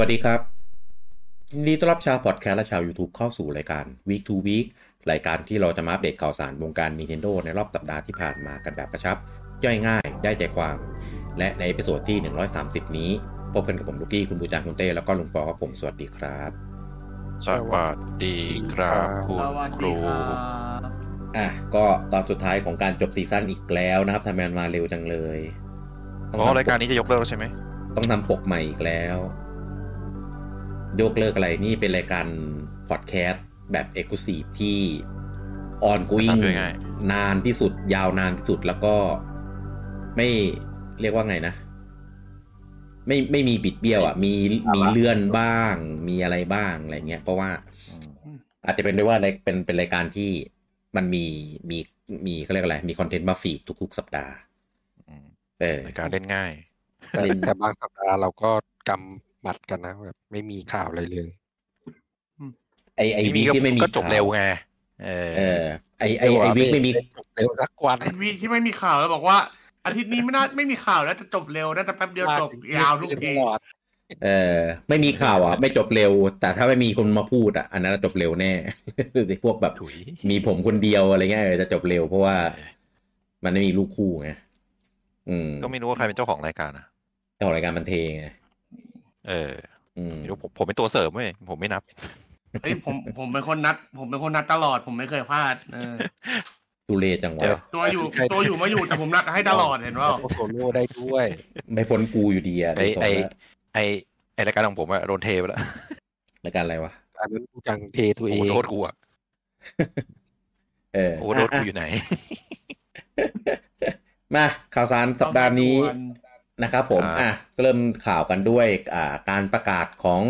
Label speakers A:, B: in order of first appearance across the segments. A: วัสดีครับยินดีต้อนรับชาวพอดแคสต์และชาว YouTube เข้าสู่รายการ Week to Week รายการที่เราจะมาอัปเดตข่าวสารวงการ Nintendo ในรอบสัปดาห์ที่ผ่านมากันแบบกระชับ ย่อยง่ายได้ใจความ และในเอพิโซดที่ 130 นี้ พบกันกับผมลูกี้คุณบูจางคุณเต้ แล้วก็ลุงปอครับผมสวัสดีครับ
B: สวัสดีครับคุณครู
A: อ่ะก็ตอนสุดท้ายของการจบซีซั่นอีกแล้วนะครับทำไมมันมาเร็วจังเลย
B: อ๋อรายการนี้จะยกเลิกแล้วใช่ไหม
A: ต้องทำปกใหม่อีกแล้ว ยกเลิกอะไรนี่เป็นรายการพอดแคสต์แบบเอกลุศีที่ออนกูอิง
B: ทำด้วยไง
A: นานที่สุด ยาวนานที่สุดแล้วก็ไม่เรียกว่าไงนะ ไม่ไม่มีบิดเบี้ยวอ่ะ มีมีเลื่อนบ้าง มีอะไรบ้างอะไรเงี้ยเพราะว่า อาจจะเป็นด้วยว่าอะไรเป็นเป็นรายการที่มันมีมีมีเขาเรียกอะไร มีคอนเทนต์มาฟีดทุกๆ สัปดาห์
B: อืม
A: เออ
B: รายการเล่นง่าย
C: แต่
A: เล่น
C: แต่บางสัปดาห์เราก็กำหมัดกันนะแบบไม่มีข่าวอะไรเลย
A: ไอไอ
B: ไม่
A: วี
B: ก็
A: ที่ไม่มี
B: ก็จบ
A: ข่า
B: เร็วไง เออ
A: เออไอไอไอวีไม่มี
C: เร็วสักวัน
D: ไอวีที่ไม่มีข่าวแล้วบอกว่า อาทิตย์นี้ไม่น่าไม่มีข่าวแล้วจะจบเร็วน่าจะแป๊บเดียวจบยาวทุกที
A: เออไม่มีข่าวอ่ะ ไม่จบเร็ว แต่ถ้าไม่มีคนมาพูดอ่ะอันนั้นจบเร็วแน่ ไอพวกแบบ
B: ถุย
A: มีผมคนเดียวอะไรเงี้ยเออจะจบเร็วเพราะว่ามันไม่มีลูกคู่ไงอืม
B: ก็ไม่รู้ว่าใครเป็นเจ้าของรายการนะ
A: เจ้าของรายการบันเทิงไง
B: เออ
A: อืม
B: ไม่รู้ผมผมเป็นตัวเสริมเว้ยผมไม่นับ
D: เอ้ยผมผมเป็นคนนัด ผมเป็นคนนัดตลอด ผมไม่เคยพลาดเออ
A: ทุเรศจัง
B: เดี๋ยว
A: ะ
B: ว
D: ตัวอยู่ตัวอยู่ไม่อยู่แต่ผมนัดให้ตลอดเห็นว่า
C: โซโล่ได้ด้วย
A: ไม่พ้นกูอยู่ดีอ่ะ
B: ไอ
A: ดูทรง
B: ไอ
A: แล้ว
B: ไอไอรายการของผมอะโดนเทไปแล้ว
A: รายการอะไรวะ
C: อันนั้นกูจังเทตัว
B: โอ้
C: เอ
B: โห
C: ง
B: โทษกูอะ
A: เออ
B: โอ้โหโทษ
A: อ่ะ
B: กู
A: อ่ะ
B: อยู่ไหน
A: มาข่าวสารสัปดาห์นี้นะครับผม
B: ครับ
A: อ่ะเริ่มข่าวกันด้วยอ่าการประกาศของ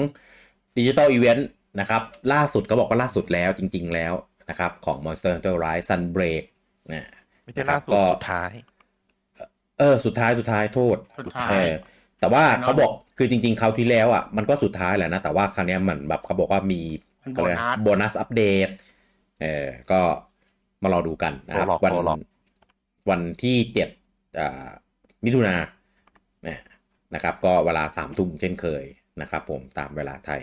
A: ดิจิทัลอีเวนต์นะครับล่าสุดเขาบอกว่าล่าสุดแล้วจริงๆแล้วนะครับของ Monster Hunter Rise Sunbreak นะ
B: ไม่ใช่ล่าสุดสุดท้าย
A: เออสุดท้ายสุดท้ายโทษ
D: สุดท้าย
A: เออแต่ว่า
D: เนอะ
A: เขาบอกคือจริงๆคราวที่แล้วอ่ะมันก็สุดท้ายแหละนะ แต่ว่าคราวเนี้ยมันแบบเขาบอกว่ามี
D: มันโบ
A: เขาเรียก
D: นัส
A: โบนัสอัปเดตเออก็มารอดูกันนะครับ
B: โปรล็อก
A: วั
B: โปรล็อก
A: วันที่เจ็ดอ่ามิถุนาเนี่ยนะครับก็เวลาสามทุ่มเช่นเคยนะครับผมตามเวลาไทย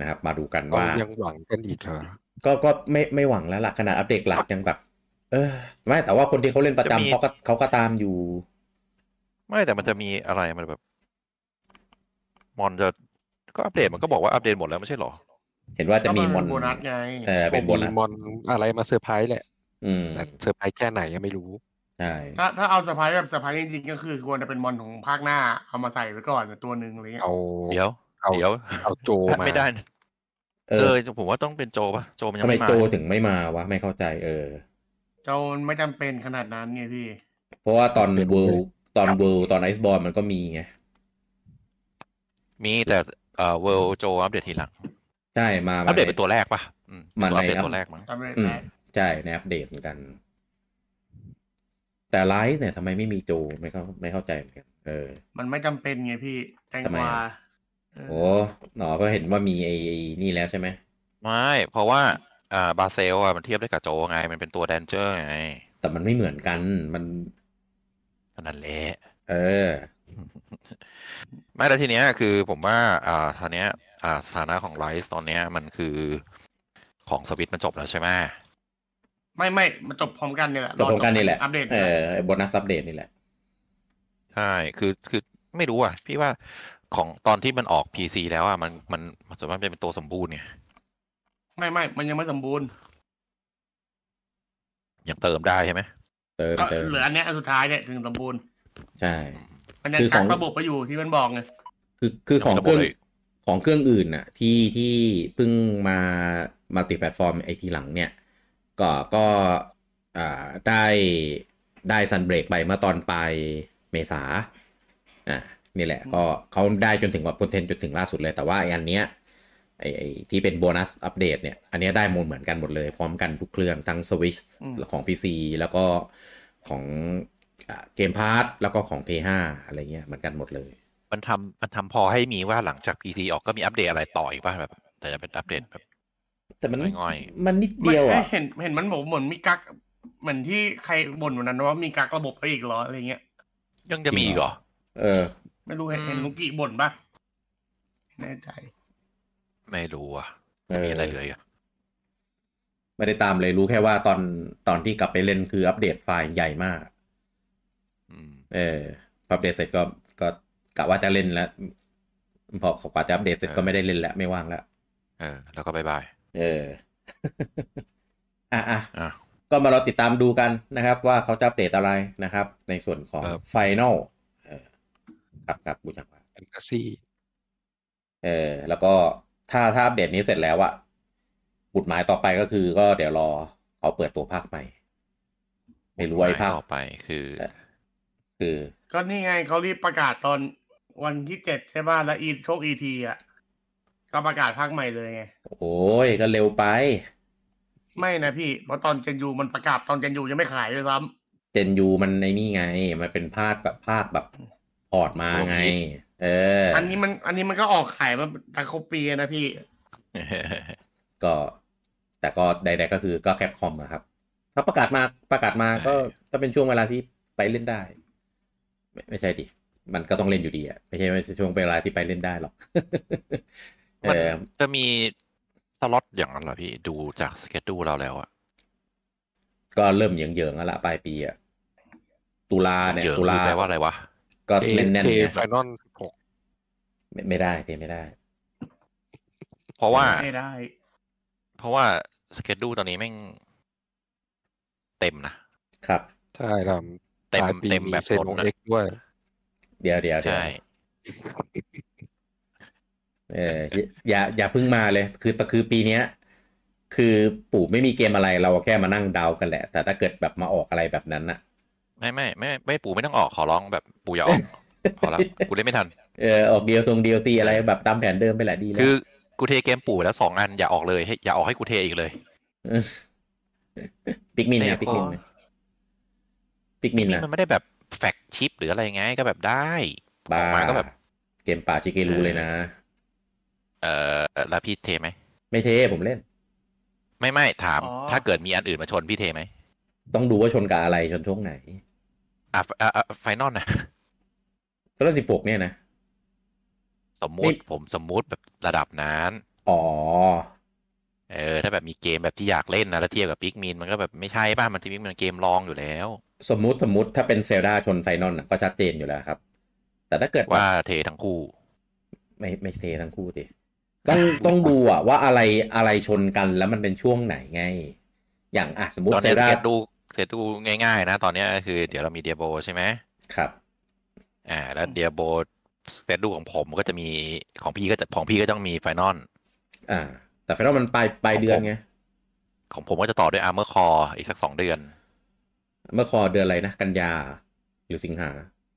A: นะครับ มาดูกัน
C: เรา
A: ว่า
C: ยังหวังกันอีกเหรอ
A: ก็ก็ไม่ไม่หวังแล้วล่ะขนาดอัปเดตหลักยังแบบ เออไม่แต่ว่าคนที่เขาเล่นประ
B: จะ
A: จำ
B: มี
A: เขาก็เขาก็ตามอยู่
B: ไม่แต่มันจะมีอะไรมันแบบ มอนจะก็อัปเดตมันก็บอกว่าอัปเดตหมดแล้วไม่ใช่เหรอ
A: เห็นว่าจะมีมอน
D: ก็เป็โบนัสไง
A: เออเป็นโบนั
C: มี
A: ส
C: มอนอะไรมาเซอร์ไพรส์แหละ
A: อืม
C: แต่เซอร์ไพรส์แค่ไหนยังไม่รู้
A: ใช่
D: ถ้าถ้าเอาสปายแบบสปายจริงๆก็คือควรจะเป็นมอนของภาคหน้า เอามาใส่ไว้ก่อนตัวหนึ่งอะไรเงี้ย
C: เอา
B: เดี๋ยว
C: เอา
B: เดี๋ยว
C: เอาโจมา
B: ไม่ได้นะ
A: เอ
B: เอ
A: อ
B: อผมว่าต้องเป็นโจปะโจมันยัง
A: ทำไม
B: ไม่มา
A: โจถึงไม่มาวะไม่เข้าใจเออ
D: เจ้ามันไม่จำเป็นขนาดนั้นไงพี่
A: เพราะว่าตอนเวิลตอนเวิลตอนไอซ์บอลมันก็มีไง
B: มีแต่เอ่อเวลโจอัปเดตทีหลัง
A: ใช่มามา
B: อัปเดตเป็นตัวแรกปะอืม
A: มา
B: ตัว
A: ใน
B: อัปเดต
A: อัพ
B: ตัวแรกมั้ง
D: จำไม่
A: อืม
D: ได้
A: ใช่ในอัปเดตเหมือนกัน แต่ไลฟ์เนี่ยทำไมไม่มีโจไม่เข้าไม่เข้าใจเหมือนกันเออ
D: มันไม่จำเป็นไงพี่ แตง
A: ทำ
D: ก
A: ไม
D: วา
A: อะ
D: เออ
A: โอ้หนอก็เห็นว่ามีไอ้ไอ้นี่แล้วใช่ไหม
B: ไม่เพราะว่าอ่าบาเซลอ่ะมันเทียบได้กับโจไง มันเป็นตัวแดนเจอร์ไง
A: แต่มันไม่เหมือนกันมัน
B: อันนั่นแหละ
A: เออ
B: ไม่แต่ทีเนี้ยคือผมว่าอ่าตอนเนี้ยอ่าสถานะของไลฟ์ตอนเนี้ยมันคือของสวิตช์มันจบแล้วใช่ไหม
D: ไม่ไม่มันจบพร้อมกันเนี่ยแหละ
A: จบพร้อมกันนี่แหละ
D: อัปเดต
A: เออไอ้โบนัสอัปเดตนี่แหละ
B: ใช่คือคือไม่รู้อ่ะพี่ว่าของตอนที่มันออก PC แล้วอ่ะมันมันมันส่วนมากจะเป็นตัวสมบูรณ์ไง
D: ไม่ไม่มันยังไม่สมบูรณ์
B: ยังเติมได้ใช่ไหม
A: เติม
D: ก็
A: เติม
D: เหลืออันเนี้ยอันสุดท้ายเนี่ยถึงสมบูรณ์
A: ใช่
D: มันยัง
A: คือข
D: กั
A: อง
D: กระบบไปอยู่ที่มันบอกไง
A: คือคือของ
B: ยัง
A: เครื่อง
B: ไม่ได้บกลย
A: ของเครื่องอื่นน่ะ ที่ที่เพิ่งมามาติแพลตฟอร์มไอทีหลังเนี่ย ก็ก็อ่าได้ได้ซันเบรกไปเมื่อตอนปลายเมษาอ่านี่แหละ ก็เขาได้จนถึงแบบคอนเทนต์จนถึงล่าสุดเลย แต่ว่าไออันเนี้ยไอไอที่เป็นโบนัสอัปเดตเนี่ย อันเนี้ยได้หมดเหมือนกันหมดเลย พร้อมกันทุกเครื่องทั้งสวิชของ PC แล้วก็ของเกมพาร์ทแล้วก็ของ P5 อะไรเงี้ยเหมือนกันหมดเลย
B: มันทำมันทำพอให้มีว่าหลังจาก PC ออกก็มีอัปเดตอะไรต่ออีกป่ะแบบ แต่จะเป็นอัปเดตแบบ
A: แต่มัน
B: ง่อย
A: มันนิดเดียว
D: ไม่
A: อ่ะ
D: ไม่เห็นเห็นมันบอกเหมือนมีกักเหมือนที่ใครบ่นวันนั้นว่ามีกักระบบไปอีกเหรออะไรเงี้ย
B: ยังจะมีอีกเหรอ
A: เออ
D: ไม่รู้เห็น
B: อืม
D: เห็นลุงกี้บ่นปะ แน่ใจ
B: ไม่รู้อ่ะไม่มีอะไรเลยอ่ะ
A: ไม่ได้ตามเลยรู้แค่ว่าตอนตอนที่กลับไปเล่นคืออัปเดตไฟล์ใหญ่มาก
B: อืม
A: เออพออัปเดตเสร็จก็ก็กะว่าจะเล่นแล้ว พอกว่าจะอัปเดตเสร็จ
B: เออ
A: ก็ไม่ได้เล่นแล้วไม่ว่างแล้ว
B: เออ แล้วก็บายบาย
A: เอ อ อ่ะอ่ะ
B: อ่ะ
A: ก็มารอติดตามดูกันนะครับ ว่าเขาจะอัปเดตอะไรนะครับ ในส่วนของ
B: ครับ
A: ไฟแนลครับครับบูจังว่า
C: แฟนตาซี
A: เออแล้วก็ถ้าถ้าอัปเดตนี้เสร็จแล้วอะบุดหมายต่อไปก็คือก็เดี๋ยวรอเขาเปิดตัวภาคใหม่ ไม่รู้ว่าไอ้ภาค
B: ต่อไปคือ
A: เออ คือ
D: ก็นี่ไงเขารีบประกาศตอนวันที่เจ็ดใช่ป่ะแล้วอีโชคอีทีอ่ะ ก็ประกาศภาคใหม่เลยไง
A: โอ้ยก็เร็วไป
D: ไม่นะพี่ เพราะตอนเจนยูมันประกาศตอนเจนยูยังไม่ขายเลยซ้ำ
A: เจนยูมันในนี่ไง มันเป็นภาคแบบภาคแบบพอร์ตมาไง เออ
D: อั
A: อั
D: นนี้มันอันนี้มันก็ออกขายมาตะครบปีนะพี่
A: ก็ แต่ก็ใดๆก็คือก็แคปคอมนะครับ ถ้าประกาศมาประกาศมาก็ก็เป็นช่วงเวลาที่ไปเล่นได้ ไม่ไม่ใช่ดิ มันก็ต้องเล่นอยู่ดีอะไม่ใช่ไม่ใช่ช่วงเวลาที่ไปเล่นได้หรอก เอ
B: มัน
A: อ
B: จะมีสล็อตอย่างนั้นเหรอพี่ดูจากสเก็ตดูเราแล้วอ่ะ
A: ก็เริ่มเหยิงๆแล้วละปลายปีอะตุลาเนี่ย
B: เยอะ
A: ตุลา
B: คือแปลว่าอะไรวะ
A: ก็เล่นแน่น
C: เท
A: ไง
C: ไฟนอลสิบหก
A: ไม่ไม่ได้เทไม่ได้
B: เพราะว่า
D: ไม่ได้
B: เพราะว่าสเก็ตดูตอนนี้แม่งเต็มนะ
A: ครับ
C: ใช่แล้ว
B: เต็ม
C: ปลายปี
B: เต็มแบบ
C: เซโน
B: ล้นอะ
C: เอ็กซ์ด้วย
A: เดี๋ยวเดี๋ยวเดี๋ยว
B: ใช่
A: เอออย่าอย่าอย่าเพิ่งมาเลย คือแต่คือปีเนี้ย คือปู่ไม่มีเกมอะไรเราแค่มานั่งเดากันแหละ แต่ถ้าเกิดแบบมาออกอะไรแบบนั้นอะ
B: ไม่ไม่ไม่ไม่ปู่ไม่ต้องออกขอร้องแบบปู่อย่าออก พอละกูเล่นไม่ทัน
A: เออออกเดียวทรงเดียวตีอะไรแบบตามแผนเดิมไปแหละดีแล้ว
B: คือกูเทเกมปู่ไปแล้วสองอันอย่าออกเลยให้อย่าออกให้กูเทอีกเลย
A: ปิกมิน
B: เตะ
A: นะปิกมิน
B: คอ
A: นะปิกมิน
B: นี่
A: นะ
B: มันไม่ได้แบบแฟกชิปหรืออะไรไงก็แบบได้
A: บ้า
B: ออกมาก็แบบ
A: เกมป่าชิเกรูเลยนะ
B: เออแล้วพี่เทไหม
A: ไม่เทผมเล่น
B: ไม่ไม่ถาม
D: อ๋อ
B: ถ้าเกิดมีอันอื่นมาชนพี่เทไหม
A: ต้องดูว่าชนกับอะไรชนช่วงไหน
B: อ่ะอ่ะอ่ะไฟนอลนะ
A: ตอนสิบหกเนี่ยนะ
B: สมมุติผมสมมุติแบบระดับนั้น
A: อ๋อ
B: เออถ้าแบบมีเกมแบบที่อยากเล่นนะแล้วเทียบกับปิกมินมันก็แบบไม่ใช่ป่ะมันทีมันเกมลองอยู่แล้ว
A: สมมุติสมมุติถ้าเป็นเซลดาชนไซนอนน่ะก็ชัดเจนอยู่แล้วครับ แต่ถ้าเกิด
B: ว่าเททั้งคู่
A: ไม่ไม่เททั้งคู่ดิต้องต้องดูอะว่าอะไรอะไรชนกันแล้วมันเป็นช่วงไหนไง อย่างอ่ะสมมติ
B: ตอน
A: เซ
B: นี้
A: ล
B: ส
A: ดา
B: เก็ตดูสเก็ตดูง่ายๆ นะ ตอนเนี้ยคือเดี๋ยวเรามีเดียโบใช่ไหม
A: ครับ
B: อ่า แล้วเดียโบสเก็ตดูของผมก็จะมีของพี่ก็จะของพี่ก็ต้องมีไฟนอล
A: อ่า แต่ไฟนอลมันปลายปลายเดือนไง
B: ของผมก็จะต่อด้วยอาร์เมอร์คออีกสักสองเดือน
A: เมื่อคอเดือนอะไรนะ กันยาหรือสิงหา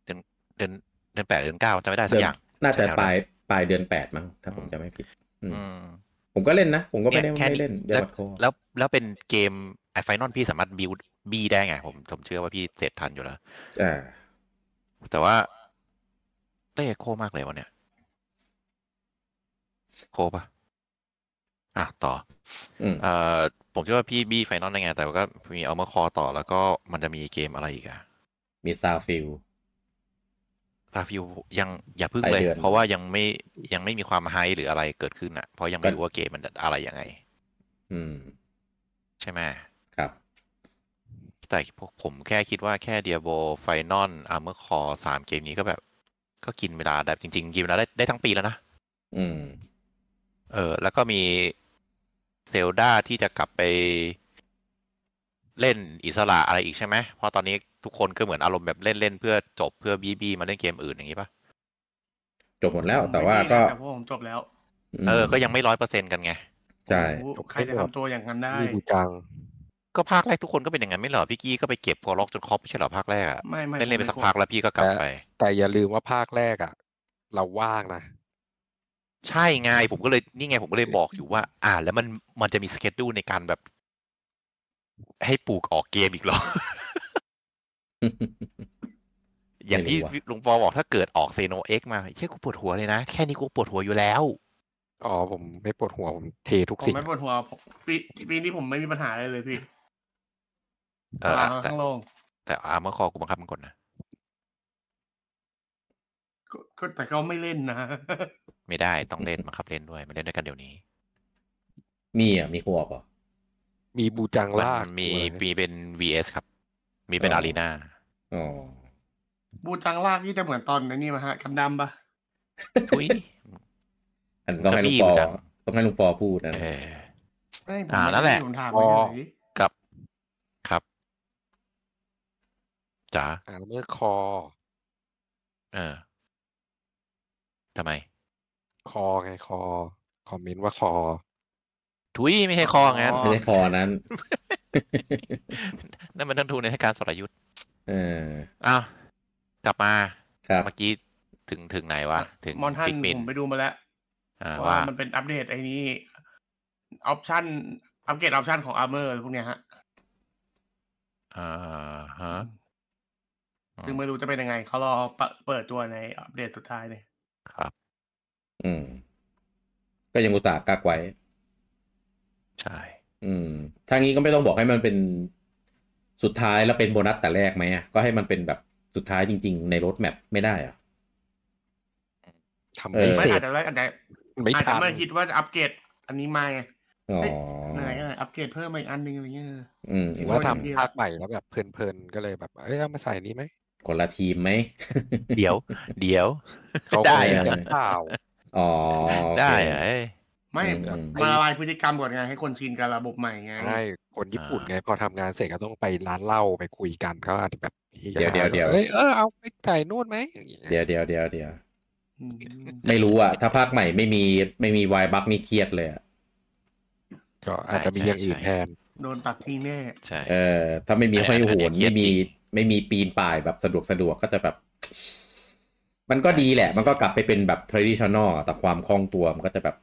B: เดือนเดือนแปดเดือนเก้าจะไม่ได้สั
A: เดื
B: ก
A: อน
B: อย่าง
A: น่าจะ
B: แถวๆนั้น
A: ปลายปลายเดือนแปดมั้งถ้าผมจะไม่ผิด อืม
B: อืม
A: ผมก็เล่นนะ ผมก็ไม่ได้
B: เนี่ยแค่นี้
A: ไม่เล่นเดวัดคอ
B: แล้วแล้วเป็นเกมไอไฟนอลพี่สามารถบิวบีได้ไง ผมผมเชื่อว่าพี่เสร็จทันอยู่แล้ว
A: อ่า
B: แต่ว่า เต้โคมากเลยวะเนี่ย โคปะอ่ะต่อ
A: อืม
B: เอ่อผมเชื่อว่าพี่บี้ไฟนอลได้ไง แต่ว่าก็มีเอามาคอต่อแล้วก็มันจะมีเกมอะไรอีกอะ
A: มีซาวฟิล
B: ตาฟิวยังอย่าพึ่ง
A: ปลาย
B: เลย
A: เดือน
B: เพราะว่ายังไม่ยังไม่มีความไฮหรืออะไรเกิดขึ้นอะเพราะยังไม่รู้ว่าเกมมันอะไรยังไง
A: อืม
B: ใช่ไหม
A: ครับ
B: แต่พวกผมแค่คิดว่าแค่เดียโบไฟนอลอาร์เมอร์คอสามเกมนี้ก็แบบ ก็กินเวลาแบบจริงๆกินเวลาได้ได้ทั้งปีแล้วนะ
A: อืม
B: เออ แล้วก็มีเซลดาที่จะกลับไปเล่นอิสระอะไรอีกใช่ไหม เพราะตอนนี้ทุกคนก็เหมือนอารมณ์แบบเล่นเล่นเพื่อจบเพื่อบี้บี้มาเล่นเกมอื่นอย่างนี้ปะ
A: จบหมดแล้วแต่ว่าก็
D: แต่พวกผมจบแล้ว
B: เออ ก็ยังไม่ร้อยเปอร์เซ็นต์กันไง
A: ใช่
D: โอ้โหใครจะทำตัวอย่างนั้นได้
C: นี่บูจัง
B: ก็ภาคแรกทุกคนก็เป็นอย่างนั้นไม่เหรอ พี่กี้ก็ไปเก็บพอล็อกจนครบไม่ใช่เหรอภาคแรกอะ
D: ไม่ไม่
B: เล่นเล่นไปสัก
D: ผม
B: พักแล้วพี่ก็กลับไป
C: แต่อย่าลืมว่าภาคแรกอ่ะ เราว่างนะ
B: ใช่ไงผมก็เลยนี่ไงผมก็เลยบอกอยู่ว่า อ่า แล้วมันมันจะมีสเก็ตดูในการแบบ ให้ปลูกออกเกมอีกเหร อ อย่างที่
A: ไม่รู้ว่ะ
B: ลุงปอบอกถ้าเกิดออกเซโนเอ็กมาเช่ยกูปวดหัวเลยนะ แค่นี้กูปวดหัวอยู่แล้ว
C: อ๋อผมไม่ปวดหัวผมเททุก
D: ผม
C: สิ่ง
D: ไม่ปวดหัวผมปีปีนี้ผมไม่มีปัญหาอะไรเลยพี่
B: เออ
D: ตาราง
B: แต่
D: ทั้งโลก
B: แต่อาร์เมอร์คอกูบังคับมันก่อนนะ
D: ก็ก็แต่เขาไม่เล่นนะ
B: ไม่ได้ต้องเล่นมาครับเล่นด้วยมาเล่นด้วยกันเดี๋ยวนี้
A: มีอ่ะมีควบอ่ะ
C: มีบูจัง
B: มัน
C: ลาก
B: มี
C: ตัวเลย
B: มีเป็น vs ครับ มีเป็น
A: อ๋อ
B: อา
A: อ
B: รีนา
A: อ๋อ
D: บูจังลากนี่จะเหมือนตอนนี้มาฮะกำดำปะ
B: ทุย
A: อันต้องให้ลุงปอ
B: จะบี้อยู่จัง
A: ต้องให้ลุงปอพูดนะ
B: เออ
D: ไม่ผม
B: อ่า
D: ไม่ได้
B: นั่นแหละ
D: ผมถามเลย
B: กับครับจ๋า
C: อ่าเมื่อคอ
B: เออทำไม
C: คอไงคอ คอมเมนต์ว่าคอ
B: ทุยไม่ใช่คองั้น
D: อ๋อ
A: ไม่ใช่คอนั้น
B: นั่นมันต้นทุนในการสรยุทธ์
A: เออ
B: อ้าวกลับมา
A: ครับ
B: เมื่อกี้ถึงถึงไหนวะ ถึง
D: มอนทัน
B: ปิกมิน
D: ผมไปดูมาแล้ว
B: อ่า
D: ว่า
B: ว่า
D: มันเป็นอัปเดตไอ้นี้ออปชั่นอัปเกรดออปชั่นของอาร์เมอร์พวกเนี้ยฮะ
B: อ่าฮะ
D: ซึ่งไม่รู้จะเป็นยังไงเขารอเปเปิดตัวในอัปเดตสุดท้ายเนี่ย
B: ครับ
A: อืม ก็ยังอุตส่าห์กักไว้
B: ใช่
A: อืมทางนี้ก็ไม่ต้องบอกให้มันเป็นสุดท้ายแล้วเป็นโบนัสแต่แรกไหมอะก็ให้มันเป็นแบบสุดท้ายจริง ๆ ในรถแมพไม่ได้เหรอะ
C: ทำไม่
A: เออ
D: ไม่
C: เสร็
D: อา
C: จ
D: จจะอาจจะ
C: ไม่
D: อาจจะ
C: ทัน
D: ไม่คิดว่าจะอัปเกรดอันนี้มาไง
A: อ๋อ
D: ไหนก็ไหนอัปเกรดเพิ่มมาอีกอันนึงอะไรเงี้ย
A: อืม
C: หรือว่า
D: ว่า
C: ทำ
D: ทำ
C: ภาคใหม่แล้วแบบเพลินๆ ก็เลยแบบ เอ้ยเอามาใส่นี้ไหม
A: คนละทีมไหม
B: เดี๋ยว เดี๋ยว
C: เขา
B: ได้
C: เห
B: เหรอ
C: มือนกันเปล่า
A: อ๋อโอเค
B: ได้เหรอเอ้ย
D: ไม่
A: อืม
D: มาละลายพฤติกรรมก่อนไงให้คนชินกับระบบใหม่ไง
C: ใช่คนญี่ปุ่น
B: อ่า
C: ไงพอทำงานเสร็จก็ต้องไปร้านเหล้าไปคุยกันเขาอาจจะแบบ
A: เดี๋ยวเดี๋ยวเดี๋ยว
C: อ้เออเอาไปใส่นู่นไหมอย่างเงี้ย
A: เดี๋ยวเดี๋ยวเดี๋ยวเดี๋ยว
D: อืม
A: ไม่รู้อะถ้าภาคใหม่ไม่มีไม่มีวายบักนี่เครียดเลยอะ
C: ก็อาจจะมีอย่างอื่นแทน
D: โดนตัดทิ้งแน่
B: ใช่
A: เออ ถ้าไม่มีห้อยโหน
B: อันเนี้ย
A: ไม่มี
B: เครียดจริง
A: ไม่มีปีนป่ายแบบสะดวกสะดวกก็จะแบบ มันก็ดีแหละ มันก็กลับไปเป็นแบบ traditional อะแต่ความคล่องตัวมันก็จะแบบ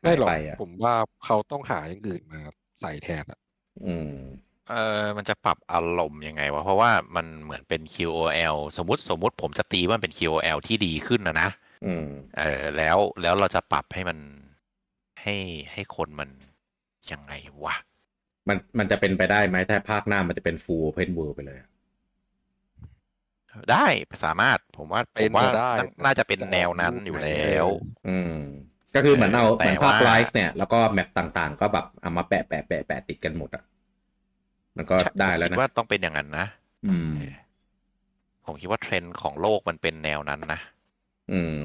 C: ไม่หรอก
A: ายปอะ
C: ผมว่าเขาต้องหาอย่างอื่นมาใส่แทนอะ
A: อืม
B: เออมันจะปรับอารมณ์ยังไงวะ เพราะว่ามันเหมือนเป็น QOL สมมติสมมติผมจะตีว่ามันเป็น QOL ที่ดีขึ้นนะนะ
A: อืม
B: เออแล้วแล้วเราจะปรับให้มันให้ให้คนมันยังไงวะ
A: มันมันจะเป็นไปได้ไหมถ้าภาคหน้ามันจะเป็น full open world ไปเลยอะ
B: ได้สามารถผมว่าผ
C: เป็
B: ม
C: น
B: ว่า
C: ได้
B: น่าน่าจะเป็นแนวนั้นอยู่แล้ว
A: อืม ก็คือเหมือนเอา
B: แต่
A: เหมือนภาค
B: ว่า
A: ไลฟ์เนี่ย แล้วก็แมปต่างๆ ก็แบบเอามาแปะแปะแปะแปะติดกันหมดอ่ะ มันก็ได้แล้ว
B: คิ
A: นะ
B: ดว่าต้องเป็นอย่างนั้นนะ
A: อืม
B: เออผมคิดว่าเทรนด์ของโลกมันเป็นแนวนั้นนะ
A: อืม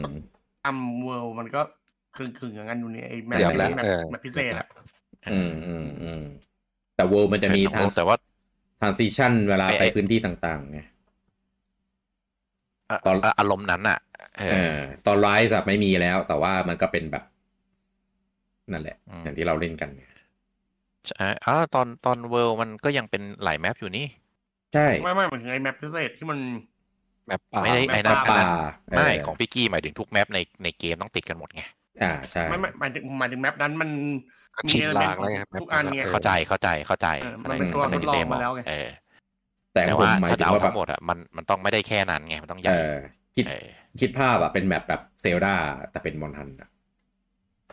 D: ทำเวิลด์มันก็คึ่งคึ่งๆอย่างนั้นอยู่เนี่ยไอ้แมป
A: เดี๋ยว
D: แม
A: แล้ว
D: ป
C: เออ
D: แมปพิเศษอะ
A: อืมอืมอืมแต่เวิร์มันจะมี
B: เป็นของ
A: ทาง
B: แต่ว่า
A: ทางซีชันเวลา
B: ไม่
A: ไป
B: ไอ้
A: พื้นที่ต่างๆไง
B: เอ่อ
A: ตอน
B: เอ่ออารมณ์นั้นอ่ะ เอ
A: เอ
B: อ
A: อ ตอนไลฟ์อะไม่มีแล้ว แต่ว่ามันก็เป็นแบบ นั่นแหละ
B: อืม
A: อย่างที่เราเล่นกันเนี่ย
B: ใช่อ๋อตอนตอนเวิลด์มันก็ยังเป็นหลายแมปอยู่นี่
A: ใช่
D: ไม่ไม่เหมือนถึงไอ้แมปพิเศษที่มัน
C: แมปป่า
B: ไม่ได้
D: แมป
B: ไอ้นั่น
D: ป่า
A: ป่า
B: อันนั้นไม่
A: เ
B: ของพี่กี้หมายถึงทุกแมปในในเกมต้องติดกันหมดไง
A: อ่าใช่
D: ไม่ไม่หมายถึงหมายถึงแมปนั้นมัน
C: ชิน
D: มี
C: ลางแล้วไง
D: ทุกอันไง
B: เข้าใจเข้าใจเข้าใจ
D: เออมันเป็นตัว
B: ข้าใจ
D: ทดลอง
B: ใเ
D: มาแล้วไง
B: เออ
A: แต่
B: แต่
A: ผ
B: ว่าม
A: หมาย
B: ถ้า
A: ถึ
B: จะ
A: ง
B: เอา
A: ว่าแบ
B: ทั้
A: บ
B: งหมดอ่ะมันมันต้องไม่ได้แค่นั้นไงมันต้องให
A: เอ
B: ญ่
A: อคิด
B: เออ
A: คิดภาพอะเป็นแมปแบบเซลดาแต่เป็นมอนทันอะ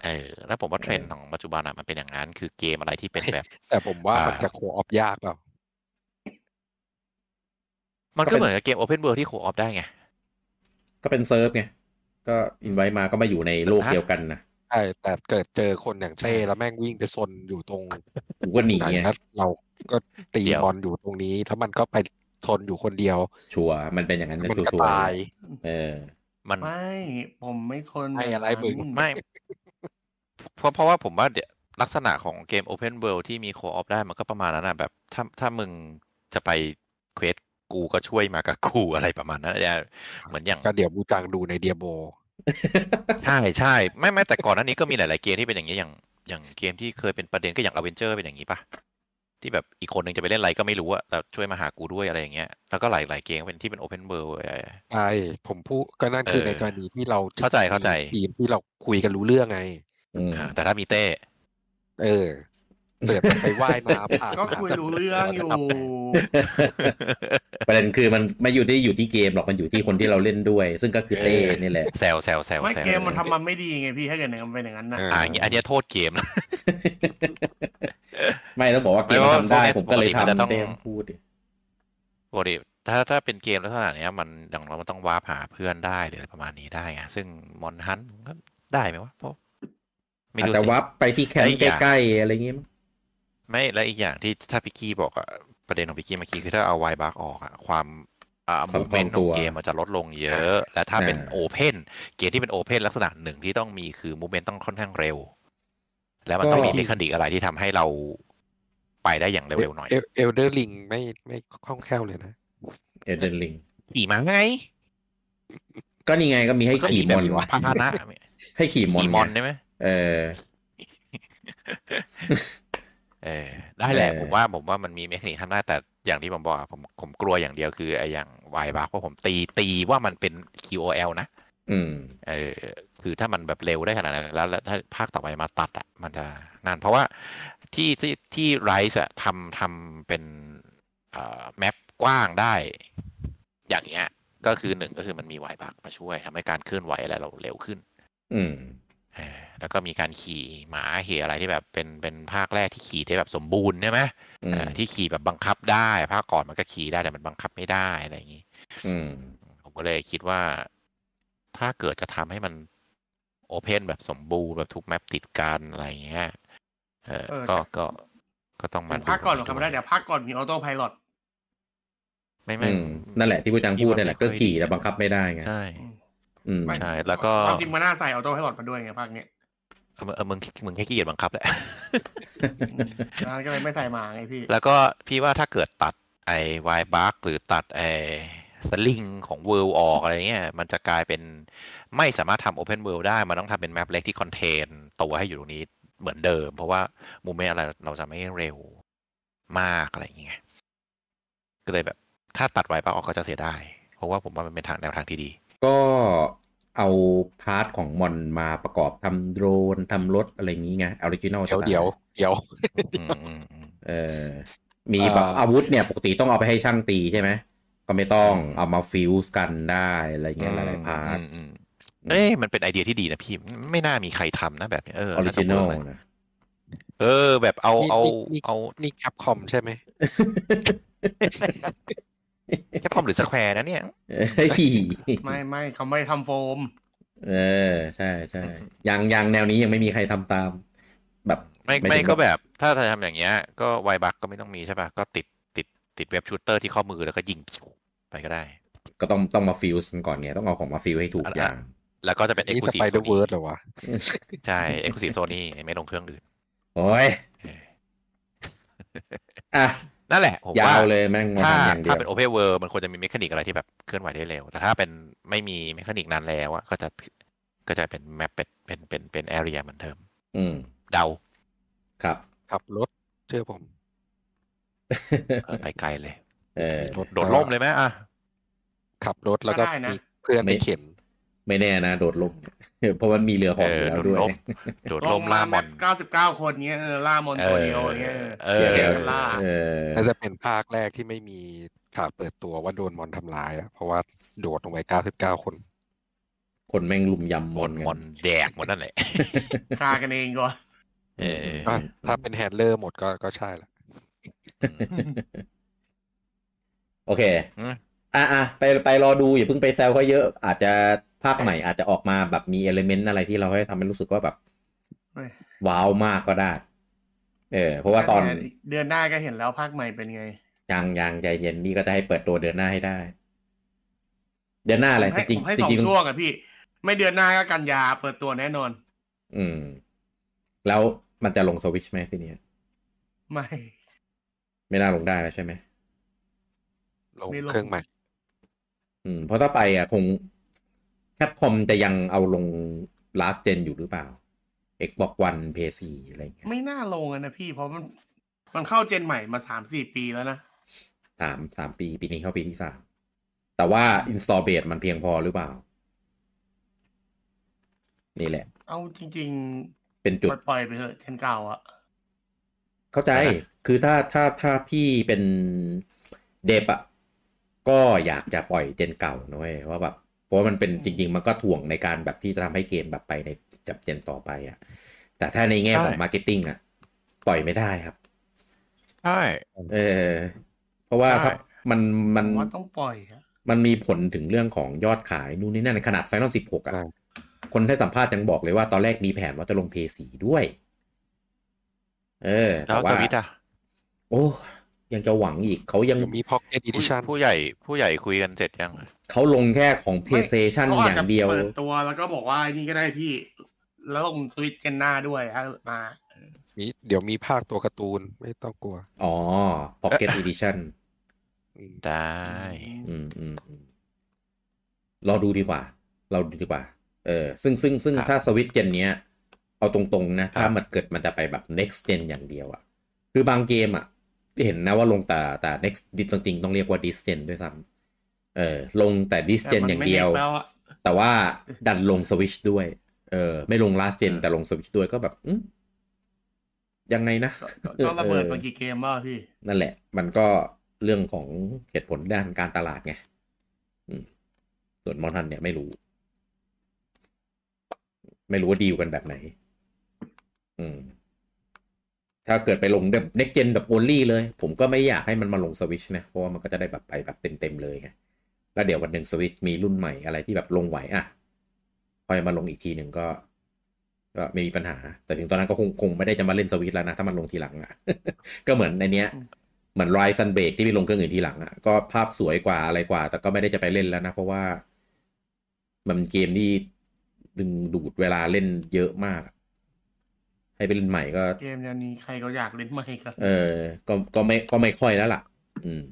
B: เออแล้วผมว่าเทรนด์ของปัจจุบันอ่ะมันเป็นอย่างนั้น คือเกมอะไรที่เป็นแบบ
C: แต่ผมว่ามัน
B: อ่า
C: จะโคออฟยากเปล่า
B: มันก็เหมือนกับเกม Open World ที่โคออฟได้ไง
A: ก็เป็นเซิร์ฟไง ก็อินไว้มาก็มาอยู่ในโลกเดียวกันนะ
C: ใช่แต่เกิดเจอคนอย่างเต้แล้วแม่งวิ่งไปซนอยู่ตรง
A: กูก็หนี
C: ไหน
A: ไง
C: แล้วเราก็ตี
B: เดี๋ยว
C: บอลอยู่ตรงนี้ถ้ามันก็ไปซนอยู่คนเดียว
A: ชัวร์มันเป็นอย่างนั้นนะ
C: มัน
A: ชัว
C: ก็
A: ร์
C: ตาย
A: ๆเออ
B: มัน
D: ไม่ ผมไม่ทน
C: ให้อะไรมึง
D: แบบนั้น
B: ไม่เพราะเพราะว่าผมว่าเดี๋ยวลักษณะของเกม Open World ที่มีโคออฟได้มันก็ประมาณนั้นอ่ะแบบ ถ้าถ้ามึงจะไปเควสกูก็ช่วยมากับกูอะไรประมาณนั้นเนี่ยเหมือนอย่าง
C: ก็เดี๋ยวบูจังดูในเดียโบ
B: ใช่ใช่ไม่ไม่แต่ก่อนหน้านี้ก็มีหลาย ๆ เกมที่เป็นอย่างนี้ยอย่างอย่างเกมที่เคยเป็นประเด็นก็อย่างอเวนเจอร์เป็นอย่างนี้ปะที่แบบอีกคนหนึ่งจะไปเล่นอะไรก็ไม่รู้อะแต่ช่วยมาหากูด้วยอะไรอย่างเงี้ยแล้วก็หลายหลายๆเกมเป็นที่เป็นโอเพนเวิลด์
C: ใช่ผมพูดก็นั่นคือ
B: เออ
C: ในกรณีที่เรา
B: เข้าใจเข้าใจ
C: ทีมที่เราคุยกันรู้เรื่องไง
A: อืม
B: แต่ถ้ามีเต้
C: เออเกิดมันไปว่ายน้ำผ่าน
D: ก็คุยรู้เรื่องอยู่
A: ประเด็นคือมันไม่อยู่ที่อยู่ที่เกมหรอกมันอยู่ที่คนที่เราเล่นด้วย ซึ่งก็คือเต้นี่แหละ
B: แซวแซวแซว
D: ไม่
B: แซว
D: เกมมันทำมันไม่ดีไงพี่ถ้าเกิดมันเป็นอย่างนั้นนะ
C: เออ
B: อ่าอย่างงี้อันเนี้ยโทษเกมนะ
A: ไม่ต้องบอกว่าเกมมันทำได้ ผมก็เลย
B: ไม่ว่าปกติมันจะต้อง
A: ทำเต้พูดดิ
B: ปกติ ถ้าถ้าเป็นเกมลักษณะเนี้ย มันอย่างเรามันต้องวาร์ปหาเพื่อนได้หรืออะไรประมาณนี้ได้ไงซึ่งมอนฮันก็ได้ไหมวะเพราะไม่
A: อาจ
B: รู้
A: จะ
B: สิ
A: วับไปที่แคมป์
B: และอีกอย่าง
A: ใกล้ๆอะไรเงี้ยมั้ง
B: ไม่และอีกอย่างที่ถ้าพิกกี้บอกอะประเด็นของพิกกี้เมื่อกี้คือถ้าเอาไวบาร์ออกอะความอ่ามูเมนต์ของเกมมันจะลดลงเยอะ และถ้าเป็นโอเพนเกมที่เป็นโอเพนลักษณะหนึ่งที่ต้องมีคือมูเมนต์ต้องค่อนข้างเร็ว แล้วมันต้องมีเทคนิคอะไรที่ทำให้เราไปได้อย่างเร็วๆหน่อย
C: เอเอลเดอร์ลิงไม่ไม่คล่องแคล่วเลยนะ
A: เอเดนลิง
B: ขี่มาไง
A: ก็นี่ไงก็มีให้ขี่มอน
B: แบบว่าพาหนะไหม
A: ให้ขี่มอน
B: ขี่มอนได้ไหม
A: เออ
B: เออได้แหละ
A: เออ
B: ผมว่าผมว่ามันมีเทคนิคทำได้แต่อย่างที่ผมบอกอะผมผมกลัวอย่างเดียวคือไอ้อย่างไวบาร์เพราะผมตีตีว่ามันเป็น QOL นะ
A: อืม
B: เออคือถ้ามันแบบเร็วได้ขนาดนั้นแล้วแล้วถ้าภาคต่อไปมาตัดอ่ะมันจะนานเพราะว่าที่ที่ที่ไรส์อะทำทำเป็นเอ่อแมปกว้างได้ อย่างเงี้ย ก็คือหนึ่งก็คือมันมีไวบักมาช่วยทำให้การเคลื่อนไหวอะไรเราเร็วขึ้น
A: อืม
B: เออแล้วก็มีการขี่หมาขี่อะไรที่แบบเป็นเป็นภาคแรกที่ขี่ได้แบบสมบูรณ์ใช่ไหม
A: อืม
B: เออที่ขี่แบบบังคับได้ ภาคก่อนมันก็ขี่ได้แต่มันบังคับไม่ได้อะไรอย่างงี้
A: อืม
B: ผมก็เลยคิดว่าถ้าเกิดจะทำให้มันโอเพนแบบสมบูรณ์แบบทุกแมปติดกันอะไรเงี้ย เออ
D: เออ
B: ก็
D: แต่
B: ก็ก็ต้องมา
D: ภาคก่อนหรอกครั
B: ดู
D: บไม่ได้แต่ภาคก่อนมีออโต้ไพลอต
B: ไม่ไม่
A: อืม นั่นแหละที่ผู้จังพูดนั่นแหละก็ขี่แต่บังคับไม่ได้ไง
B: ใช่
A: อืม
B: ใช่แล้วก็
D: ความจริงมันน่าใส่ออโต้ไพลอตมาด้วยไงภาคเนี้ย
B: เออเออมึงมึงแค่ขี้เกียจบังคับแหละ
D: อืมแล้วก็เลยไม่ใส่มาไงพี่
B: แล้วก็พี่ว่าถ้าเกิดตัดไอ้วายบัคหรือตัดไอ้สลิงของเวิลด์ออกอะไรเงี้ยมันจะกลายเป็นไม่สามารถทำโอเพนเวิลด์ได้ มันต้องทำเป็นแมปเล็กที่คอนเทนตัวให้อยู่ตรงนี้เหมือนเดิม เพราะว่ามูเมนอะไรเราจะไม่เร็วมากอะไรอย่างเงี้ยก็เลยแบบถ้าตัดวายบัคออกก็จะเสียได้ เพราะว่าผมว่ามันเป็นทางแนวทางที่ ดี
A: ก็เอาพาร์ทของมอนมาประกอบทำโดรนทำรถอะไรอย่างนี้ไงออริจินอล
C: เดี๋ยวเดี๋ยวเดี๋ยว
B: อืมอืมอืม
A: เออ มีแบบ
C: เอ่ออ
A: อาวุธเนี่ย ปกติต้องเอาไปให้ช่างตีใช่ไหม ก็ไม่ต้องเอามาฟิวส์กันได้อะไรเงี้ยหลายๆพาร์ท
B: อืมอืม
A: อืม
B: เอ้ยมันเป็นไอเดียที่ดีนะพี่ไม่น่ามีใครทำนะแบบนี้เอ
A: อ
B: อ
A: อริจินอล
B: าจะเวิร์กะ
A: นะ
B: เออ แบบเอาเอา
C: นี่
B: เอา
C: นี่แคปคอมใช่ไหม
B: แค่พอมหรือสแควร์นะเนี่ย
A: เฮ้ย
D: ไม่ไม่เขาไม่ทำโฟม
A: เออ ใช่ใช่ยังยังแนวนี้ยังไม่มีใครทำตาม แบบ
B: ไม่
A: ไม่
B: ไม่
A: ถึง
B: ก็
A: แบบ
B: แบบถ้าจะทำอย่างเงี้ย ก็ไวบักก็ไม่ต้องมีใช่ป่ะ ก็ติดติดติดเว็บชูตเตอร์ที่ข้อมือแล้วก็ยิงไปก็ได้
A: ก็ต้องต้องมาฟิวส์กันก่อนเนี่ยต้องเอาของมาฟิวส์ให้ถูก
B: อ่ะ
A: อย่าง
B: แล้วก็จะเป็นเอ็กซ์
C: นี่
B: คลู
C: ส
B: ซีฟ
C: ไปเดอร์เวิร์ดเหรอวะ
B: ใช่ เอ็กซ์คลูซีฟโซนี่ไม่ลงเครื่องอื่น
A: โอ้ย
B: เออ
A: อ่ะ
B: นั่นแหละผม
A: ยา
B: ว่าว
A: เลยแม่งมา
B: ถ้า
A: ทำอย่างเดีย
B: ถ้าว เป็นโอเพนเวิร์มันควรจะมีเมคานิกอะไรที่แบบเคลื่อนไหวได้เร็ว แต่ถ้าเป็นไม่มีเมคานิกนานแล้วอะก็จะก็จะเป็นแมปเป็นเป็นเป็นเป็นแอเรียเหมือนเดิม
A: อืม
B: เดา
A: ครับ
C: ขับรถเชื่อผม
B: เออไปไกลเลย
A: เออ
C: มีรถ
B: โดดล่มเลยไหมอ่ะ
C: ขับรถแล้วก็
D: ก็ได้นะ
C: มีเพื่อนไปเข็น
A: ไม่แน่นะ โดดล่มเนี่ยเพราะมันมีเรือหอ
B: เออ
A: อยู่
B: อ
A: แล้วด้วย
B: โดดร่ม โดดล่ม ล่ามอน
D: เก้าสิบเก้าคนเนี้ยเออล่ามอนตัวเดียวอย่างเงี้ย
B: เออ
A: เดี๋ยว
B: เอ
A: เดี๋ยว
B: อ
D: ล่า
A: เออ
C: น่าจะเป็นภาคแรกที่ไม่มีข่าวเปิดตัวว่าโดนมอนทำร้ายอะเพราะว่าโดดลงไป 99 คน
A: คนแม่งลุมยำ
B: ม
A: ม
B: น
A: น
B: มนแดกหมดนั่นแหละ
D: ฆ่ากันเองก่อน
B: เออ
A: อ่ะ
C: อ่ะถ้าเป็นแฮนเลอร์หมดก็ก็ใช่ละ
A: โอเค
B: อืม
A: อ่ะอ่ะไปไปรอดูอย่าเพิ่งไปแซวเขาเยอะ อาจจะภาคใหม่อาจจะออกมาแบบมีเอลเมนต์อะไรที่เราให้ทำให้รู้สึกว่าแบบ
D: เฮ้ย
A: ว้าวมากก็ได้ เออ เพราะว่าตอน
D: เดือนหน้าก็เห็นแล้วภาคใหม่เป็นไง
A: ยังยังใจเย็นนี่ก็จะให้เปิดตัวเดือนหน้าให้ได้ เดือนหน้าอะไร
D: ผมให้
A: จริง
D: ผมให้
A: จ
D: สอง
A: ริงๆ
D: ช่วงอะพี่ ไม่เดือนหน้าก็กันยาเปิดตัวแน่นอน
A: อืม แล้วมันจะลงสวิชไหมทีเนี้ย
D: ไม่
A: ไม่น่าลงได้แล้วใช่ไหม
C: ลง
D: ไม่ลง
C: เครื่องใหม่
A: อืมเพราะถ้าไปอ่ะคงแคปคอมจะยังเอาลง last gen อยู่หรือเปล่า Xbox One PS4 อะไรอย่างเงี้ย
D: ไม่น่าลงอะนะพี่ เพราะมันมันเข้าเจนใหม่มาสามสี่ปีแล้วนะ
A: สามสามปี ปีนี้เข้าปีที่สามแต่ว่า install base มันเพียงพอหรือเปล่า นี่แหละ
D: เอาจริง
A: เป็น
D: ๆ
A: จุด
D: ปล่อยๆไปเถอะเจนเก่าอะ
A: เข้าใจ คือถ้าถ้าถ้าพี่เป็นเดบอะก็อยากจะปล่อยเจนเก่านะเว้ยว่าแบบ เพราะว่ามันเป็นจริง ๆ มันก็ถ่วงในการแบบที่จะทำให้เกมแบบไปในกับเจนต่อไปอะแต่ถ้าในแง่ของ
B: ใช่
A: มาร์เก็ตติ้งอะปล่อยไม่ได้ครับ
B: ใช่
A: เออ เพราะว่า
B: ใช่
A: ถ้า มัน
D: ผ
A: มัน
D: มว่าต้องปล่อยอะ
A: มันมีผลถึงเรื่องของยอดขายนู่นนี่นั่นขนาดไฟนอลสิบหกอ่ะ
C: ใช่
A: คนให้สัมภาษณ์ยังบอกเลยว่าตอนแรกมีแผนว่าจะลงเพย์สีด้วย เออ
B: แล้ว
A: ต่า
B: สวิตช์อะ
A: โอ้ยังจะหวังอีกเขายัง
C: เดี๋ยวมีพ็อกเก็ตอีดิ
B: ผู้
C: ชั่น
B: ผู้ใหญ่ผู้ใหญ่คุยกันเสร็จยัง
A: เขาลงแค่ของ PlayStation
D: ไม่ข
A: อย่างเดียว
D: เปิดตัวแล้วก็บอกว่าไอ้นี่ก็ได้พี่ แล้วลงสวิตช์กันหน้าด้วยถ้ามา
C: มีเดี๋ยวมีภาคตัวการ์ตูนไม่ต้องกลัว
A: อ๋อ Pocket Edition
C: อืม
B: ได้
A: อืมอืมอืมเราดูดีกว่า เราดูดีกว่า เออ ซึ่งซึ่งซึ่ง
B: ครับ
A: ถ้าสวิตช์เจนเนี้ย เอาตรงๆนะ
B: ครั
A: ถ้า
B: บ
A: มันเกิดมันจะไปแบบ next gen อย่างเดียวอะคือบางเกมอะเห็นนะว่าลงแต่แต่ next ดิจริงๆต้องเรียกว่า this gen ด้วยซ้ำเออ ลงแต่ this
D: แต่
A: gen
D: มัน
A: อย่างเดียว
D: ไม่ next แล้วอะ
A: แต่ว่าดันลงสวิตชด้วย เออ ไม่ลง last gen แต่ลงสวิตชด้วยก็แบบอืมยังไงนะ
D: ก็ก็ระเบิด
A: เออ
D: มากี่เกมบ้างพี่
A: นั่นแหละ มันก็เรื่องของเหตุผลด้านการตลาดไงอืมส่วนมอนทันเนี่ยไม่รู้ ไม่รู้ว่าดีลกันแบบไหน อืม ถ้าเกิดไปลงแบบเน็กเจนแบบโอล y เลย ผมก็ไม่อยากให้มันมาลงสวิชนะ เพราะว่ามันก็จะได้แบบไปแบบเต็มๆเลยไง แล้วเดี๋ยววันหนึ่งสวิชมีรุ่นใหม่อะไรที่แบบลงไหวอ่ะค่อยมาลงอีกทีหนึ่งก็ ก็ไม่มีปัญหา แต่ถึงตอนนั้นก็คงคงไม่ได้จะมาเล่นสวิชแล้วนะ ถ้ามันลงทีหลังอ่ะ ก็เหมือนในเนี้ย
D: อืม
A: เหมือนไรซันเบรกที่ไปลงเครื่องอื่นทีหลังอ่ะ ก็ภาพสวยกว่าอะไรกว่า แต่ก็ไม่ได้จะไปเล่นแล้วนะ เพราะว่า มันเกมที่ดึงดูดเวลาเล่นเยอะมาก ให้ไปเล่นใหม่ก็
D: เกมแนวนี้ใครก็อยากเล่นใหม่กัน
A: เออ ก็ก็ไม่ก็ไม่ค่อยแล้วล่ะ อืม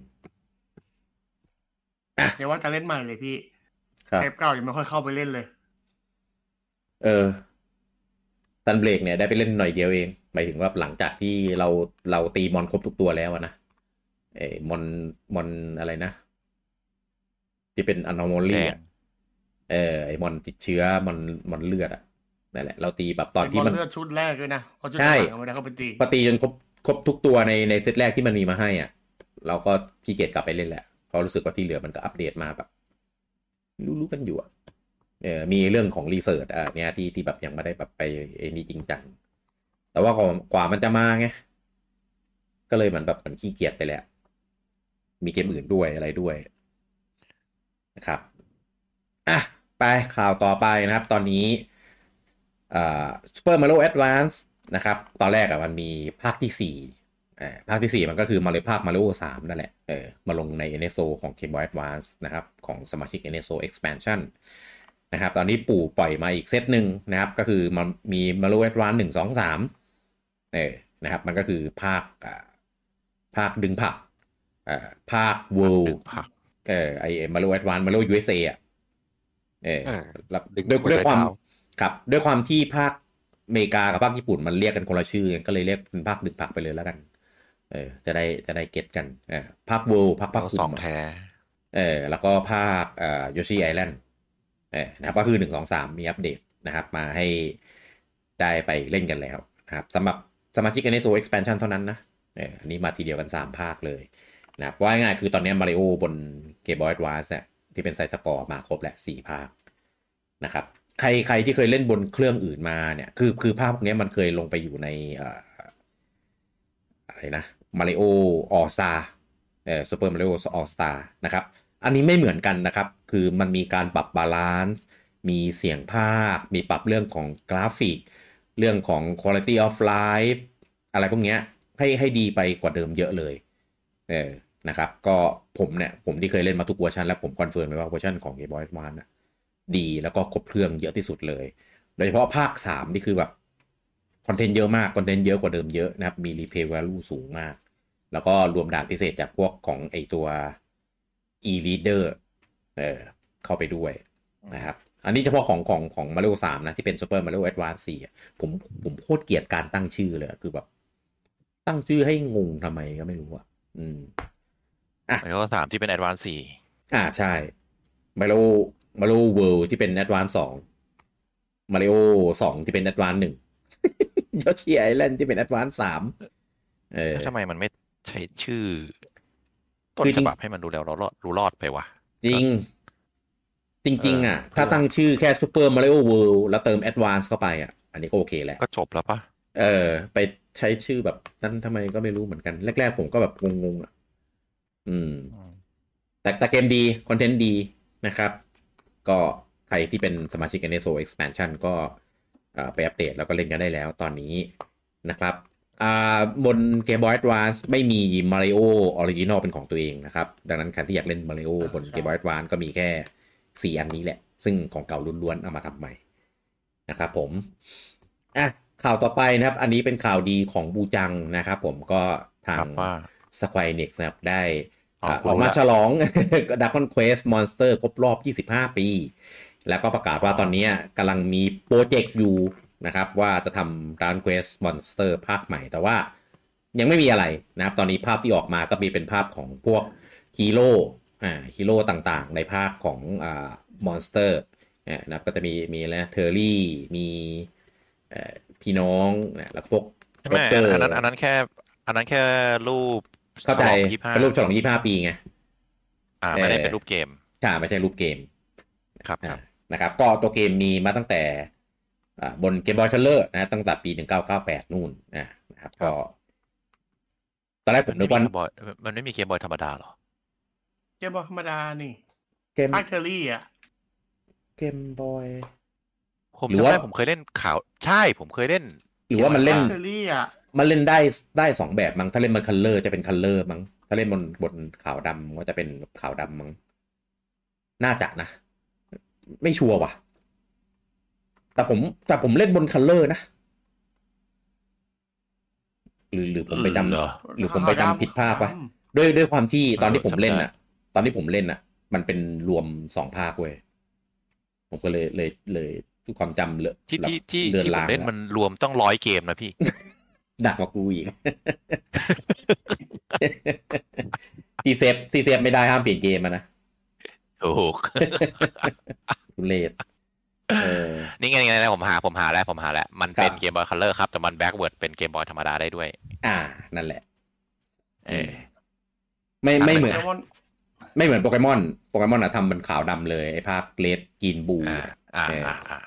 D: เดี๋ยวว่าจะเล่นใหม่เลยพี่
A: ครับ
D: เทปเก่ายังไม่ค่อยเข้าไปเล่นเลย
A: เออซันเบรกเนี่ยได้ไปเล่นหน่อยเดียวเองหมายถึงว่าหลังจากที่เราเราตีมอนครบทุกตัวแล้วอะนะเอ้ยมอนมอนอะไรนะ ที่เป็นอนอมอ
B: แด
A: ลี่
B: ง
A: เออไอมอนติดเชื้อมอนมอนเลือดอะนั่นแหละ เราตีแบบตอนที่
D: เป็
A: มัน
D: บลเลือดชุดแรกด้วยนะเพราะชุด
A: ใช่
D: หลังไม่ได้เข้าไปตี
A: พอตีจนครบครบทุกตัวในในเซตแรกที่มันมีมาให้อ่ะ เราก็ขี้เกียจกลับไปเล่นแหละเพราะรู้สึกว่าที่เหลือมันก็อัปเดตมาแบบ รู้รู้กันอยู่อ่ะเออมีเรื่องของรีเสิร์ชอ่ะเนี่ยที่ที่แบบยังไม่ได้แบบไปไอ้นี่จริงจังแต่ว่าก่อนกว่ามันจะมาไงก็เลยเหมือนแบบมันขี้เกียจไปแล้วมีเกมอื่นด้วยอะไรด้วยนะครับอ่ะไปข่าวต่อไปนะครับ ตอนนี้ อ่า Super Mario Advance นะครับ ตอนแรกอะมันมีภาคที่สี่เอ่อภาคที่สี่มันก็คือมาเลยภาค Mario 3 นั่นแหละ เออ มาลงใน NSO ของ Game Boy Advance นะครับ ของสมาชิก NSO Expansion นะครับ ตอนนี้ปู่ปล่อยมาอีกเซตหนึ่งนะครับ ก็คือมันมี Mario Advance 1 2 3เออนะครับ มันก็คือภาคอ่าภาคดึงผักอ่าภาค World
B: ดึงผัก
A: เออไอมาโลแอดวานมาโลยูเอสเออ่ะเออ
C: อ่า
A: แล้ว
C: ดึง
A: ด้วย
C: หัวใจ
A: ด้วยความ
C: ดาว
A: ครับด้วยความที่ภาคอเมริกากับภาคญี่ปุ่นมันเรียกกันคนละชื่อก็เลยเรียกเป็นภาคดึงผักไปเลยแล้วกัน เออ จะได้จะได้เก็ตกันเออภาคเวลภาคภาค
B: แล้วสอง
A: คุมะ
B: แท้
A: เออแล้วก็ภาคเอ่อโยชิไอแลนด์เออนะครับก็คือหนึ่งสองสามมีอัปเดตนะครับ มาให้ได้ไปเล่นกันแล้วนะครับสำหรับสมาชิก NSO Expansion เท่านั้นนะเอออันนี้มาทีเดียวกัน 3 ภาคเลย นะครับว่าง่ายๆคือตอนเนี้มาริโอบนเกมบอยด์วานเนี่ยที่เป็นไซส์สกอร์มาครบแหละสี่ภาคนะครับใครใครที่เคยเล่นบนเครื่องอื่นมาเนี่ย คือคือภาพพวกเนี้ยมันเคยลงไปอยู่ในเอ่ออะไรนะมาริโอออสตาเอ่อซูเปอร์มาริโอออสตานะครับ อันนี้ไม่เหมือนกันนะครับ คือมันมีการปรับบาลานซ์มีเสียงภาค มีปรับเรื่องของกราฟิก เรื่องของ quality of life อะไรพวกเนี้ยให้ให้ดีไปกว่าเดิมเยอะเลย เออ นะครับ ก็ผมเนี่ยผมที่เคยเล่นมาทุกเวอร์ชันแล้วผมคอนเฟิร์มเลยว่าเวอร์ชันของ Game Boy Advance น่ะดีแล้วก็ครบเครื่องเยอะที่สุดเลย โดยเฉพาะภาค 3 นี่คือแบบ คอนเทนต์เยอะมาก คอนเทนต์เยอะกว่าเดิมเยอะนะครับ มีรีเพย์ value สูงมาก แล้วก็รวมด่านพิเศษจากพวกของไอตัว e-reader เออเข้าไปด้วยนะครับ อันนี้เฉพาะของของของ Mario 3 นะ ที่เป็น Super Mario Advance 4อะผมผมโคตรเกลียดการตั้งชื่อเลยอะคือแบบ ตั้งชื่อให้งงทำไมก็ไม่รู้อ่ะอืม
B: อันนี้ก็สามที่เป็น a d v a n c e สี่
A: อ่าใช่ Mario Mario World ที่เป็น Advance 2 Mario 2 ที่เป็น Advance 1 Yoshi Island ที่เป็น Advance 3เออ
B: แล้วทำไมมันไม่ใช้ชื่อ ต้น
A: คือจ
B: ฉ
A: ริง
B: บับให้มันดูแล้วรอดรู้รอดไปวะ
A: จริง จริง ๆ อ่ะ
B: เออ
A: ถ้าตั้งชื่อแค่ Super Mario World แล้วเติม Advance เข้าไปอ่ะ อันนี้ก็โอเคแหละ
B: ก็จบแล้วปะ
A: เออ ไปใช้ชื่อแบบนั้นทำไมก็ไม่รู้เหมือนกัน แรก ๆ ผมก็แบบงงๆอ่ะ อืม
B: อืม
A: แต่แต่เกมดีคอนเทนต์ดีนะครับ ก็ใครที่เป็นสมาชิก NSO Expansion ก็เอ่อไปอัปเดตแล้วก็เล่นกันได้แล้วตอนนี้นะครับอ่าบน Game Boy Advance ไม่มี Mario Original เป็นของตัวเองนะครับ ดังนั้นใครที่อยากเล่น Mario บน
D: ใช่
A: Game Boy Advance ก็มีแค่ 4 อันนี้แหละ ซึ่งของเก่าล้วนๆเอามาทำใหม่ นะครับผม อ่ะ ข่าวต่อไปนะครับ อันนี้เป็นข่าวดีของบูจังนะครับผมก็ทา
B: ครั
A: ง
B: บว่า
A: Square Enix นะครับได้
B: อ๋อ
A: อ่า
B: คุ
A: อ
B: ณ
A: อกมา
B: ละ
A: ฉลอง Dragon Quest Monster ครบรอบ 25 ปี แล้วก็ประกาศว่าตอนเนี้ยกำลังมีโปรเจกต์อยู่นะครับ ว่าจะทำ Dragon Quest Monster ภาคใหม่ แต่ว่ายังไม่มีอะไรนะครับ ตอนนี้ภาพที่ออกมาก็มีเป็นภาพของพวกฮีโร่อ่าฮีโร่ต่างๆ ในภาคของอ่า Monster เนี่ยนะครับก็จะมีมีแล้วเทอร์รี่ มีเอ่อพี่น้องนะแล้วก็พวก
B: ใช่ไหม
A: Doctor
B: อันนั้นอันนั้นแค่ อันนั้นแค่รูป
A: เข้าใจ
B: ยี่ห้า
A: เป็นรูปฉลอง 25 ปีไง
B: อ่าไม่
A: เอ่
B: ได้
A: อ
B: เป็นรูปเกม
A: ใช่ไม่ใช่รูปเกม
B: ครับค
A: อ่า
B: รับ
A: นะครับก็ตัวเกมมีมาตั้งแต่อ่าบนเกมบอยคัลเลอร์นะตั้งแต่ปี 1998 นู่นนะนะครับก็ตอนแรกผม
B: มัน
A: นึ
B: ไม่
A: ก
B: มี
A: ว่า
B: เกมบอยมันไม่มีเกมบอยธรรมดาเหรอ
D: เกมบอยธรรมดานี่
A: เกม
D: ภาคเทอร์รี่อ่ะ
A: เกมบอย
B: ผม
A: หรือ
B: จำ
A: ว่า
B: ได้ผมเคยเล่นข่าวใช่ผมเคยเล่น
A: หรือว่ามันเล่น
D: เทอร์รี่อ่ะ
A: มันเล่นได้ได้สองแบบมั้งถ้าเล่นบนคัลเลอร์จะเป็นคัลเลอร์มั้งถ้าเล่นบนบนขาวดำก็จะเป็นขาวดำมั้งน่าจะนะ ไม่ชัวร์ว่ะ แต่ผมแต่ผมเล่นบนคัลเลอร์นะหรือหรือผมไปจำ
B: เหรอ
A: หรือผมไปจำผิดภาพวะ ด้วยด้วยความที่
B: เออ
A: ตอนที่ผมเล่น
B: จำได้
A: อ่ะ ตอนที่ผมเล่นอ่ะ มันเป็นรวมสองภาคเว้ยผมก็เลยเลยเลยความจำเลอะ
B: ที่ที่ที่
A: เลือน
B: ที่ผ
A: ลาม ง
B: เล่นมันรวมต้องร้อยเกมนะพี่
A: หนักกว่ากูอีก ทีเซฟทีเซฟไม่ได้ห้ามเปลี่ยนเกมอะนะ
B: ถูก
A: ทุเลศเออ
B: นี่ไงนี่ไงนี่ไงผมหาผมหาแล้วผมหาแล้ว มันเป็น
A: ครับ
B: เกมบอยคัลเลอร์ครับ แต่มันแบ็กเวิร์ดเป็นเกมบอยธรรมดาได้ด้วย
A: อ่า นั่นแหละ
B: เออ
A: ไม่ไม่เหมือน
D: โปเกมอน
A: ไม่เหมือนโปเกมอนโปเกมอนอะทำเป็นขาวดำเลยไอ้ภาคเลดกินบู
B: อ่าอ่าอ่าอ่า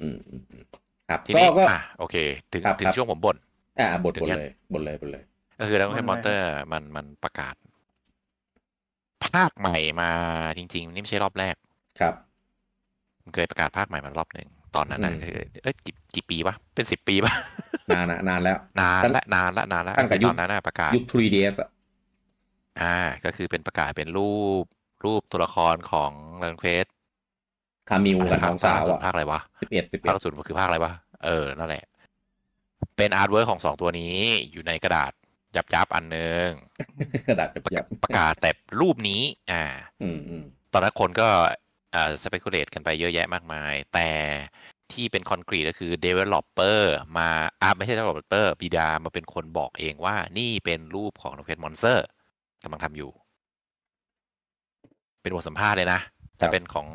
A: อืมอืมอืมครับ
B: ที
A: ก็
B: นี้
A: ก็
B: อ่ะโอเค ถึง
A: ครับ
B: ถึ
A: ค
B: ง
A: รับ
B: ช่วงผมบ่น
A: อ่าบท
B: ถึ
A: บ
B: ง
A: ท
B: ยัง
A: เลยบทเลยบทเลย
B: ก็คือดังนั้นมอนเตอร์มันมันประกาศ ภาคใหม่มาจริง ๆ นี่ไม่ใช่รอบแรก
A: ครับ
B: มันเคยประกาศภาคใหม่มารอบหนึ่งตอนนั้นนะ
A: อืม
B: คือเอ้ยกี่กี่ปีวะเป็นสิบปีปะ
A: นานอะนานแล้ว
B: นาน
A: ตั้ง
B: ละนานละนานละ
A: ตั้งแต่ยุ
B: ต
A: ค
B: อนนั้นนะประกาศ
A: ยุค 3ds อะ
B: อ่า ก็คือเป็นประกาศเป็นรูปรูปตัวละครของเรนเควส
A: คามิวกับน้องสาวอ่ะ
B: ภาคอะไรวะ
A: สิบเอ็ดสิบเอ็
B: ภาค
A: ด
B: ล่าสุดมันคือภาคอะไรวะ เออ นั่นแหละ เป็นอาร์ตเวิร์ของสองตัวนี้อยู่ในกระดาษยับยับๆอันหนึ่ง
A: กระดาษจับ
B: ประ
A: ยั
B: กา
A: บ
B: ศประกาศแต่รูปนี้ อ่า
A: อืมอืม
B: ตอนนั้นคนก็อ่าสเปกุเลตกันไปเยอะแยะมากมาย แต่ที่เป็นคอนกรีตก็คือ Developer มาอ่าไม่ใช่ Developer บิดามาเป็นคนบอกเองว่านี่เป็นรูปของนกเพชรมอนเซอร์กำลังทำอยู่ เป็นบทสัมภาษณ์เลยนะ แต่เป็นของ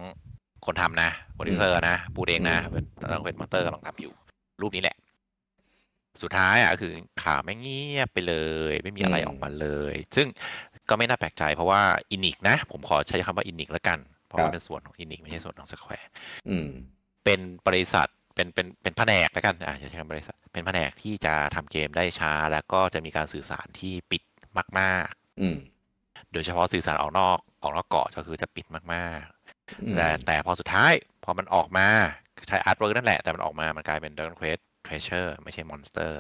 B: คนทำนะโปรดิวเซอร์นะพูดเองนะเป็นนกเพชรมอนเตอร์กำลังทำอยู่ รูปนี้แหละ สุดท้ายอ่ะก็คือข่าวไม่งเงียบไปเลย ไม่มีอะไรออกมาเลย ซึ่งก็ไม่น่าแปลกใจเพราะว่าอินิกนะ ผมขอใช้คำว่าอินิกแล้วกัน เพราะว่าเป็นส่วนของอินิกไม่ใช่ส่วนของสแควร์
A: อืม
B: เป็นบริษัทเป็นเป็นเป็นแผนกแล้วกันอ่ะจะใช้คำว่าบริษัท เป็นแผนกที่จะทำเกมได้ช้า แล้วก็จะมีการสื่อสารที่ปิดมาก
A: อืม
B: ๆ โดยเฉพาะสื่อสารออกนอกออกนอกเกาะก็คือจะปิดมากๆ
A: อืม
B: แต่แต่พอสุดท้าย พอมันออกมาใช้อาร์ตเวิร์กนั่นแหละ แต่มันออกมามันกลายเป็น Dragon Quest Treasure ไม่ใช่ Monster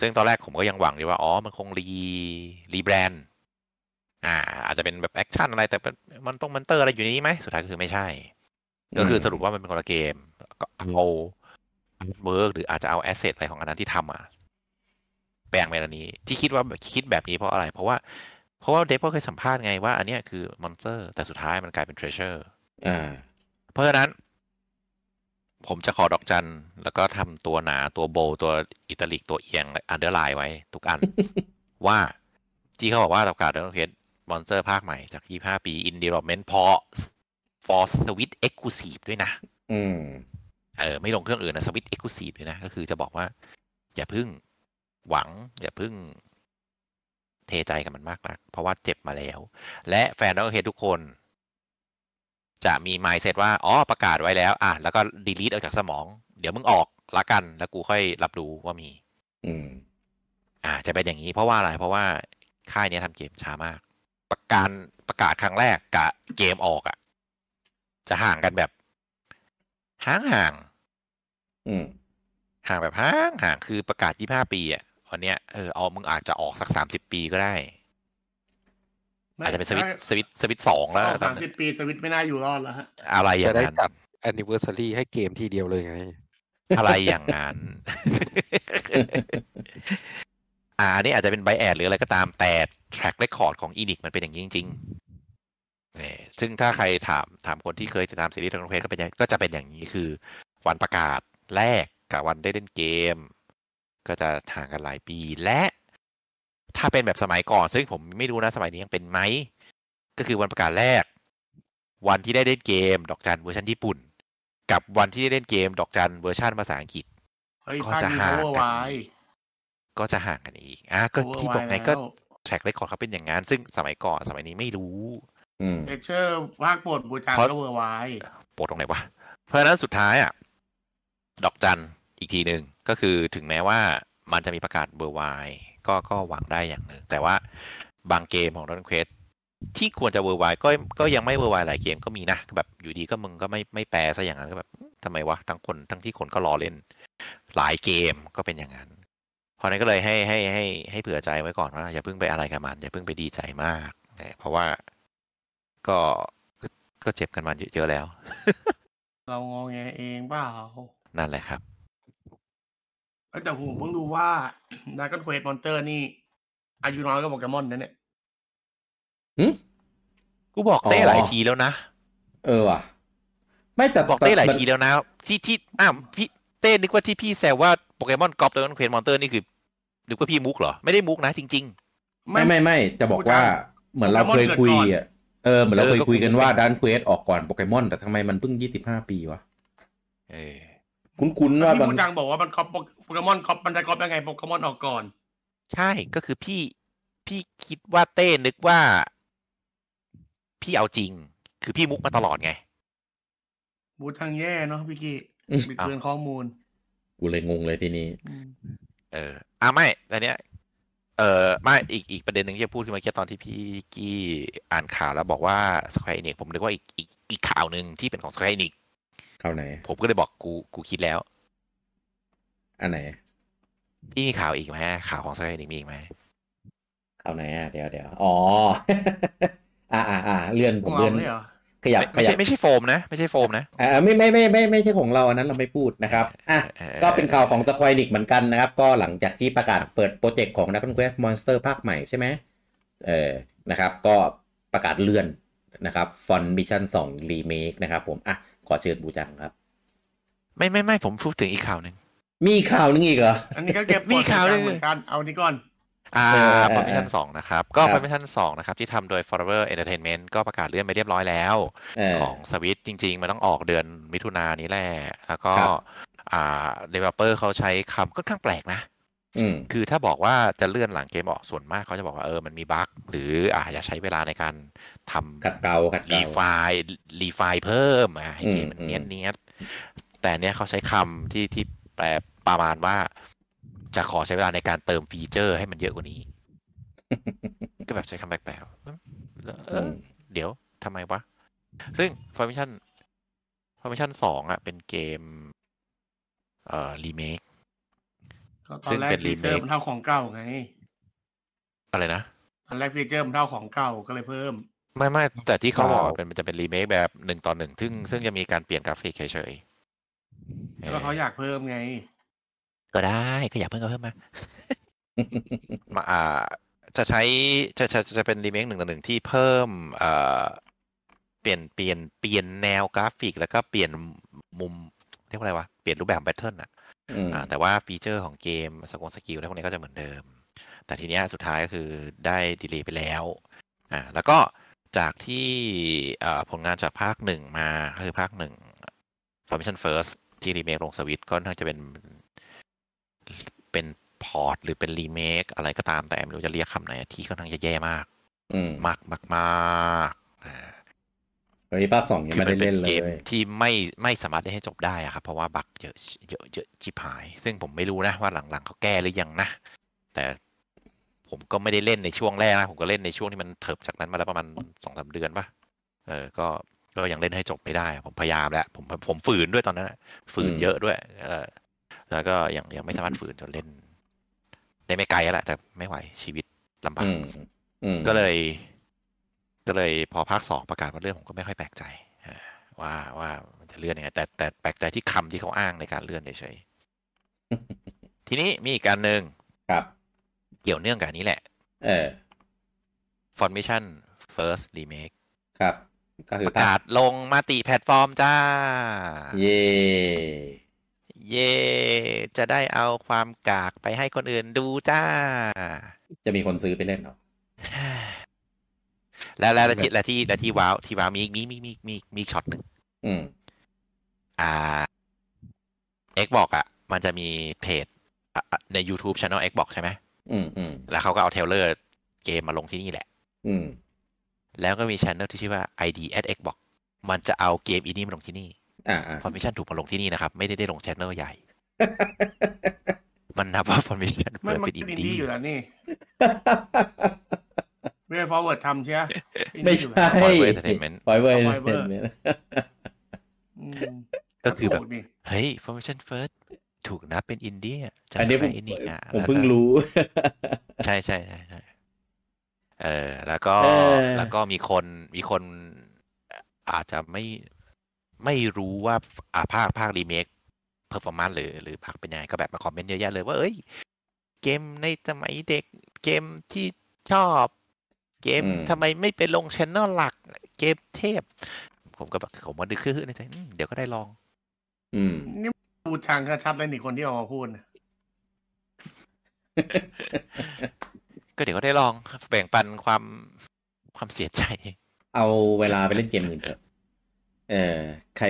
B: ซึ่งตอนแรกผมก็ยังหวังอยู่ว่า อ๋อ มันคงรีรีแบรนด์อ่า อาจจะเป็นแบบแอคชั่นอะไร แต่เป็นมันต้องมันเตอร์อะไรอยู่ในนี้ไหม สุดท้ายก็คือไม่ใช่ ก็คือสรุปว่ามันเป็นคนละเกมก็เอาเวิร์กหรืออาจจะเอาแอสเซทอะไรของอันนั้นที่ทำอ่ะแปลงไปอันนี้ ที่คิดว่าคิดแบบนี้เพราะอะไร เพราะว่า เพราะว่าเดฟก็เคยสัมภาษณ์ไงว่าอันเนี้ยคือมอนสเตอร์ แต่สุดท้ายมันกลายเป็นเทรเชอร์
A: อ่า
B: เพราะฉะนั้น ผมจะขอดอกจัน แล้วก็ทำตัวหนาตัวโบว์ตัวอิตาลิกตัวเอียงอันเดอร์ไลน์ไว้ ทุกอัน ว่าที่เขาบอกว่าประกาศเรื่องเคสมอนสเตอร์ภาคใหม่จาก 25 ปี in development พอ for Switch exclusive ด้วยนะ
A: อืม
B: เออไม่ลงเครื่องอื่นนะสวิตเอ็กซ์คลูซีฟเลยนะ ก็คือจะบอกว่า อย่าเพึ่งหวัง อย่าเพึ่งเทใจกับมันมากนัก เพราะว่าเจ็บมาแล้ว และแฟนดอกเฮดทุกคน จะมีไมเซตว่า อ๋อ ประกาศไว้แล้ว อ่ะ แล้วก็ดีลี e ออกจากสมอง เดี๋ยวมึงออกละกัน แล้วกูค่อยรับรู้ว่ามี
A: อืม
B: อ่า จะเป็นอย่างนี้เพราะว่าอะไร เพราะว่าค่ายเนี้ยทำเกมช้ามาก ประกาศประกาศครั้งแรกกับเกมออกอะ่ะ จะห่างกันแบบห่างห่าง
A: อืม
B: ๆห่างแบบห่างห่างคือประกาศยี่ห้าปีอะ่ะวันเนี้ยเออเอามึงอาจจะออกสักสามสิบปีก็ได้ อาจจะเป็นสวิตช์สวิตช์สวิตช์สองแล้วตอน
D: สาม
B: นั้
D: สิ
B: น
D: บปีสวิตไม่น่าอยู่รอดแล้วฮะ
B: อะไรอ
C: จะ
B: ย่าง
C: ได้
B: นั้น
C: จัด anniversary ให้เกมทีเดียวเลยไง
B: อะไรอย่างนั้น อ่าอันนี่อาจจะเป็นไบแอดหรืออะไรก็ตามแต่ track record ของอีนิกมันเป็นอย่างนี้จริงๆเออซึ่งถ้าใครถามถามคนที่เคยติดตามซีรีส์ทางเพจก็เป็นอย่างก็จะเป็นอย่างนี้คือ วันประกาศแรกกับวันได้เล่นเกม ก็จะห่างกันหลายปีและ ถ้าเป็นแบบสมัยก่อน ซึ่งผมไม่รู้นะสมัยนี้ยังเป็นไหม ก็คือวันประกาศแรก วันที่ได้เล่นเกม ดอกจันเวอร์ชันญี่ปุ่น กับวันที่ได้เล่นเกม ดอกจันเวอร์ชันภาษาอังกฤษ
D: เฮ้ย
B: ก็
D: ภาค
B: จะ
D: นี้
B: ห่าง
D: เขา
B: กัน
D: วาย
B: ก็จะห่างกันอีกอ่ะก็ที่บอกไงก็ แทร็กเรคคอร์ดเขาเป็นอย่างนั้น ซึ่งสมัยก่อนสมัยนี้ไม่รู้
A: อืม
D: เอเชอร์ภาคโปรดบูจัง
B: เพราะ
D: ก็เวอร์วาย
B: ปวดตรงไหนวะ เพราะฉะนั้นสุดท้ายอ่ะ ดอกจันอีกทีหนึ่งก็คือถึงแม้ว่ามันจะมีประกาศเบอร์ไวก็ก็หวังได้อย่างหนึ่ง แต่ว่าบางเกมของ Dragon Quest ที่ควรจะเบอร์ไวก็ก็ยังไม่เบอร์ไวหลายเกมก็มีนะแบบอยู่ดีก็มึงก็ไม่ไม่แปลซะอย่างนั้นก็แบบทำไมวะทั้งคนทั้งที่คนก็รอเล่น หลายเกมก็เป็นอย่างนั้น เพราะฉะนั้นก็เลยให้ให้ให้ให้เผื่อใจไว้ก่อนว่าอย่าเพิ่งไปอะไรกับมันอย่าเพิ่งไปดีใจมากนะเพราะว่าก็ก็ก็เจ็บกันมาเยอะๆแล้ว
D: เรางอแงเองเปล่า
B: นั่นแหละครับ
D: เอ้ยแต่ผมเพิ่งรู้ว่า ดาร์กเควสมอนเตอร์นี่ อายุน้อยกว่าโปเกมอนนะเนี่ย
B: กูบอกเต้
A: อ๋อ
B: หลายทีแล้วนะ
A: เออว่ะ ไม่แต่
B: บอกเต้หลาย
A: มัน
B: ทีแล้วนะที่ที่อ้าวพี่เต้นึกว่าที่พี่แซวว่าโปเกมอนกอล์ฟเดนเควสมอนเตอร์นี่คือนึกว่าพี่มุกเหรอ ไม่ได้มุกนะจริง
A: ไม่ไม่ไม่จะบอกว่าเหมือนเราเคยคุยอ่ะเออเหมือนเราเคยคุยกันว่าดันเควสออกก่อนโปเกมอน แต่ทำไมมันเพิ่งยี่สิบห้าปีวะ
B: ๆ เออ
A: คุ้นๆว่า
D: พี่
A: บาง
D: บูจังบอกว่ามันก๊อปโปเกมอนก๊อปมันจะก๊อปยังไงโปเกมอนออกก่อน
B: ใช่ก็คือพี่พี่คิดว่าเต้นึกว่า พี่เอาจริง คือพี่มุกมาตลอดไง
D: บูจังแย่เนาะพี่กี้บิด
B: อ้าว
D: เบือนข้อมูล
A: กูเลยงงเลยทีนี้
D: อืม
B: เอออ่ะไม่แต่เนี้ยเออไม่อีกอีกประเด็นหนึ่งที่จะพูดขึ้นมาแค่ตอนที่พี่กี้อ่านข่าวแล้วบอกว่า Square Enix ผมนึกว่าอีกอีกอีกข่าวหนึ่งที่เป็นของ Square Enix
A: เข้าไหน
B: ผมก็เลยบอกกูกูคิดแล้ว
A: อันไหน
B: พี่มีข่าวอีกไหมข่าวของสกายนิกมีอีกไหม
A: เข้าไหนอ่ะเดี๋ยวเดี๋ยวอ๋อ อ่าอ่าอ่าเลื่อนผม
D: งอ
A: เลื่อน
D: เลยเหรอ
A: ขยับข
B: ไม่ไม่
A: ยั
B: ใช่
A: บ
B: ไม่ใช่โฟมนะ ไม่ใช่โฟมนะ
A: อ่าไม่ไม่ไม่ไม่ไม่ใช่ของเราอันนั้นเราไม่พูดนะครับอ่ะ
B: เออ
A: ก็เป็นข่าวของ Square Enix เหมือนกันนะครับ ก็หลังจากที่ประกาศเปิดโปรเจกต์ของ Dragon Quest Monster ภาคใหม่ใช่ไหมเออนะครับ ก็ประกาศเลื่อนนะครับ Fun Mission 2 Remake นะครับผม อ่ะ ขอเชิญบูจังครับ
B: ไม่ไม่ไม่ผมพูดถึงอีกข่าวหนึ่ง
A: มีข่าวนึงอีกเหรอ
D: อันนี้ก็เก็บ
B: มีข่าว
D: เล
B: เลย ย
D: เหมือนกันเอานี้ก่อน
B: อ่า
A: เออเออเออ
B: ฟอร์มิชันสองนะครับ ก็
A: ครับ
B: ฟอร์มิชันสองนะครับ ที่ทำโดย Forever Entertainment ก็ประกาศเลื่อนไปเรียบร้อยแล้ว
A: เออ
B: ของสวิตจริง ๆ มันต้องออกเดือนมิถุนายนนี้แหละ แล้วก็
A: ครับ
B: อ่า developer เขาใช้คำค่อนข้างแปลกนะ
A: อืม
B: คือถ้าบอกว่าจะเลื่อนหลังเกมออกส่วนมากเขาจะบอกว่าเออมันมีบั๊กหรืออ่าอยากใช้เวลาในการทำ
A: ขัดเกลาขัดเก
B: รี
A: ลา
B: ไฟล์รีไฟล์เพิ่มอ่ะให้เกม
A: อืม
B: มันเนียน
A: อืม
B: เนียนๆแต่เนี้ยเขาใช้คำที่ที่แปลประมาณว่า จะขอใช้เวลาในการเติมฟีเจอร์ให้มันเยอะกว่านี้ ก็แบบใช้คำแปลกๆเอ
A: อื
B: อ
A: ม
B: เดี๋ยวทำไมวะ ซึ่ง Formation Formation สองอ่ะ เป็นเกม เอ่อรีเมค
D: ก็ตอนแรก
B: ซึ่งเป็น
D: ฟีเจอร์
B: remake
D: มันเท่าของเก่าไง
B: อะไรนะ
D: ตอนแรกฟีเจอร์มันเท่าของเก่าก็เลยเพิ่ม
B: ไม่ไม่แต่ที่เขาบอก
A: เปล่า
B: เป็นมันจะเป็นรีเมคแบบหนึ่งต่อหนึ่งซึ่งซึ่งจะมีการเปลี่ยนกราฟิกเฉยๆ
D: ก็เขาอยากเพิ่มไง
B: ก็ได้ก็อยากเพิ่มก็เพิ่มมา มาอ่าจะใช้จะจะจะเป็นรีเมคหนึ่งต่อหนึ่งที่เพิ่มเอ่อเปลี่ยนเปลี่ยนเปลี่ยนแนวกราฟิก แล้วก็เปลี่ยนมุมเรียกว่าอะไรวะเปลี่ยนรูปแบบแบทเทิลอะ
A: อืม
B: อ่าแต่ว่าฟีเจอร์ของเกมสกงสกิลอะไรพวกนี้ก็จะเหมือนเดิม แต่ทีเนี้ยสุดท้ายก็คือได้ดีเลย์ไปแล้วอ่าแล้วก็จากที่เอ่อผลงานจากภาคหนึ่งมาก็คือภาคหนึ่ง Formation First ที่รีเมคลงสวิตก็น่าจะเป็นเป็นพอร์ต หรือเป็นรีเมคอะไรก็ตามแต่ไม่รู้จะเรียกคำไหนที่ค่อนข้างจะแย่มาก
A: อืม
B: มากมากมากอ่า
A: ตอนนี้ภาคสองยัง
B: คือ
A: ไม่
B: มัน
A: ได้
B: เป็น
A: เล่นเล
B: เกม
A: ย
B: ที่ไม่ไม่สามารถได้ให้จบได้อะครับ เพราะว่าบั๊กเยอะเยอะเยอะชิบหาย ซึ่งผมไม่รู้นะว่าหลังๆเขาแก้หรือยังนะ แต่ ผมก็ไม่ได้เล่นในช่วงแรกนะ ผมก็เล่นในช่วงที่มันเถิบจากนั้นมาแล้วประมาณสองสามเดือนปะเออ ก็ก็ยังเล่นให้จบไม่ได้ ผมพยายามแล้ว ผมผมฝืนด้วยตอนนั้นอะฝืน
A: อืม
B: เยอะด้วย เออ แล้วก็ยังยังไม่สามารถฝืนจนเล่นได้ไม่ไกลแล้วแหละแต่ไม่ไหวชีวิตลำบาก
A: อืมอืม
B: ก็เลย ก็เลยพอภาคสองประกาศว่าเรื่องผมก็ไม่ค่อยแปลกใจอ่าว่าว่ามันจะเลื่อนยังไงแต่แต่แปลกใจที่คำที่เขาอ้างในการเลื่อนเฉย ๆทีนี้มีอีกการหนึ่ง
A: ครับ
B: เกี่ยวเนื่องกับอันนี้แหละ
A: เออ
B: Formation First Remake
A: ครับ ก็คือ
B: ประกาศลงมาติแพลตฟอร์มจ้า
A: เย่
B: เย่จะได้เอาความกากไปให้คนอื่นดูจ้า
A: จะมีคนซื้อไปเล่นเหรอ
B: แล้วแล้วและที่และที่และที่ว้าวที่ว้าวมีอีกมีมีมีมีมีอีกช็อตหนึ่ง
A: อืม
B: อ่า Xbox อ่ะ มันจะมีเพจอ่ะอ่ะใน YouTube Channel Xbox ใช่ไหม
A: อืมอืม
B: แล้วเขาก็เอาเทรลเลอร์เกมมาลงที่นี่แหละ
A: อืม
B: แล้วก็มี Channel ที่ชื่อว่า ID at Xbox มันจะเอาเกมอีนี่มาลงที่นี่
A: อ่ าอ่า
B: Permission ถูกมาลงที่นี่นะครับ ไม่ได้ได้ลง Channel ใหญ่ มันนับว่า Permission
D: ไม่มัน
B: เป็นอิน
D: เป็นอิน
B: ดี้
D: ดี้อยู่แล้วนี่เวฟอร์เวิร์ดทำใช่ไหมอิน
A: ไม่
D: ดี้อยู่
A: ใช่ป
D: แล้ว
A: ล่อยเวอร์เทนเมนต์ปล่อยเวอร์เทนเมนต์
D: อืม
B: ก็คือแบบ
D: ถูนี่
B: เฮ้ย Permission First ถูกนับเป็นอินดี้อะจาก
A: อันนี้
B: ส
A: ผ
B: มั
A: ม
B: ยอินดี้อะ
A: ผม
B: แล้ว
A: เพิ่ง
B: ก็
A: รู้
B: ใช่ใช่ใช่ใช่เออ แล้วก็
A: เออ
B: แล้วก็มีคนมีคนอาจจะไม่ไม่รู้ว่าอาภาคภาครีเมคเพอร์ฟอร์มนซ์หรือหรือภาคเป็นยังไงก็แบบมาคอมเมนต์เยอะแยะเลยว่า เอ้ย เกมในสมัยเด็กเกมที่ชอบ เกม
A: อืม
B: ทำไมไม่ไปลงชแนลหลัก เกมเทพ ผมก็แบบผมก็ดึกขึ้นในใจอืมเดี๋ยวก็ได้ลอง
A: อืม
D: นี่ดูทางชัดๆเลยนี่คนที่ออกมาพูดน่ะ
B: ก็เดี๋ยวก็ได้ลองแบ่งปันความความเสียใจ
A: เอาเวลาไปเล่นเกมอื่นเถอะ เออ ใคร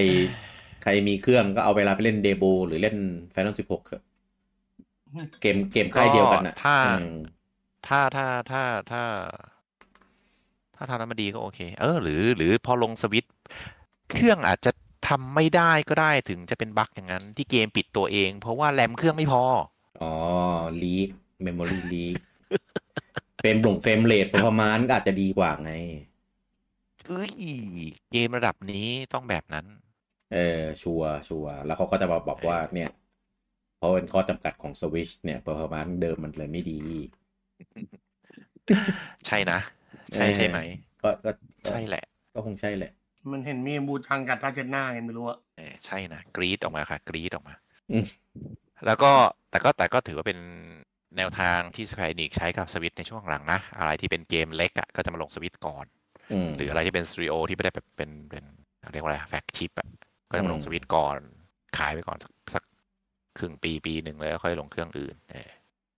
A: ใครมีเครื่องก็เอาเวลาไปเล่นเดโบหรือเล่น Final 16เถอะ เกมเกมค่ายเดียวกันน่ะ
B: ก็ถ้า
A: อืม
B: ถ้าถ้าถ้าถ้า ถ้าทำนั้นมาดีก็โอเค เออ หรือ หรือพอลงสวิตช์เครื่องอาจจะทำไม่ได้ก็ได้ถึงจะเป็นบั๊กอย่างนั้น ที่เกมปิดตัวเอง เพราะว่าแรมเครื่องไม่พอ
A: อ๋อ ลีกเมมโมรี่ลีก เฟรมหลงเฟรมเรทประมาณก็อาจจะดีกว่าไง
B: เอ้ย เกมระดับนี้ต้องแบบนั้น
A: เออ ชัวร์ชัวร์แล้วเขาก็จะมาบอกว่า เนี่ย เพราะเป็นข้อจำกัดของสวิชเนี่ยประมาณเดิมมันเลยไม่ดี
B: ใช่นะ ใช่
A: เออ
B: ใช่ไหม
A: ก็ก็ก็
B: ใช่แหละ
A: ก็คงใช่แหละ
D: มันเห็นมีบูทางกัดราเจนหน้าไงไม่รู้อะ
B: เออใช่นะ กรีดออกมาค่ะ กรีดออกมา
A: อืม
B: แล้วก็แต่ก็แต่ก็ถือว่าเป็นแนวทางที่ส q ายนิกใช้กับสวิตในช่วงหลังนะ อะไรที่เป็นเกมเล็กอะก็จะมาลงสวิตก่อน
A: อืม
B: หรืออะไรที่เป็นสตูดิโอที่ไม่ได้แบบเป็นเป็นเรียกว่าอะไรแฟกชิปอ่ะก็จะมาลง
A: อืม
B: สวิตช์ก่อน ขายไปก่อนสักสักครึ่งปีปีหนึ่งแล้วค่อยลงเครื่องอื่นเออ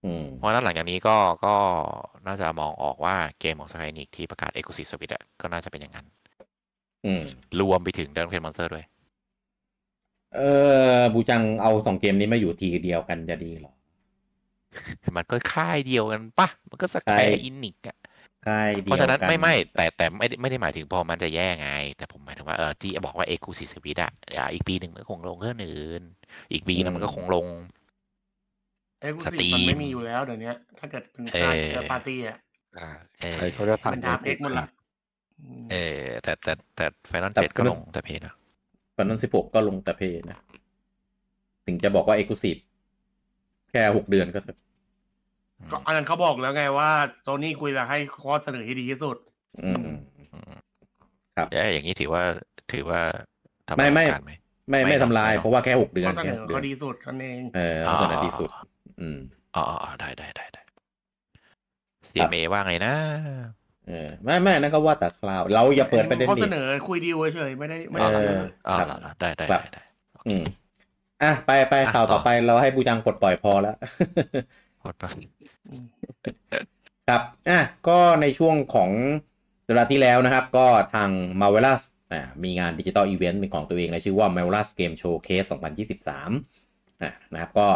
A: อืม
B: เพราะฉะนั้นหลังจากนี้ก็ก็น่าจะมองออกว่าเกมของส q ายนิกที่ประกาศเอก s ุ v ิสวิตอ่ะก็น่าจะเป็นอย่างนั้น
A: อืม
B: รวมไปถึงเดินเพนมอนสเตอร์ด้วย
A: เออบูจังเอาสองเกมนี้มาอยู่ทีเดียวกันจะดีเหรอ
B: มันก็ค่ายเดียวกันปะมันก็ส
A: ใช่
B: กายอินิกอ่ะ
A: ใช่เดี
B: เพ
A: ยวกัน
B: ราะฉะนั้นไม่ไม่แต่แต่ไม่ได้ไม่ได้หมายถึงพอมันจะแย่ไง แต่ผมหมายถึงว่าเออที่บอกว่าเอก s ุ v ิสวิตอ่ะอ่าอีกปีหนึ่งมันก็คงลงเครื่องอื่น อีกปีหนึงมันก็คงลง
D: ไอ้กูสิ
B: Steam
D: มันไม่มีอยู่แล้วเดี๋ยวนี้ถ้าเกิดเป็นค่าย
B: เออ
D: เจอปาร์ตี้อะ
C: อ่า
B: เออ
C: ใครเขาจะ
D: เป็น
C: ทำ
D: ทามเอ็กซ์หมดละอืม
B: เออแต่แต่แต่ไฟนอลเจ็ดก็ลงแต่เพจนะ
A: ฟันนั้นสิบหกก็ลงแต่เพย์นะ ถึงจะบอกว่าเอก u s i v ีแค่หกเดือนก็เถอะ
D: ก็อันนั้นเขาบอกแล้วไงว่าโซนี่คุยจะให้ข้อเสนอที่ดีที่สุด
A: อืม
B: อืม
A: ครับ
B: เดี๋ยวอย่างนี้ถือว่าถือว่าทำลาย
A: ไม่ไม่
B: โอกาสไหม
A: ไม่
B: ไม่
A: ไม่
B: หรอก
A: ทำลาย
B: ไม่หรอก
A: เพราะว่าแค่หกเดือ
D: ข้
A: น
D: อเสน
A: แค่
D: อ
A: หกเดือ
D: เขา
A: น
D: ดีสุดนั่นเอง
A: เออข้อเสนอดีสุด อืม
B: อ๋ออ๋ออ๋อได้ได้ได้ได้ CMA ว่าไงนะ
A: เออ ไม่ไม่นั่นก็ว่าแต่คราว เราอย่าเปิดประเด็น
D: ข้อเสน
A: นี้
D: อคุยดีลเฉยๆไม่ได้ไม่
A: เอ
D: ได้
A: อ
D: เสนอ
B: อ๋อ
A: ครับ
B: เหรอได้ได้
A: ครั
B: ได้
A: บ
B: ได้
A: อืมอ่ะไปไป
B: อ่ะ
A: ข่าว
B: ต่
A: ต่อ
B: อ
A: ไปเราให้บูจังปลดปล่อยพอแล้ว
B: โคตรปะ
D: อืม
A: ครับ อ่ะ ก็ในช่วงของสัปดาห์ที่แล้วนะครับ ก็ทาง m a r v e l o u s อ่ามีงานดิจิ t a ลอีเวนต์เป็นของตัวเองและชื่อว่า m a r v e l o u s Game Showcase 2023อ่ะนะครับ ก็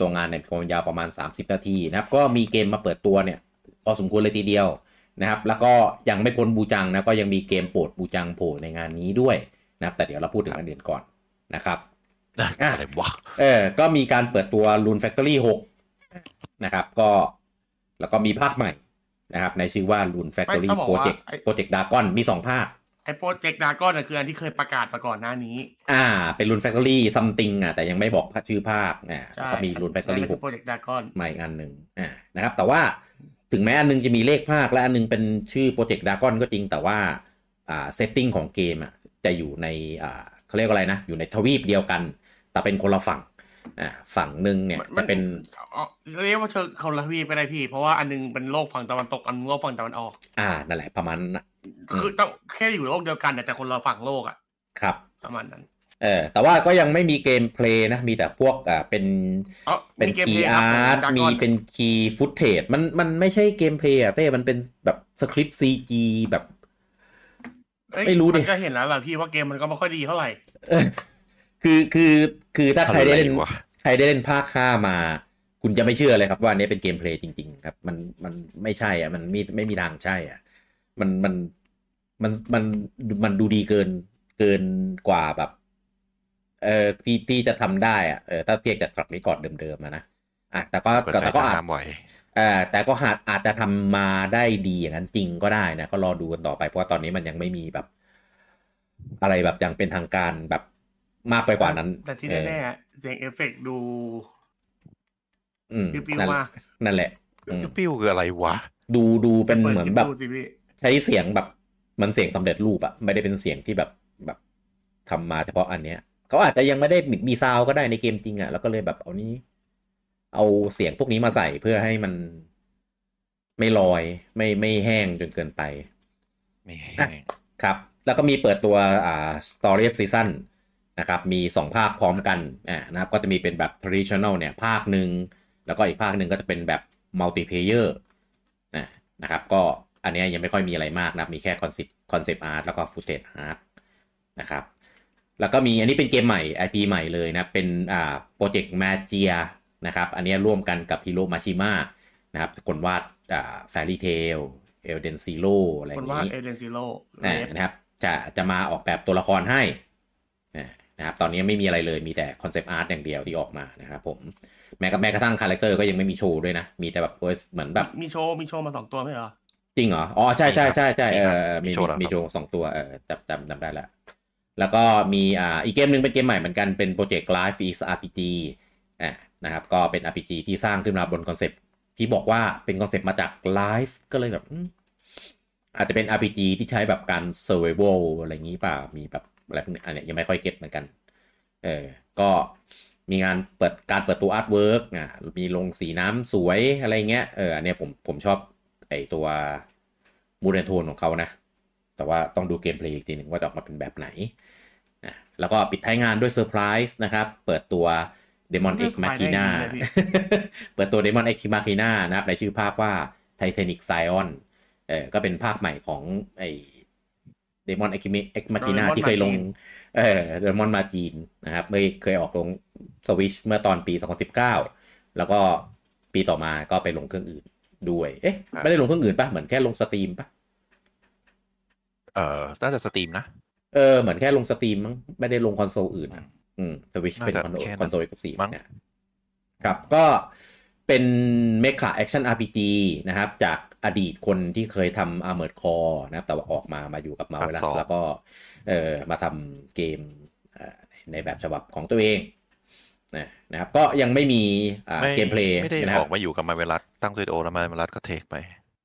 A: ตัวงานเนี่ยมีความยาวประมาณ 30 นาทีนะครับ ก็มีเกมมาเปิดตัวเนี่ยพอสมควรเลยทีเดียวนะครับ แล้วก็ยังไม่พ้นบูจังนะ ก็ยังมีเกมโปรดบูจังโผล่ในงานนี้ด้วยนะครับ แต่เดี๋ยวเราพูดถึงอันเด่นก่อนนะครับ
B: อะไรวะ
A: เออ ก็มีการเปิดตัว Rune Factory 6 นะครับ ก็ แล้วก็มีภาคใหม่นะครับ ในชื่อว่า Rune
D: ไม่
A: Factory
D: ต้องบอกว่า
A: Project
D: ไอ้
A: Project Dragon มีสองภาค
D: ไอ้โปรเจกต์ดากอนน่ะคืออันที่เคยประกาศมาก่อนหน้านี้
A: อ่า เป็น Rune Factory something อ่ะ แต่ยังไม่บอกชื่อภาคอ่า
D: ใช่
A: แล้วก็มี Rune Factory
D: โปรเจกต์ดากอน
A: 6ใหม่อีกอันหนึ่งอ่านะครับ แต่ว่าถึงแม้อันหนึงจะมีเลขภาคและอันหนึงเป็นชื่อ Project Dragon ก็จริงแต่ว่าอ่า setting ของเกมอ่ะจะอยู่ในอ่าเขาเรียกว่าอะไรนะ อยู่ในทวีปเดียวกัน แต่เป็นคนละฝั่งอ่าฝั่งหนึ่งเนี่ยจะเป็น
D: อ๋อเรียกว่าเชิงคนละทวีปก็ได้พี่ เพราะว่าอันนึงเป็นโลกฝั่งตะวันตกอันนึงโลกฝั่งตะวันออก
A: อ่านั่นแหละประมาณนั้นนะ อืม
D: คือต้องแค่อยู่โลกเดียวกันน่ะแต่คนละฝั่งโลกอะ
A: ครับ
D: ประมาณนั้น
A: เออแต่ว่าก็ยังไม่มีเกมเพลย์นะ มีแต่พวกอ่าเป็น
D: เอ้า
A: เป็น
D: มีเกม
A: คีย์
D: เพลย์ค
A: อาร์ต
D: บ Dragon
A: มีเป็นคีย์ฟุตเทจมันมันไม่ใช่เกมเพลย์อะเต้มันเป็นแบบสคริปต์ซีจีแบบ
D: เอ้ย
A: ไม่รู้ดิ
D: นก็เห็นแล้วล่ะพี่ว่าเกมมันก็ไม่ค่อยดีเท่าไหร่
A: เออคือคือคือถ้าใครได้เล่น
B: อะไรวะ
A: ใครได้เล่นภาคห้ามา คุณจะไม่เชื่อเลยครับว่าอันนี้เป็นเกมเพลย์จริง ๆ ครับ มันมันไม่ใช่อ่ะ มันไม่ไม่มีทางใช่อ่ะ มันมันมันมันมันดูดีเกินเกินกว่าแบบ เออที่ที่จะทำได้อ่ะเออถ้าเทียบจากฝั่งนี้ก่อนเดิมๆอะนะอ่ะแต่ก็
B: เปิดใจ
A: แต่ก็
B: จะ
A: อาจ
B: หาบ่อย
A: เอ่อแต่ก็อาจอาจจะทำมาได้ดีอย่างนั้นจริงก็ได้นะ ก็รอดูกันต่อไปเพราะว่าตอนนี้มันยังไม่มีแบบ อะไรแบบอย่างเป็นทางการแบบมากไปกว่านั้น
D: แต่ที่
A: เอ
D: แน่
A: อ
D: ๆเสียงเอฟเฟกต์ดู
A: อืม
D: ปิ้ว
A: นั่น
D: ๆมาก
A: นั่นแหละอืม
B: ปิ้วคืออะไรวะ
A: ดูดูเป็น
D: ปิด
A: เหมือนแบบ
D: คลิปดูสิพี่
A: ใช้เสียงแบบมันเสียงสำเร็จรูปอะไม่ได้เป็นเสียงที่แบบแบบทำมาเฉพาะอันเนี้ยเขาอาจจะยังไม่ได้มีมีซาวด์ก็ได้ในเกมจริงอะแล้วก็เลยแบบเอานี้ เอาเสียงพวกนี้มาใส่เพื่อให้มันไม่ลอย ไม่ไม่แห้งจนเกินไป
B: ไม่แห้ง
A: ครับ แล้วก็มีเปิดตัวอ่า Story of Season นะครับ มี 2 ภาคพร้อมกันอ่านะครับก็จะมีเป็นแบบ traditional เนี่ย ภาคหนึ่ง แล้วก็อีกภาคหนึ่งก็จะเป็นแบบ multiplayer อ่านะครับ ก็อันเนี้ยยังไม่ค่อยมีอะไรมากนะครับ มีแค่คอนเซปต์คอนเซปต์อาร์ตแล้วก็ฟุตเทจอาร์ตนะครับ แล้วก็มีอันนี้เป็นเกมใหม่ IP ใหม่เลยนะ เป็นอ่าโปรเจกต์มาเจียนะครับ อันเนี้ยร่วมกันกับฮิโรมาชิมะนะครับคนวาดอ่าแฟรี่เทลเอลเดนซีโร่อะไรอ
D: ค
A: ย่าน ง
D: ว่า
A: นี้
D: เอเดนซิโร่
A: อ่านะครับจะจะมาออกแบบตัวละครให้อ่านะครับตอนนี้ไม่มีอะไรเลยมีแต่คอนเซปต์อาร์ตอย่างเดียวที่ออกมานะครับผมแม้กระแม้กระทั่งคาแรคเตอร์ก็ยังไม่มีโชว์ด้วยนะ มีแต่แบบเออเหมือนแบบ
D: มีโชว์มีโชว์มาสองตัวไหมเหรอ
A: จริงเหรอ อ๋อ ใช่ใช่ใช่ใช่เออเออ
B: มี
A: มี
B: โชว์เหรอครับ
A: มีโชว์สองตัวเออจำจำจำได้ละแล้วก็มีอ่าอีกเกมหนึ่งเป็นเกมใหม่เหมือนกันเป็นโปรเจกต์ Life is RPG อ่านะครับก็เป็น RPG ที่สร้างขึ้นมาบนคอนเซปต์ที่บอกว่าเป็นคอนเซปต์มาจาก Life ก็เลยแบบอืม อาจจะเป็น RPG ที่ใช้แบบการ survival อะไรอย่างนี้เปล่า มีแบบอะไรพวกนี้อันเนี้ยยังไม่ค่อยเก็ตเหมือนกัน เออ ก็มีงานเปิดการเปิดตัว artwork อ่ะ มีลงสีน้ำสวยอะไรเงี้ย เออ อันเนี้ยผมผมชอบไอตัวมูเรนโทนของเขานะ แต่ว่าต้องดูเกมเพลย์อีกทีหนึ่งว่าจะออกมาเป็นแบบไหนนะแล้วก็ปิดท้ายงานด้วยเซอร์ไพรส์นะครับ เปิดตัว Demon X
D: ไม่ surprise ได้
A: Machina
D: ยังไงพี่
A: เปิดตัว Demon X Machina นะครับในชื่อภาคว่า Titanic Scion เออก็เป็นภาคใหม่ของไอ้ Demon X Machina
D: Doraemon
A: ที่เคยลง
D: Majin
A: เออ Demon Machine นะครับเคยเคยออกลง Switch เมื่อตอนปี 2019 แล้วก็ปีต่อมาก็ไปลงเครื่องอื่นด้วย เอ๊ะ
B: ครับ
A: ไม่ได้ลงเครื่องอื่นปะเหมือนแค่ลงสตรีมปะ
B: เออน่าจะสตรีมนะ
A: เออ เหมือนแค่ลงสตรีมมั้งไม่ได้ลงคอนโซลอื่นอะ อืมสวิช
B: น่า
A: เป็น
B: จะ
A: คอนโซล
B: แค่นั้น
A: คอนโซลกับสี่
B: มั้ง
A: ครับก็เป็นเมคาแอคชั่น RPG นะครับ จากอดีตคนที่เคยทำ Armored Core นะครับ แต่ว่าออกมามาอยู่กับมาเวลัส
B: ภาคสอง
A: แล้วก็เออมาทำเกมเอ่อในแบบฉบับของตัวเองนะนะครับ ก็ยังไม่มีอ่า
B: ไม่
A: เกมเพลย์
B: ไม่ได้
A: นะครั
B: ออบ กมาอยู่กับมาเวลัสตั้งสตูดิโอแล้วมาเวลัสก็เทคไป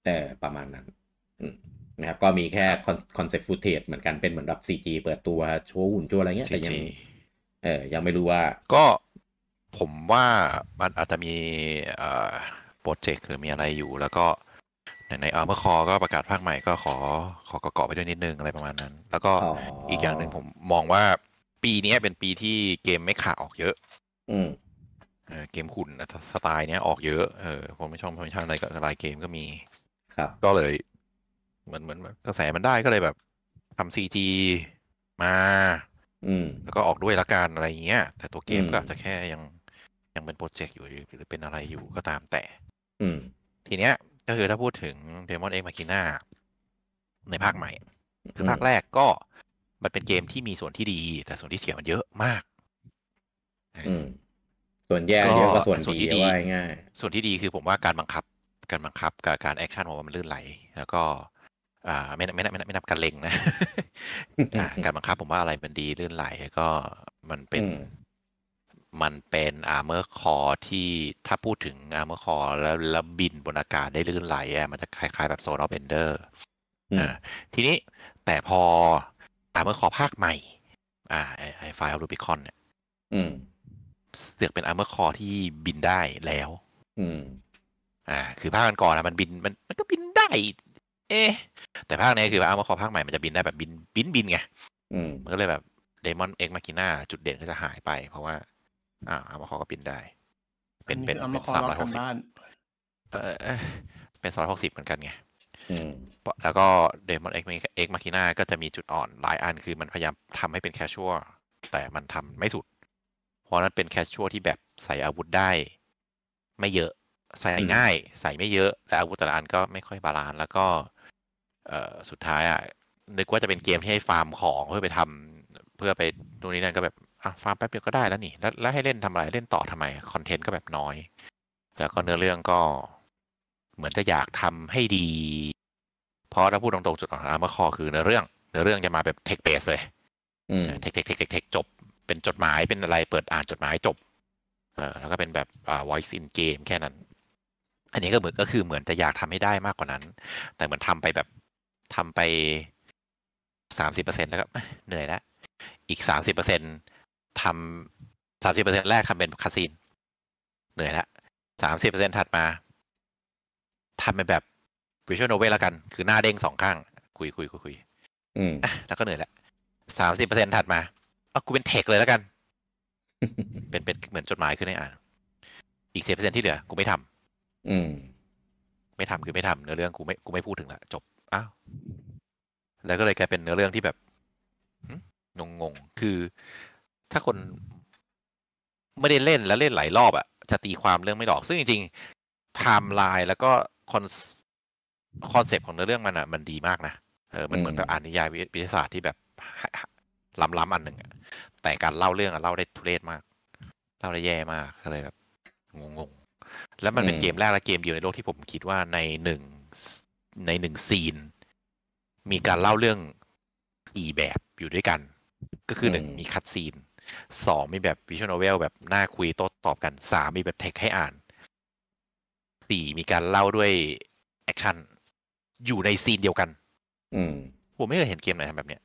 A: เออประมาณนั้นอืมนะครับ ก็มีแค่คอนเซ็ปต์ฟูเทจเหมือนกันเป็นเหมือนรับ CG เปิดตัวโชว์หุ่นโชว์อะไรเงี้ยแต่ยัง
B: CG
A: เออยังไม่รู้ว่า
B: ก็ผมว่ามันอาจจะมีเอ่อโปรเจกต์หรือมีอะไรอยู่ แล้วก็ในอาร์เมอร์คอก็ประกาศภาคใหม่ก็ขอขอเกาะไปด้วยนิดนึงอะไรประมาณนั้น แล้วก็
A: อ๋ออี
B: อีกอย่างหนึ่งผมมองว่าปีนี้เป็นปีที่เกมไม่ขาออกเยอะ
A: อืม
B: เออเกมขุนสไตล์เนี้ยออกเยอะเออผมไม่ชอบผมไม่ชอบอะไรก็หลายเกมก็มี
A: ครับ
B: ก็เลยเหมือนเหมือนแบบกระแสมันได้ก็เลยแบบทำซีจีมา
A: อืม
B: แล้วก็ออกด้วยละกันอะไรอย่างเงี้ย แต่ตัวเกม
A: อืม
B: ก็อาจจะแค่ยังยังเป็นโปรเจกต์อยู่หรือหรือเป็นอะไรอยู่ก็ตามแต่
A: อืม
B: ทีเนี้ยก็คือถ้าพูดถึง Demon X Machina ในภาคใหม่ คือภาคแรกก็มันเป็นเกมที่มีส่วนที่ดี แต่ส่วนที่เสียมันเยอะมาก
A: อืม ส่วนแย่เยอะกว่าส่วน
B: ส่วน
A: ดี
B: ที่ดี
A: ว่าง่าย
B: ส่วนที่ดีคือผมว่าการบังคับ การบังคับกับการแอคชั่นผมว่ามันลื่นไหล แล้วก็ อ่าไม่นับไม่นับไม่นับไม่นับการเล็งนะ อ่าการบังคับผมว่าอะไรมันดีลื่นไหลแล้วก็มันเป็น
A: อืม
B: มันเป็นอาร์เมอร์คอที่ถ้าพูดถึงอาร์เมอร์คอแล้วแล้วบินบนอากาศได้ลื่นไหลอ่ะมันจะคล้ายๆแบบโซนอ f เบนเดอร์
A: อืม
B: อ่าทีนี้แต่พออาร์เมอร์คอภาคใหม่ อ่าไอ้ไอ้ไฟล์รูบิคอนเนี่ย
A: อืม
B: เสือกเป็นอาร์เมอร์คอที่บินได้แล้ว
A: อืม
B: อ่า คือภาคก่อนๆอะมันบินมันมันก็บินได้ เอ๊ะแต่ภาคเนี้ยคืออาร์เมอร์คอภาคใหม่มันจะบินได้แบบบินบินบินไง
A: อืม
B: มันก็เลยแบบเดมอนเอ็กมากิน่าจุดเด่นก็จะหายไป เพราะว่า อ่าอาร์เมอร์คอก็บินได้ เป็นเป็น
D: เอา
B: เป็
D: มาน ขอ
B: สาม
D: รับ
B: ร้อยห
D: กั
B: ก
D: น
B: สิบ
D: บ้าน
B: เออเออเป็นสามร้อยหกสิบเหมือนกันไง
A: อืม
B: ปะแล้วก็เดมอนเอ็กเอ็กมาคิน่าก็จะมีจุดอ่อนหลายอันคือมันพยายามทำให้เป็นแคชชัวแต่มันทำไม่สุด เพราะนั้นเป็นแคชชัวที่แบบใส่อาวุธได้ ไม่เยอะ ใส่ง่าย ใส่ไม่เยอะ และอาวุธแต่ละอันก็ไม่ค่อยบาลานซ์แล้วก็ เอ่อสุดท้ายอ่ะนึกว่าจะเป็นเกมที่ให้ฟาร์มของเพื่อไปทำเพื่อไปดูนนี่นั่นก็แบบอ่ะฟาร์มแป๊บเดียวก็ได้แล้วนี่แล้วแล้วให้เล่นทำอะไรเล่นต่อทำไมคอนเทนต์ก็แบบน้อย แล้วก็เนื้อเรื่องก็เหมือนจะอยากทำให้ดี เพราะถ้าพูดตรงๆจุดอ่อนของอาร์มคอคือเนื้อเรื่อง เนื้อเรื่องจะมาแบบเทคเบสเลย
A: อืม
B: เทคเทคเทคเทคเทคจบ เป็นจดหมายเป็นอะไรเปิดอ่านจดหมายจบเออแล้วก็เป็นแบบอ่า voice in game แค่นั้น อันนี้ก็เหมือนก็คือเหมือนจะอยากทำให้ได้มากกว่านั้น แต่เหมือนทำไปแบบทำไปสามสิบเปอร์เซ็นแล้วก็เอ้ยเหนื่อยแล้ว อีกสามสิบเปอร์เซ็นทำสามสิบเปอร์เซ็นแรกทำเป็นคาสินเหนื่อยแล้วสามสิบเปอร์เซ็นถัดมาทำเป็นแบบวิชวลโนเวลแล้วกัน คือหน้าเด้งสองข้าง คุยคุยคุยคุย
A: อืม
B: อ่ะแล้วก็เหนื่อยแล้วสามสิบเปอร์เซ็นถัดมาอ่ะกูเป็นเทคเล ยแล้วกัน เป็นเป็นเหมือนจดหมายขึ้นให้อ่าน อีกสิบเปอร์เซ็นที่เหลือกูไม่ทำ
A: อืม
B: ไม่ทำคือไม่ทำเนื้อเรื่องกูไม่กูไม่พูดถึงละจบอ้าวแล้วก็เลยกลายเป็นเนื้อเรื่องที่แบบงงงๆคือ ถ้าคนไม่ได้เล่นแล้วเล่นหลายรอบอะจะตีความเรื่องไม่ออก ซึ่งจริงๆไทม์ไลน์แล้วก็คอนคอนเซปต์ของเนื้อเรื่องมันอะมันดีมากนะเออมันเหมือนแบบอ่านนิยายวิทยาศาสตร์ที่แบบล้ำล้ำๆอันหนึ่งอะแต่การเล่าเรื่องอะเล่าได้ทุเรศมาก เล่าได้แย่มากก็เลยแบบงงงๆ แล้วมันเป็นเกมแรกและเกมเดียวในโลกที่ผมคิดว่าในหนึ่งในหนึ่งซีน มีการเล่าเรื่องสี่แบบอยู่ด้วยกัน ก็คือหนึ่งมีคัดซีนสองมีแบบวิชวลโนเวลแบบหน้าคุยโต้ตอบกันสามมีแบบเทคให้อ่านสี่มีการเล่าด้วยแอคชั่นอยู่ในซีนเดียวกัน
A: อืม
B: ผมไม่เคยเห็นเกมไหนทำแบบเนี้ย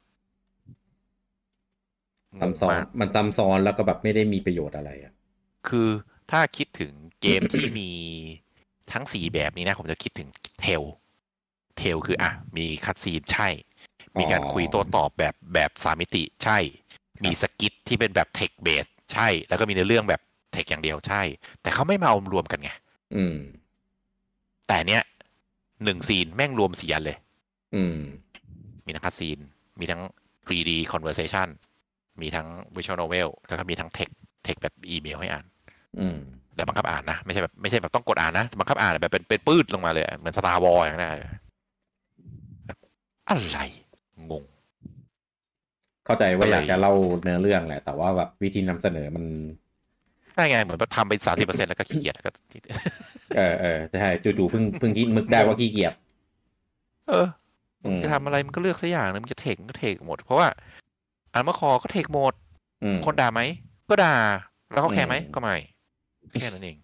A: ซ้ำซ้อน
B: มาก
A: มันซ้ำซ้อนแล้วก็แบบไม่ได้มีประโยชน์อะไรอ่ะ
B: คือถ้าคิดถึงเกมที่มีทั้งสี่แบบนี้นะ ผมจะคิดถึงเทลเทลคืออ่ะ มีคัดซีนใช่ มีการคุยโต้ตอบแบบแบบสามมิติใช่ มีสกิทที่เป็นแบบเทคเบสใช่ แล้วก็มีในอเรื่องแบบเทคอย่างเดียวใช่ แต่เขาไม่มาเอารวมกันไง
A: อืม
B: แต่เนี้ยหนึ่งซีนแม่งรวมเสียนเลย
A: อืม
B: มีทั้งคัดซีน มีทั้ง 3D conversation มีทั้ง visual novel แล้วก็มีทั้งเทคเทคแบบอีเมลให้อ่าน
A: อืม
B: แต่บังคับอ่านนะไม่ใช่แบบไม่ใช่แบบต้องกดอ่านนะบังคับอ่านแบบเป็นเป็นปืดลงมาเลยอะเหมือนสตาร์วอลอย่างนั้นอะแบบอะไร งง
A: เข้าใจว่า
B: ก็เลย
A: อยากจะเล่าเนื้อเรื่องแหละ แต่ว่าแบบวิธีนำเสนอมัน
B: ใช่ไงเหมือนแบบทำไปสามสิบเปอร์เซ็นต์แล้วก็ขี้เกียจแล้วก็
A: เออเออใช่จู่ๆเพิ่งเพิ่งคิดมึกได้ว่าขี้เกียจ
B: เออ
A: อืม
B: จะทำอะไรมันก็เลือกสักอย่างหนึงมันจะเทคมันก็เทคหมด เพราะว่าอ่านมาคอก็เทคหมด
A: อืม
B: คนด่าไหม ก็ด่า แล้วเขาแคร์ไหม
A: อืม
B: ก็ไม่แค่นั้นเอง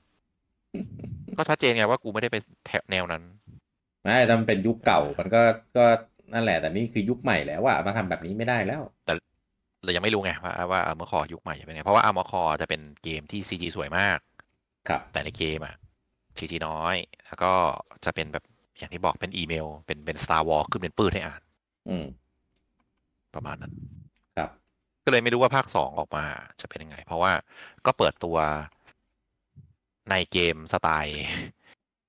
B: ก็ชัดเจนไงว่ากูไม่ได้ไปแถวแนวนั้น
A: ไม่แต่มันเป็นยุคเก่ามันก็ก็นั่นแหละ แต่นี่คือยุคใหม่แล้วว่ามาทำแบบนี้ไม่ได้แล้ว
B: เรายังไม่รู้ไงว่าว่าอาร์มอคอยุคใหม่จะเป็นไง เพราะว่าอาร์มอคอจะเป็นเกมที่ซีจีสวยมาก
A: ครับ
B: แต่ในเกมอ่ะซีทีน้อย แล้วก็จะเป็นแบบอย่างที่บอกเป็นอีเมล เป็นเป็น Star War ขึ้นเป็นปื้ดให้อ่าน
A: อืม
B: ประมาณนั้น
A: ครับ
B: ก็เลยไม่รู้ว่าภาคสองออกมาจะเป็นยังไง เพราะว่าก็เปิดตัวในเกมสไตล์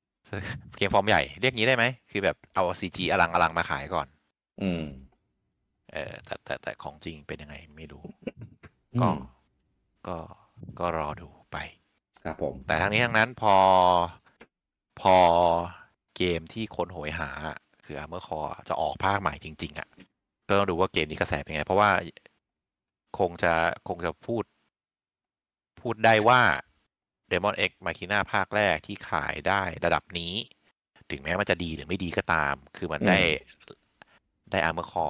B: เกมฟอร์มใหญ่ เรียกงี้ได้ไหม คือแบบเอาซีจีอลังอลังมาขายก่อน
A: อืม
B: เออแต่แต่แต่ของจริงเป็นยังไงไม่รู้ ก็
A: อืม
B: ก็ก็รอดูไป
A: ครับผม
B: แต่ทั้งนี้ทั้งนั้นพอพอเกมที่คนโหยหาอะคือ Armor Core อะจะออกภาคใหม่จริง ๆ อ่ะ ก็ต้องดูว่าเกมนี้กระแสเป็นไง เพราะว่าคงจะคงจะพูด พูดได้ว่า Demon X Machina ภาคแรกที่ขายได้ระดับนี้ ถึงแม้มันจะดีหรือไม่ดีก็ตาม คือมัน
A: อืม
B: ได้ได้อาร์เมอร์คอ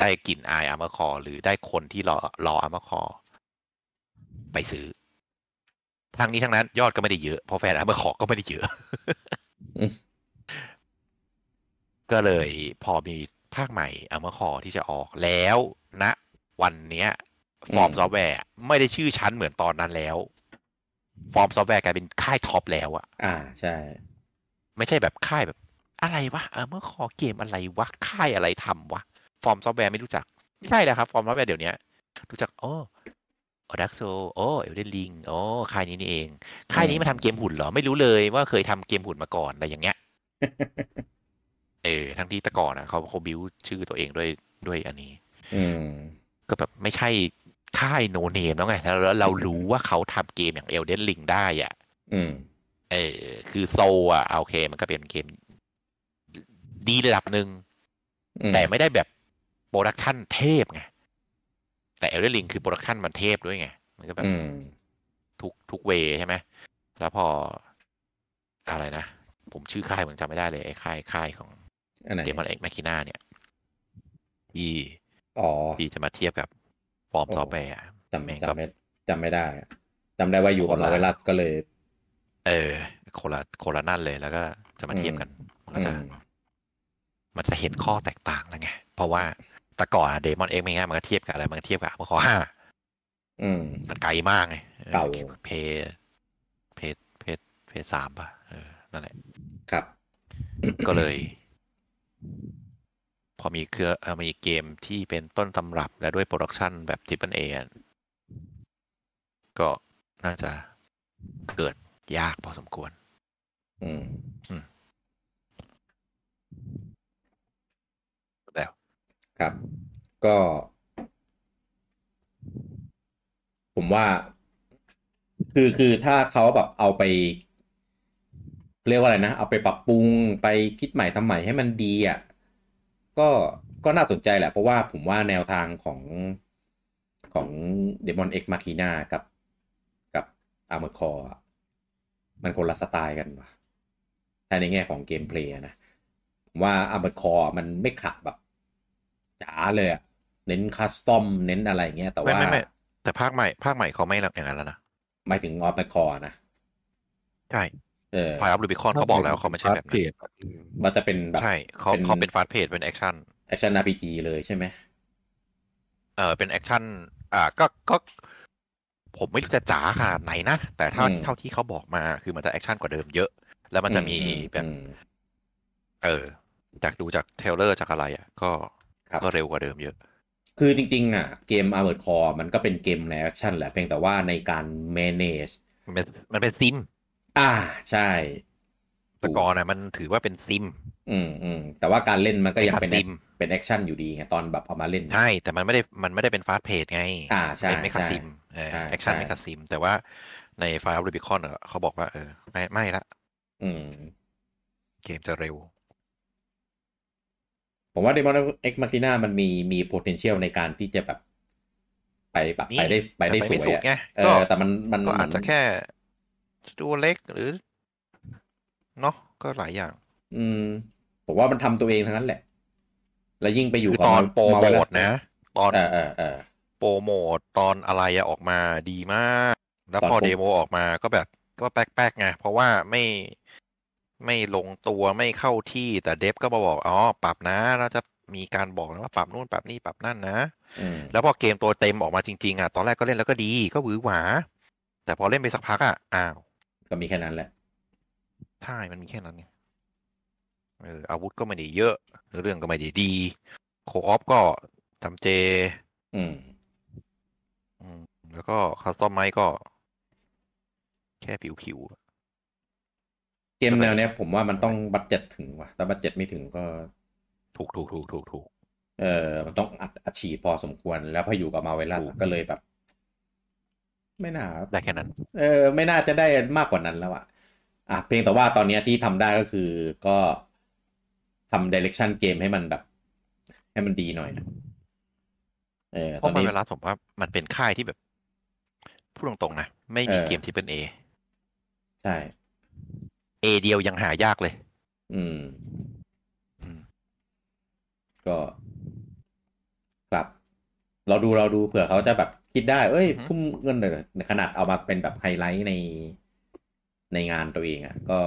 B: ได้กลิ่นอายอาร์เมอร์คอหรือได้คนที่รอรออาร์เมอร์คอไปซื้อ ทั้งนี้ทั้งนั้นยอดก็ไม่ได้เยอะเพราะแฟนอาร์เมอร์คอก็ไม่ได้เยอะ
A: อืม
B: ก็เลยพอมีภาคใหม่อาร์เมอร์คอที่จะออกแล้วณนะวันเนี้ย ฟอร์ม
A: อืม
B: ซอฟต์แวร์อะไม่ได้ชื่อชั้นเหมือนตอนนั้นแล้ว ฟอร์มซอฟต์แวร์กลายเป็นค่ายท็อปแล้วอะ
A: อ่าใช่
B: ไม่ใช่แบบค่ายแบบ อะไรวะเออเมื่อคอเกมอะไรวะค่ายอะไรทำวะ ฟอร์มซอฟต์แวร์ไม่รู้จัก ไม่ใช่แล้วครับ ฟอร์มซอฟต์แวร์เดี๋ยวเนี้ยรู้จักโอ้โอดักโซโอเอลเดนลิงโอ้ค่ายนี้นี่เอง ค่ายนี้มาทำเกมหุ่นเหรอ ไม่รู้เลยว่าเคยทำเกมหุ่นมาก่อนอะไรอย่างเงี้ย เออทั้งที่แต่ก่อนนะเขาเขาบิวชื่อตัวเองด้วยด้วยอันนี้
A: อืม
B: ก็แบบไม่ใช่ค่ายโนเนมแล้วไงแล้วแล้วเรารู้ว่าเขาทำเกมอย่างเอลเดนลิงได้อ่ะ
A: อืม
B: เออ คือโซอ่ะโอเค มันก็เป็นเกม ดีระดับหนึ่ง
A: อืม
B: แต่ไม่ได้แบบโปรดักชันเทพไง แต่เอลเดนลิงคือโปรดักชันมันเทพด้วยไง มันก็แบบ
A: อืม
B: ทุกทุกเวย์ใช่ไหม แล้วพอ อะไรนะ ผมชื่อค่ายผมจำไม่ได้เลย ไอ้ค่ายค่ายของ
A: อันไหน
B: เดมอนเอ็กแมคิน่าเนี่ยที่
A: อ๋อ
B: ที่จะมาเทียบกับฟอร์ม
A: โอ้
B: ซอฟต์แวร์อะ
A: จำ
B: แม่ง
A: จำ
B: ก็
A: ไม่จำไม่ได้อะจำได้ว่าอยู่กับ
B: คน
A: มา
B: ละ
A: เวลัสก็เลย
B: เออคนละคนละนั่นเลยแล้วก็จะมาเทียบกันมันก็
A: อื
B: จะ
A: ม
B: มันจะเห็นข้อแตกต่างแล้วไง เพราะว่าแต่ก่อนเดมอนเอ็กไม่ง่ายมันก็เทียบกับอะไรมันก็เทียบกับข้อห้า
A: อืม
B: มันไกลมากไงออ
A: เก่า
B: เพย์เพย์เพย์เพย์สามป่ะเออนั่นแหละ
A: ครับ
B: ก็เลย พอมีเครือเอ่อมีเกมที่เป็นต้นตำรับและด้วยโปรดักชันแบบทริปเปิลเอะก็น่าจะเกิดยากพอสมควร
A: อืม
B: แล้ว
A: ครับ ก็ ผมว่า คือคือถ้าเขาแบบเอาไปเรียกว่าอะไรนะ เอาไปปรับปรุงไปคิดใหม่ทำใหม่ให้มันดีอ่ะก็ก็น่าสนใจแหละ เพราะว่าผมว่าแนวทางของของ Demon X Machina กับกับ Armored Core อะมันคนละสไตล์กันว่ะถ้าในแง่ของเกมเพลย์อะนะ ผมว่า Armored Core มันไม่ขับแบบจ๋าเลยอะเน้นคัสตอมเน้นอะไรอย่างเงี้ยแต่
B: ไม่
A: ว่า
B: ไม่ไม่แต่ภาคใหม่ ภาคใหม่เขาไม่อย่างนั้นแล้วนะ
A: หมายถึงออฟแมคคอนะ
B: ใช่
A: เออ
B: พายอัพรูบิคอนเขาบอกแล้วเขาไม่ใช่แบบ
C: เปลี่
B: นั้น
C: ยนอะอืม
A: มันจะเป็นแบบ
B: ใช่เขาเขาเป็นฟาสเพจเป็นแอคชั่น
A: แอคชั่น RPG เลยใช่ไหม
B: เออเป็นแอคชั่น อ่าก็ก็ ผมไม่รู้จะจ๋าขนาดไหนนะ แต่เท่า
A: อืม
B: เท่าที่เขาบอกมาคือมันจะแอคชั่นกว่าเดิมเยอะ แล้วมันจะมี
A: อืมอืม
B: แบบ
A: อืม
B: เออ จากดูจากเทรลเลอร์จากอะไรอ่ะ ก็
A: ครับ
B: ก็เร็วกว่าเดิมเยอะ
A: คือจริง ๆ อ่ะ เกม a r m o r e d Core มันก็เป็นเกมแนวแอคชั่นแหละเพียงแต่ว่าในการ manage
B: มันเป็นมันเป็นซิม
A: อ่าใช่
B: แต่ก่อนนะมันถือว่าเป็นซิม
A: อืมอืมแต่ว่าการเล่นมันก็ยังเป็น
B: เป็นซิม
A: เป็นแอคชั่นอยู่ดีไงตอนแบบเอามาเล่น
B: ใช่ แต่มันไม่ได้มันไม่ได้เป็นฟาสเพจไง
A: อ่าใช่
B: เป็นไม่คา
A: ใช่
B: ซิมเออ
A: ใช่
B: แอคชั่น
A: ใช่
B: ไม่คาซิม แต่ว่าในไฟล์รูบิคอนเขาบอกว่าเออไม่ไม่ละ
A: อืม
B: เกมจะเร็ว
A: ผมว่า Demon X Machina มันมีมี potential ในการที่จะแบบ ไปแบบ
B: มี
A: ไปได้ไปได้
B: แต่
A: ส
B: ไปไม่
A: วย
B: สุด
A: อะ
B: ไง
A: เอ
B: ก็
A: อ แต่มันมัน
B: ก็อาจจะแค่ตัวเล็กหรือเนาะก็หลายอย่าง
A: อืม ผมว่ามันทำตัวเองทั้งนั้นแหละ แล้วยิ่งไปอยู่
B: คือ
A: กับ
B: ตอนโปรโม
A: Marvelous
B: ทนะ ตอน
A: เออเออเออ
B: โปรโมทตอนอะไรอะออกมาดีมาก แล้วพ
A: ตอ
B: อน
A: โปร
B: เดโมออกมาก็แบบก็แป๊กๆไงเพราะว่าไม่ไม่ลงตัวไม่เข้าที่แต่เดฟก็มาบอกอ๋อปรับนะเราจะมีการบอกนะว่าปรับนู่นปรับนี่ปรับนั่นนะ
A: อืม
B: แล้วพอเกมตัวเต็มออกมาจริง ๆอะตอนแรกก็เล่นแล้วก็ดีก็หวือหวา แต่พอเล่นไปสักพักอะอ้าว
A: ก็มีแค่นั้นแหละ
B: ใช่มันมีแค่นั้นไงเอออาวุธก็ไม่ได้เยอะ เรื่องก็ไม่ได้ดี โคออฟก็ทำเจ
A: อืม
B: อืม แล้วก็คัสตอมไมก็ แค่ผิวผิวๆอะ
A: เกมแนวเนี้ยผมว่ามันต้องบัตเจ็ตถึงว่ะ ถ้าบัตเจ็ตไม่ถึงก็
B: ถูกถูกถูกถูกถูก
A: เออมันต้องอัดอัดฉีดพอสมควร แล้วพออยู่กับมาเวลัสก็เลยแบบ ไม่น่า
B: ได้แค่นั้น
A: เออ ไม่น่าจะได้มากกว่านั้นแล้วอ่ะ อ่ะ เพียงแต่ว่าตอนเนี้ยที่ทำได้ก็คือก็ทำดิเรกชันเกมให้มันแบบ ให้มันดีหน่อยนะเออตอ
B: เพ
A: น
B: ราะมัน
A: นี้
B: เวลาผมว่ามันเป็นค่ายที่แบบ พูดตรงๆนะ ไม่มี
A: เออ
B: เกมที่เป็นเอ
A: ใช่
B: เอเดียวยังหายากเลย
A: อืม
B: อืม
A: ก็กลับ เราดูเราดูเผื่อเขาจะแบบคิดได้ เอ้ย
B: อือฮึ
A: ทุ่มเงินเลยขนาดเอามาเป็นแบบไฮไลท์ในในงานตัวเองอะ่ะ ก็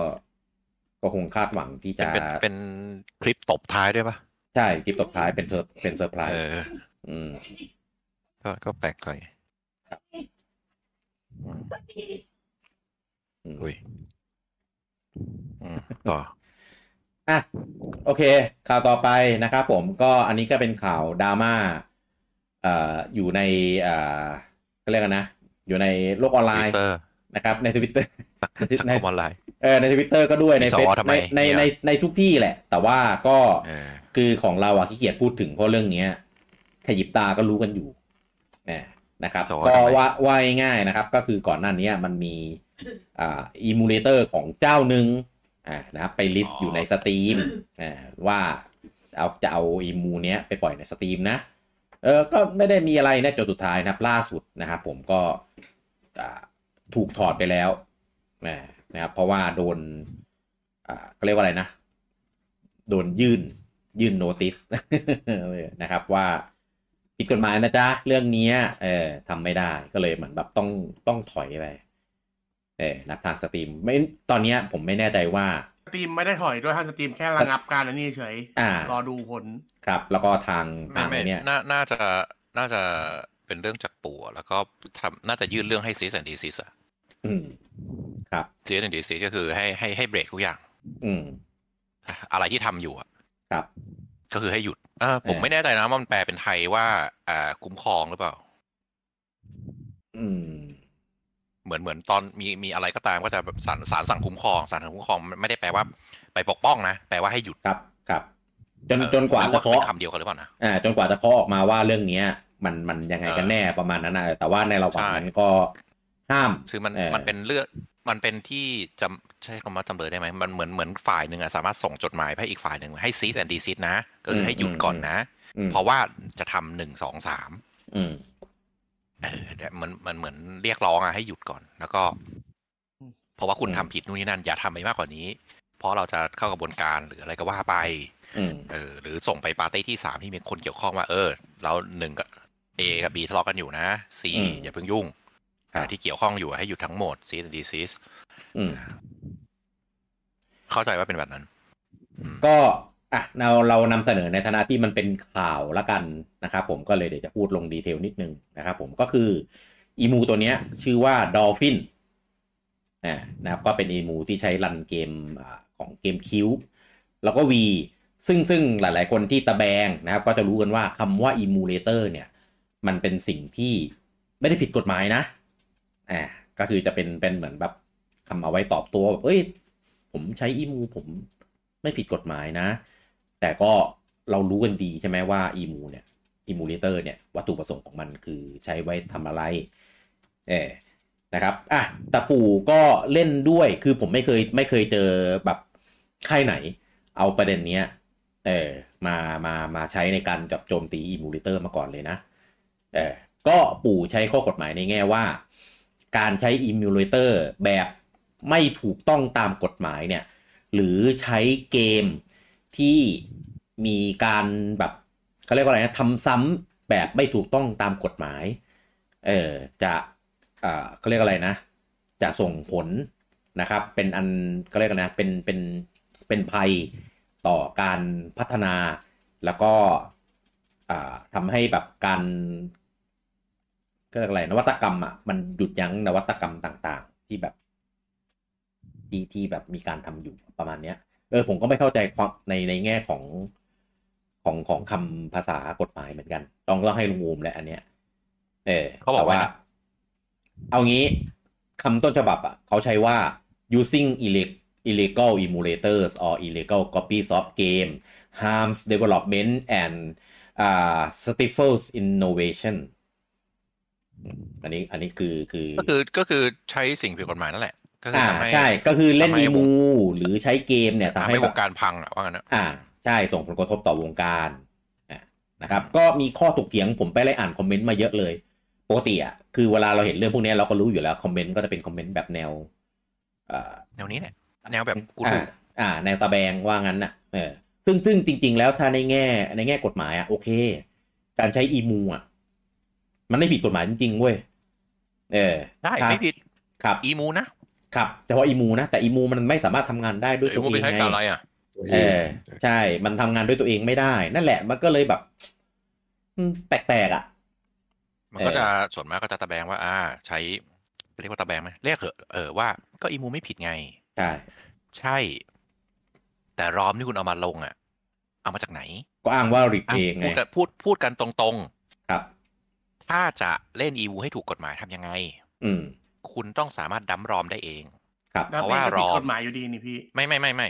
A: ก็คงคาดหวังที่
B: เป็น
A: จะ
B: เป็นเป็นคลิปตบท้ายด้วยปะ
A: ใช่คลิปตบท้ายเป็นเธอเป็นเซอร์ไพร
B: เอ
A: ส์
B: อ
A: อืม
B: ก็ก็แปลกใจ
A: ครับ
B: อืม
A: อืม
B: อุ้ยอืมต่อ
A: อ่ะโอเค ข่าวต่อไปนะครับผมก็อันนี้ก็เป็นข่าวดราม่าเอ่ออยู่ในเอ่อก็เรียกกันนะ อยู่ในโลกออนไลน์
B: Twitter
A: นะครับ ในทวิตเตอร์
B: สังคมออนไลน์
A: เออในทวิตเตอร์ก็ด้วยใน
B: มีสว
A: เฟซ
B: ทำไม
A: ในใน
B: เนี่ย
A: ในในทุกที่แหละ แต่ว่าก็
B: เออ
A: คือของเราอะขี้เกียจพูดถึงเพราะเรื่องเนี้ยขยิบตาก็รู้กันอยู่อ่านะครับ
B: สว
A: ก็
B: ทำไม
A: ว่าว่าง่ายๆนะครับ ก็คือก่อนหน้านี้มันมีอ่าอีมูเลเตอร์ของเจ้าหนึ่งอ่านะครับไปลิสต์อยู่ในสตรีมอ่าว่าเอาจะเอาอีมูเนี้ยไปปล่อยในสตรีมนะ เออก็ไม่ได้มีอะไรนะจนสุดท้ายนะครับล่าสุดนะครับผมก็อ่าถูกถอดไปแล้วนะนะครับเพราะว่าโดนอ่าก็เรียกว่าอะไรนะ โดนยื่นยื่นโนติส นะครับว่าผิดกฎหมายนะจ๊ะ เรื่องเนี้ยเออทำไม่ได้ก็เลยเหมือนแบบต้องต้องถอยไปเออนับทางสตรีมไม่ตอนเนี้ยผมไม่แน่ใจว่า
D: สตรีมไม่ได้ถอยด้วยห้ามสตรีมแค่ระงับการอันนี้เฉย
A: อ่า
D: รอดูผล
A: ครับ แล้วก็ทางทาง
B: ไม่
A: เนี่ย
B: น่าน่าจะน่าจะเป็นเรื่องจากปู่อะแล้วก็ทำน่าจะยื่นเรื่องให้ซีสันดีซีสอะ
A: อืม ครับ
B: ซีสันดีซีก็คือให้ให้ให้เบรกทุกอย่าง
A: อืม
B: อะไรที่ทำอยู่อะ
A: ครับ
B: ก็คือให้หยุดเออผม
A: เออ
B: ไม่แน่ใจนะว่ามันแปลเป็นไทยว่าอ่าคุ้มครองหรือเปล่า
A: อืม
B: เหมือนเหมือนตอนมีมีอะไรก็ตามก็จะแบบสารสารสั่งคุ้มครองสารสั่งคุ้มครองไม่ได้แปลว่าไปปกป้องนะแปลว่าให้หยุด
A: ครับครับจน
B: เออ
A: จนกว่า
B: ไม่รู้
A: จะ
B: ว่าเป็น
A: เคาะ
B: คำเดียวกันหรือเปล่านะ
A: อ่าจนกว่าจะเคาะออกมาว่าเรื่องเนี้ย มันมันยังไงกันแน่ประมาณนั้นนะเออแต่ว่าในระหว่างนั้นก็ห้าม
B: คือมัน
A: เออ
B: มันเป็นเลือกมันเป็นที่จำใช้คำว่าจำเลยได้ไหมมันเหมือนเหมือนฝ่ายหนึ่งอะสามารถส่งจดหมายไปให้อีกฝ่ายหนึ่งให้ซีสแอนดีซีนะก็คือให้หยุดก่อนนะ
A: อืม
B: เพราะว่าจะทำหนึ่งสองสาม
A: อืม
B: เออแต่มันมันเหมือนเรียกร้องอะให้หยุดก่อน แล้วก็
D: อืม
B: เพราะว่าคุณ
A: อืม
B: ทำผิดนู่นนี่นั่น อย่าทำไปมากกว่านี้ เพราะเราจะเข้ากระบวนการหรืออะไรก็ว่าไป
A: อืม
B: เออหรือส่งไปปาร์ตี้ที่สามที่มีคนเกี่ยวข้องว่า เออ เราหนึ่งกับเอกับบีทะเลาะกันอยู่นะซีอย่าเพิ่งยุ่งอ่าที่เกี่ยวข้องอยู่ให้หยุดทั้งหมดซีดีซี
A: อืม
B: เข้าใจว่าเป็นแบบนั้นอืม
A: ก็อ่ะเราเรานำเสนอในฐานะที่มันเป็นข่าวละกันนะครับผมก็เลยเดี๋ยวจะพูดลงดีเทลนิดนึงนะครับผมก็คืออีมูตัวเนี้ยชื่อว่าดอลฟินอ่านะครับก็เป็นอีมูที่ใช้รันเกมอ่าของเกมคิวบ์แล้วก็วีซึ่งซึ่งหลาย ๆ คนที่ตะแบงนะครับก็จะรู้กันว่าคำว่าอีมูเลเตอร์เนี่ย มันเป็นสิ่งที่ไม่ได้ผิดกฎหมายนะ อ่า ก็คือจะเป็นเป็นเหมือนแบบคำเอาไว้ตอบตัวแบบเอ้ย ผมใช้อีมูผมไม่ผิดกฎหมายนะ แต่ก็เรารู้กันดีใช่ไหมว่าอีมูเนี่ยอีมูเลเตอร์เนี่ยวัตถุประสงค์ของมันคือใช้ไว้ทำอะไร เออนะครับ อ่ะตะปู่ก็เล่นด้วย คือผมไม่เคยไม่เคยเจอแบบค่ายไหน เอาประเด็นเนี้ย เออมามามาใช้ในการจับโจมตีอีมูเลเตอร์มาก่อนเลยนะ เออก็ปู่ใช้ข้อกฎหมายในแง่ว่า การใช้อีมูเลเตอร์แบบไม่ถูกต้องตามกฎหมายเนี่ย หรือใช้เกมที่มีการแบบเขาเรียกว่าอะไรนะทำซ้ำแบบไม่ถูกต้องตามกฎหมาย เออจะเอ่อเขาเรียกอะไรนะ จะส่งผลนะครับ เป็นอันเขาเรียกอะไรนะเป็นเป็นเป็นภัยต่อการพัฒนาแล้วก็อ่าทำให้แบบการก็เรียกอะไรนวัตกรรมอ่ะมันหยุดยั้งนวัตกรรมต่างๆ ที่แบบ ที่ที่แบบมีการทำอยู่ประมาณเนี้ย เออผมก็ไม่เข้าใจความในในแง่ของของของคำภาษากฎหมายเหมือนกัน ต้องต้องให้ลุงอูมแหละอันเนี้ย เออ
B: เขาบอกว่า
A: แต่เอางี้คำต้นฉบับอ่ะเขาใช้ว่า using ille- illegal emulators or illegal copies of game harms development and uh, stifles innovation อันนี้อันนี้คือคือ
B: ก็คือก็คือใช้สิ่งผิดกฎหมายนั่นแหละ ก็คื
A: อ่า
B: ทำให้
A: ใช่ก็คือเล่น
B: ทำให้
A: อีมูหรือใช้เกมเนี่ยทำ
B: ทำ
A: ให้
B: ให้
A: แบ
B: ว
A: บ
B: งการพังอะว่างั้นนะ
A: อ่า ใช่ส่งผลกระทบต่อวงการอ่ะนะครับ ก็มีข้อถกเถียงผมไปไล่อ่านคอมเมนต์มาเยอะเลยปกติอ่ะคือเวลาเราเห็นเรื่องพวกเนี้ยเราก็รู้อยู่แล้วคอมเมนต์ก็จะเป็นคอมเมนต์แบบแนวเอ่อ
B: แนวนี้แหละ แนวแบบกู
A: อ่า
B: รู
A: อ่าแนวตะแบงว่างั้นน่ะเออซึ่งซึ่งจริง ๆ แล้วถ้าในแง่ในแง่กฎหมายอะโอเค การใช้อีมูอะมันไม่ผิดกฎหมายจริงๆเว้ยเออ
B: ได้
A: ถ้า
B: ไม่ผิด
A: ครับ
B: อีมูนะครับ
A: เฉพาะอีมูนะแต่อีมูมันไม่สามารถทำงานได้ด้วย
B: อี
A: ตัว
B: มู
A: เอ
B: ไป
A: ง
B: ใช้
A: ไง
B: กับอะไรอ่ะ
C: ตัว
A: เอ
C: เอ
A: อ
C: ง
A: ใช่ มันทำงานด้วยตัวเองไม่ได้ นั่นแหละ มันก็เลยแบบอืมแปลกๆอ่ะ
B: มันก็
A: เออ
B: จะส่วนมากก็จะตะแบงว่า อ่า ใช้เรียกว่าตะแบงไหมเรียกเหอะเออว่าก็อีมูไม่ผิดไง
A: ใช่
B: ใช่ แต่รอมที่คุณเอามาลงอ่ะ เอามาจากไหน
A: ก็อ้างว่าริบ
B: อ่ะ
A: เองไง
B: พูดกันพูดพูดกันตรง
A: ครับ
B: ๆ ถ้าจะเล่นอีมูให้ถูกกฎหมายทำยังไง
A: อืม
B: คุณต้องสามารถดัมรอมได้เอง
A: ครับ
D: แล้ว
B: เพราะ
D: เป็น
B: ว่า
D: ก็ผิ
B: ร
D: ด
B: อ
D: กฎหมายอยู่ดีนี่พี่
B: ไม่ไม่ไม่ไม่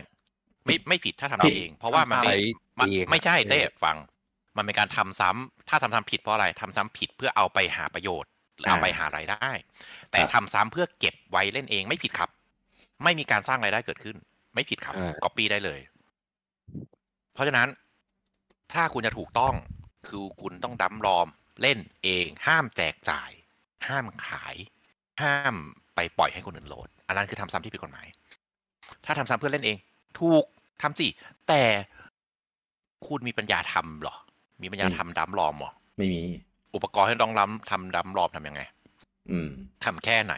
B: ไม่ไม่ผิดถ้าทำ
A: ผิ
B: ได้
A: ด
B: เอง เพราะว่ามัน
D: ทำซ้ำ
B: ไม่
C: ใช้
B: มัน
C: เอง
B: ไม่ใช่เต้
C: ออ
B: ฟัง มันเป็นการทำซ้ำถ้าทำทำผิดเพราะอะไรทำซ้ำผิดเพื่อเอาไปหาประโยชน์หรือเอาไปหารายได้ แต่
A: ครับ
B: ทำซ้ำเพื่อเก็บไว้เล่นเองไม่ผิดครับ ไม่มีการสร้างรายได้เกิดขึ้น ไม่ผิดครับ
C: เออ
B: ก๊อปปี้ได้เลย เพราะฉะนั้น ถ้าคุณจะถูกต้องคือคุณต้องดั้มรอมเล่นเอง ห้ามแจกจ่าย ห้ามขาย ห้ามไปปล่อยให้คนอื่นโหลด อันนั้นคือทำซ้ำที่ผิดกฎหมาย ถ้าทำซ้ำเพื่อเล่นเอง ถูกทำสิ แต่คุณมีปัญญาทำเหรอ มีปัญญาทำดั้มรอมเหรอ
A: ไม่มี
B: อุปกรณ์ให้ต้องล้ำทำดั้มรอมทำยังไง
A: อืม
B: ทำแค่ไหน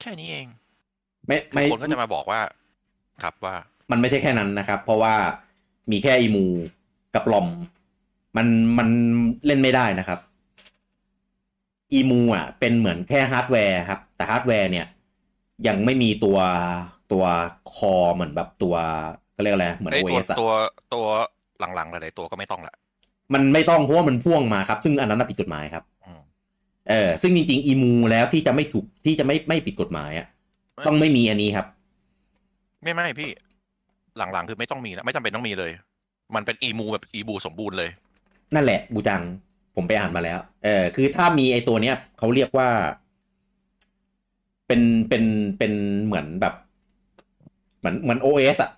B: แค่นี้เอง
A: ไม่ไม่
B: คนก็จะมาบอกว่า ครับว่า
A: มันไม่ใช่แค่นั้นนะครับ เพราะว่ามีแค่อีมูกับลอม มันมันเล่นไม่ได้นะครับ อีมูอ่ะ เป็นเหมือนแค่ฮาร์ดแวร์ครับ แต่ฮาร์ดแวร์เนี่ย ยังไม่มีตัวตัวคอเหมือนแบบตัวก็เรียกอะไรเหมือน
B: ไอ้ตัว
A: OS อะ
B: ตัวตัวหลังๆหลายๆตัวก็ไม่ต้องละ
A: มันไม่ต้องเพราะว่ามันพ่วงมาครับ ซึ่งอันนั้นนะผิดกฎหมายครับ
B: อืม
A: เออซึ่งจริงๆ อีมูแล้วที่จะไม่ถูกที่จะไม่ไม่ผิดกฎหมายอะต้องไม่มีอันนี้ครับ
B: ไม่ไม่พี่ หลังๆคือไม่ต้องมีแล้วไม่จำเป็นต้องมีเลย มันเป็นอีมูแบบอีบูสมบูรณ์เลย
A: นั่นแหละบูจังผมไปอ่านมาแล้ว เออคือถ้ามีไอตัวเนี้ยเขาเรียกว่า เป็นเป็นเป็นเหมือนแบบ เหมือนเหมือนโอเอสอะ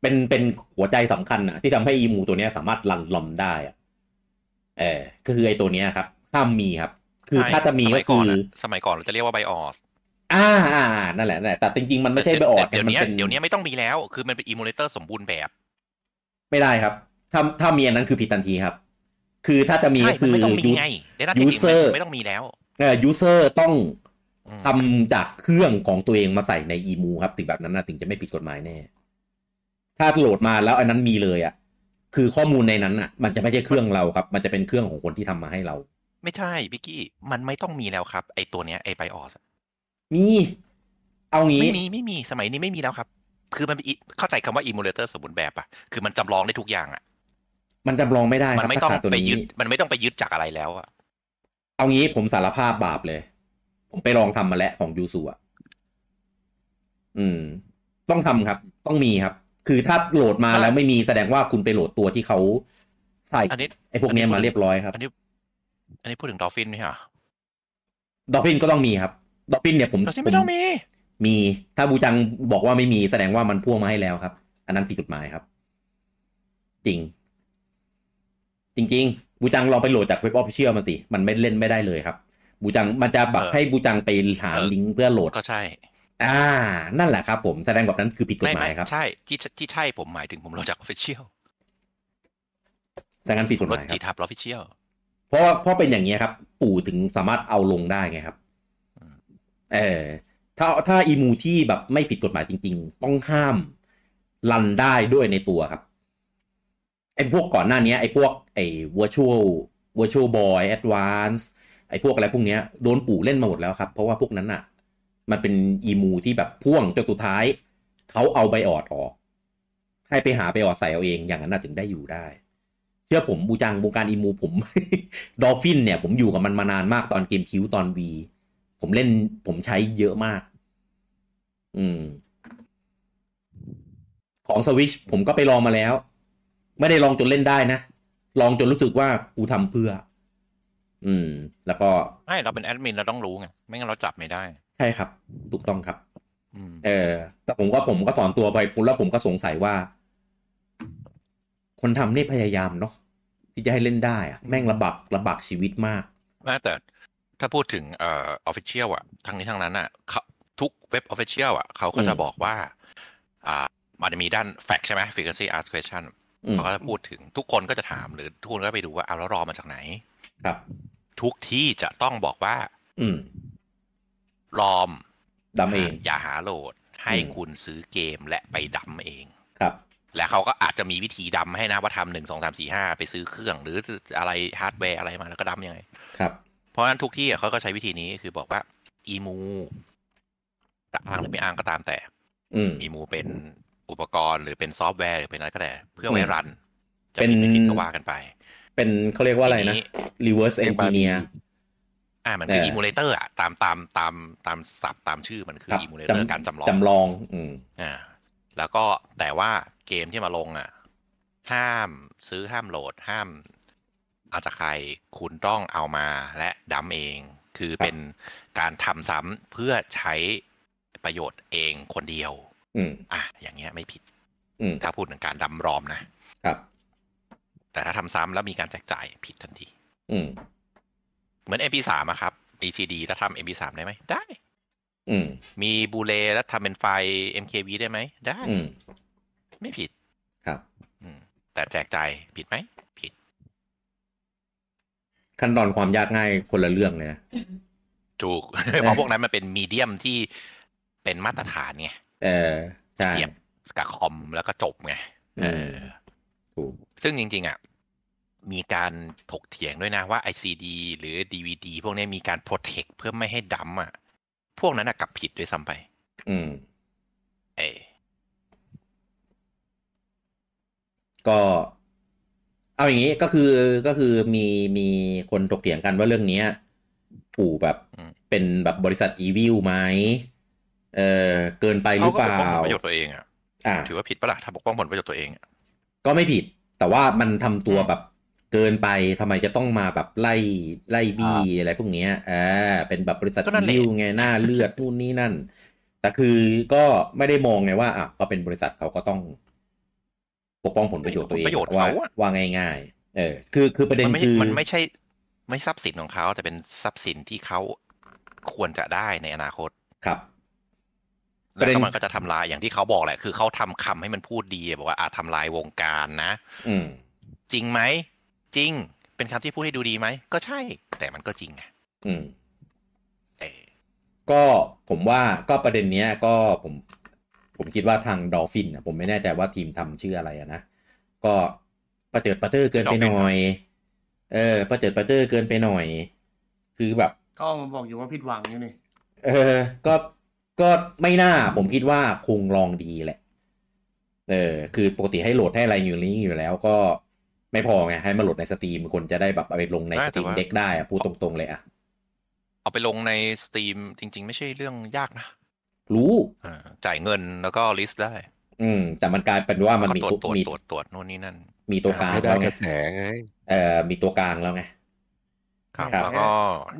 A: เป็นเป็นหัวใจสำคัญอะที่ทำให้อีมูตัวเนี้ยสามารถรันลอมได้อะเออก็คือไอตัวเนี้ยครับห้ามมีครับ คือ
B: ใช่
A: ถ้าจะมี
B: ส
A: ก็
B: ย
A: คื
B: น
A: อ
B: น่ะสมัยก่อนเราจะเรียกว่าไบออส
A: อ่าอ่าอ่านั่นแหละนั่นแหละแต่จริงๆ มันไม่ใช่ไปออด
B: เดี๋ยว
A: มั
B: นี้
A: ป็
B: เดี๋ยวนี้ไม่ต้องมีแล้ว คือมันเป็นอีมูเลเตอร์สมบูรณ์แบบ
A: ไม่ได้ครับ ถ้าถ้ามีอันนั้นคือผิดทันทีครับ คือถ้าจะมี
B: ใช่
A: ก็
B: มั
A: คือ
B: นไม่ต้องมีไงเดต้าเทคนิค
A: user
B: ไม่ต้องมีแล้ว
A: เอ่อยูเซอร์ต้อง
B: อืม
A: ทำจากเครื่องของตัวเองมาใส่ในอีมูครับ ถึงแบบนั้นนะถึงจะไม่ผิดกฎหมายแน่ ถ้าโหลดมาแล้วอันนั้นมีเลยอ่ะ คือข้อมูลในนั้นอ่ะ มันจะไม่ใช่เครื่องเราครับ มันจะเป็นเครื่องของคนที่ทำมาให้เรา
B: ไม่ใช่พี่กี้มันไม่ต้องมีแล้วครับ ไอตัวเนี้ยไอไบออส
A: มี เอางี้
B: ไม่มีไม่มีสมัยนี้ไม่มีแล้วครับ คือมันเป็นอีเข้าใจคำว่าอีมูเลเตอร์สมบูรณ์แบบอะคือมันจำลองได้ทุกอย่างอะ
A: มันจำลองไม่ได้
B: มัน
A: ครับ
B: ไม่
A: ถ้า
B: ต้อง
A: ขาดตัว
B: ไป
A: นี้
B: ยึด มันไม่ต้องไปยึดจากอะไรแล้วอะ
A: เอางี้ผมสารภาพบาปเลย ผมไปลองทำมาแล้วของยูซูอ่ะ อืม ต้องทำครับ ต้องมีครับ คือถ้าโหลดมาแล้วไม่มีแสดงว่าคุณไปโหลดตัวที่เขาใส่
B: อันนี้
A: ไอ้พวกเนี้ย
B: อันนี้
A: มาเรียบร้อยครับ
B: อันนี้ อันนี้พูดถึงดอฟฟินไหมฮะ
A: ดอฟฟินก็ต้องมีครับดอฟฟินเนี่ยผม
B: ดอฟฟินไม่ต้อง
A: ผ
B: มี
A: มี ถ้าบูจังบอกว่าไม่มีแสดงว่ามันพ่วงมาให้แล้วครับ อันนั้นผิดกฎหมายครับ จริง จริง ๆ บูจังลองไปโหลดจากเว็บออฟฟิเชียลมันสิ มันไม่เล่นไม่ได้เลยครับ บูจังมันจะแบบ
B: เออ
A: ให้บูจังไปหา
B: เออ
A: ลิงก์เพื่อโหลด
B: ก็ใช่
A: อ่า นั่นแหละครับผม แสดงแบบนั้นคือผิดกฎ
B: ไม่
A: หมายครับ
B: ใช่ที่ที่ใช่ผมหมายถึงผมโหลดจากออฟฟิเชียล
A: แสดงนั้นผิดกฎ
B: โหล
A: ห
B: ด
A: มายค
B: จี
A: รับ
B: ทับออฟฟิเชียล
A: เพราะว่าเพราะเป็นอย่างนี้ยครับ ปู่ถึงสามารถเอาลงได้ไงครับ
B: อืม
A: เออ ถ้าถ้าอีมูที่แบบไม่ผิดกฎหมายจริง ๆ ต้องห้ามรันได้ด้วยในตัวครับ ไอ้พวกก่อนหน้านี้ไอ้พวกไอ้ virtual virtual boy advance ไอ้พวกอะไรพวกเนี้ยโดนปู่เล่นมาหมดแล้วครับ เพราะว่าพวกนั้นอ่ะ มันเป็นอีมูที่แบบพ่วงจนสุดท้าย เขาเอาใบออดออก ให้ไปหาใบออดใส่เอาเองอย่างนั้นน่ะถึงได้อยู่ได้ เชื่อผมบูจังวงการอีมูผม ดอฟฟินเนี่ย ผมอยู่กับมันมานานมากตอนเกมคิวตอนวีผมเล่นผมใช้เยอะมาก อืม ของสวิชผมก็ไปลองมาแล้ว ไม่ได้ลองจนเล่นได้นะ ลองจนรู้สึกว่ากูทำเพื่อ อืม แล้วก็
B: ไม่เราเป็นแอดมินเราต้องรู้ไง ไม่งั้นเราจับไม่ได้
A: ใช่ครับถูกต้องครับ
B: อืม
A: เออแต่ผมก็ผมก็ถอนตัวไปปุ๊บแล้วผมก็สงสัยว่า คนทำนี่พยายามเนาะที่จะให้เล่นได้อะแม่งระบักระบักชีวิตมาก
B: แม้แต่ถ้าพูดถึงเอ่อออฟฟิเชียลอะทั้งนี้ทั้งนั้นอะเขา ทุกเว็บออฟฟิเชียลอ่ะเขาก็จะ
A: อืม
B: บอกว่า อ่า มันจะมีด้านแฟกใช่ไหม frequency asked question
A: อืม
B: เขาก็จะพูดถึงทุกคนก็จะถามหรือทุกคนก็ไปดูว่าเอาแล้วรอมาจากไหน
A: ครับ
B: ทุกที่จะต้องบอกว่า
A: อืม
B: รอม
A: ดำเอง
B: อย่าหาโหลดให้
A: อืม
B: คุณซื้อเกมและไปดำเอง
A: ครับ
B: และเขาก็อาจจะมีวิธีดำให้นะว่าทำหนึ่งสองสามสี่ห้าไปซื้อเครื่อง หรืออะไรฮาร์ดแวร์อะไรมาแล้วก็ดำยังไง
A: ครับ
B: เพราะฉะนั้นทุกที่อะเขาก็ใช้วิธีนี้คือบอกว่าอีมูจะอ้างหรือไม่อ้างก็ตามแต่
A: อืม
B: อีมูเป็นอุปกรณ์หรือเป็นซอฟต์แวร์หรือเป็นอะไรก็แต่เพื่อ
A: อืม
B: ไว้รัน จะ
A: เป็น
B: ผิดไม่ผิดก็ว่ากันไป
A: เป็นเขาเรียกว่าอะไร
B: ที
A: นะ
B: นี้
A: reverse
C: เป็นบาร์บี้
A: engineer
B: อ่ามันคือ
A: เออ
B: อีมูเลเตอร์อะตามตามตามตามศัพท์ตามชื่อมันคือ
A: ครับ
B: อีมูเลเตอร์การจำลอง
A: จำลอง อืม
B: อ่าแล้วก็แต่ว่าเกมที่มาลงอ่ะ ห้ามซื้อห้ามโหลดห้ามเอาจากใครคุณต้องเอามาและดัมเอง คือ
A: ครับ
B: เป็นการทำซ้ำเพื่อใช้ประโยชน์เองคนเดียว
A: อืม
B: อ่ะอย่างเงี้ยไม่ผิด
A: อืม
B: ถ้าพูดถึงการดัมรอมนะ
A: ครับ
B: แต่ถ้าทำซ้ำแล้วมีการแจกจ่ายผิดทันที
A: อืม
B: เหมือน MP3 อะครับมี CD แล้วทำ MP3 ได้ไหมได้
A: อืม
B: มีบูเลแล้วทำเป็นไฟล์ MKV ได้ไหมได้
A: อืม
B: ไม่ผิด
A: ครับ
B: อืมแต่แจกจ่ายผิดไหมผิด
A: ขั้นตอนความยากง่ายคนละเรื่องเลยนะ
B: ถูก เพราะพวกนั้นมันเป็นมีเดียมที่เป็นมาตรฐานไง
A: เออ ใช่
B: เทียบ กับคอมแล้วก็จบไง
A: อืม
B: เออ
A: ถูก
B: ซึ่งจริง ๆ อ่ะ มีการถกเถียงด้วยนะว่า ICD หรือ DVD พวกเนี้ยมีการโปรเทคเพื่อไม่ให้ดัมอ่ะ พวกนั้นอะกลับผิดด้วยซ้ำไป
A: อืม
B: เออ
A: ก็ เอาอย่างนี้ก็คือก็คือมีมีคนถกเถียงกันว่าเรื่องเนี้ยปู่แบบเป็นแบบบริษัทอีวิลไหมเออเกินไปห
B: เขา
A: รือ
B: ก็
A: เป
B: ปก
A: ล่า
B: ป้องผลประโยชน์ตัวเอง อ่ะ
A: อ่ะ
B: ถือว่าผิดปะล่ะถ้าปกป้องผลประโยชน์ตัวเองอะ
A: ก็ไม่ผิด แต่ว่ามันทำตัว
B: อืม
A: แบบเกินไปทำไมจะต้องมาแบบไล่ไล่บี้อะไรพวกเนี้ยเออเป็นแบบบริษัทอีวิลไงหน้าเลือดนู่นนี่นั่น แต่คือก็ไม่ได้มองไงว่าอ่ะก็เป็นบริษัทเขาก็ต้อง ปกป้องผลประโยชน์ตัวเอง
B: ผลประโยชน์
A: ว่า
B: เขาอะ
A: ว่าง่าย ๆ เออ คือคือประเด็
B: มัน นไม่
A: คือ
B: มันไม่ใช่ ไม่ทรัพย์สินของเขาแต่เป็นทรัพย์สินที่เขาควรจะได้ในอนาคต
A: ครับ ป
B: แล้
A: ระ
B: ว
A: เด็น
B: ก็มันก็จะทำลายอย่างที่เขาบอกแหละ คือเขาทำคำให้มันพูดดีบอกว่าอาจทำลายวงการนะ
A: อืม
B: จริงไหม จริง เป็นคำที่พูดให้ดูดีไหม ก็ใช่ แต่มันก็จริงไง
A: อืม
B: เออ
A: ก็ผมว่าก็ประเด็นเนี้ยก็ผม ผมคิดว่าทางดอลฟินอ่ะผมไม่แน่ใจว่าทีมทำชื่ออะไรอะนะ ก็ประเจิดประเจอเกินไปหน่อย เออ ประเจิดประเจอเกินไปหน่อย คือแบบ
D: ก็ออกมาบอกอยู่ว่าผิดหวังอยู่นี่
A: เออ ก็ ก็ไม่น่า ผมคิดว่าคงลองดีแหละ เออ คือปกติให้โหลดให้อะไรอยู่นี้อยู่แล้วก็ไม่พอไง ให้มาโหลดในสตรีมคนจะได้แบบเอาไปลงในสตรีมเด็กได้อะพูดตรงๆเลยอะ
B: เอาไปลงในสตรีมจริง ๆ ไม่ใช่เรื่องยากนะ
A: รู้
B: เออจ่ายเงินแล้วก็ลิสต์ได้
A: อืม แต่มันกลายเป็นว่ามันมี
B: ก็
A: ตัว
B: ตรวจ
A: มี
B: ตรวจตรวจตรวจนู่นนี่นั่น
A: มีตัวกลาง
C: ให้ได้
A: แล้ว
C: ก
A: ไง
C: ระแสไง
A: เอ่อมีตัวกลางแล้วไง
B: ครับ
A: ครับ
B: แล้วก็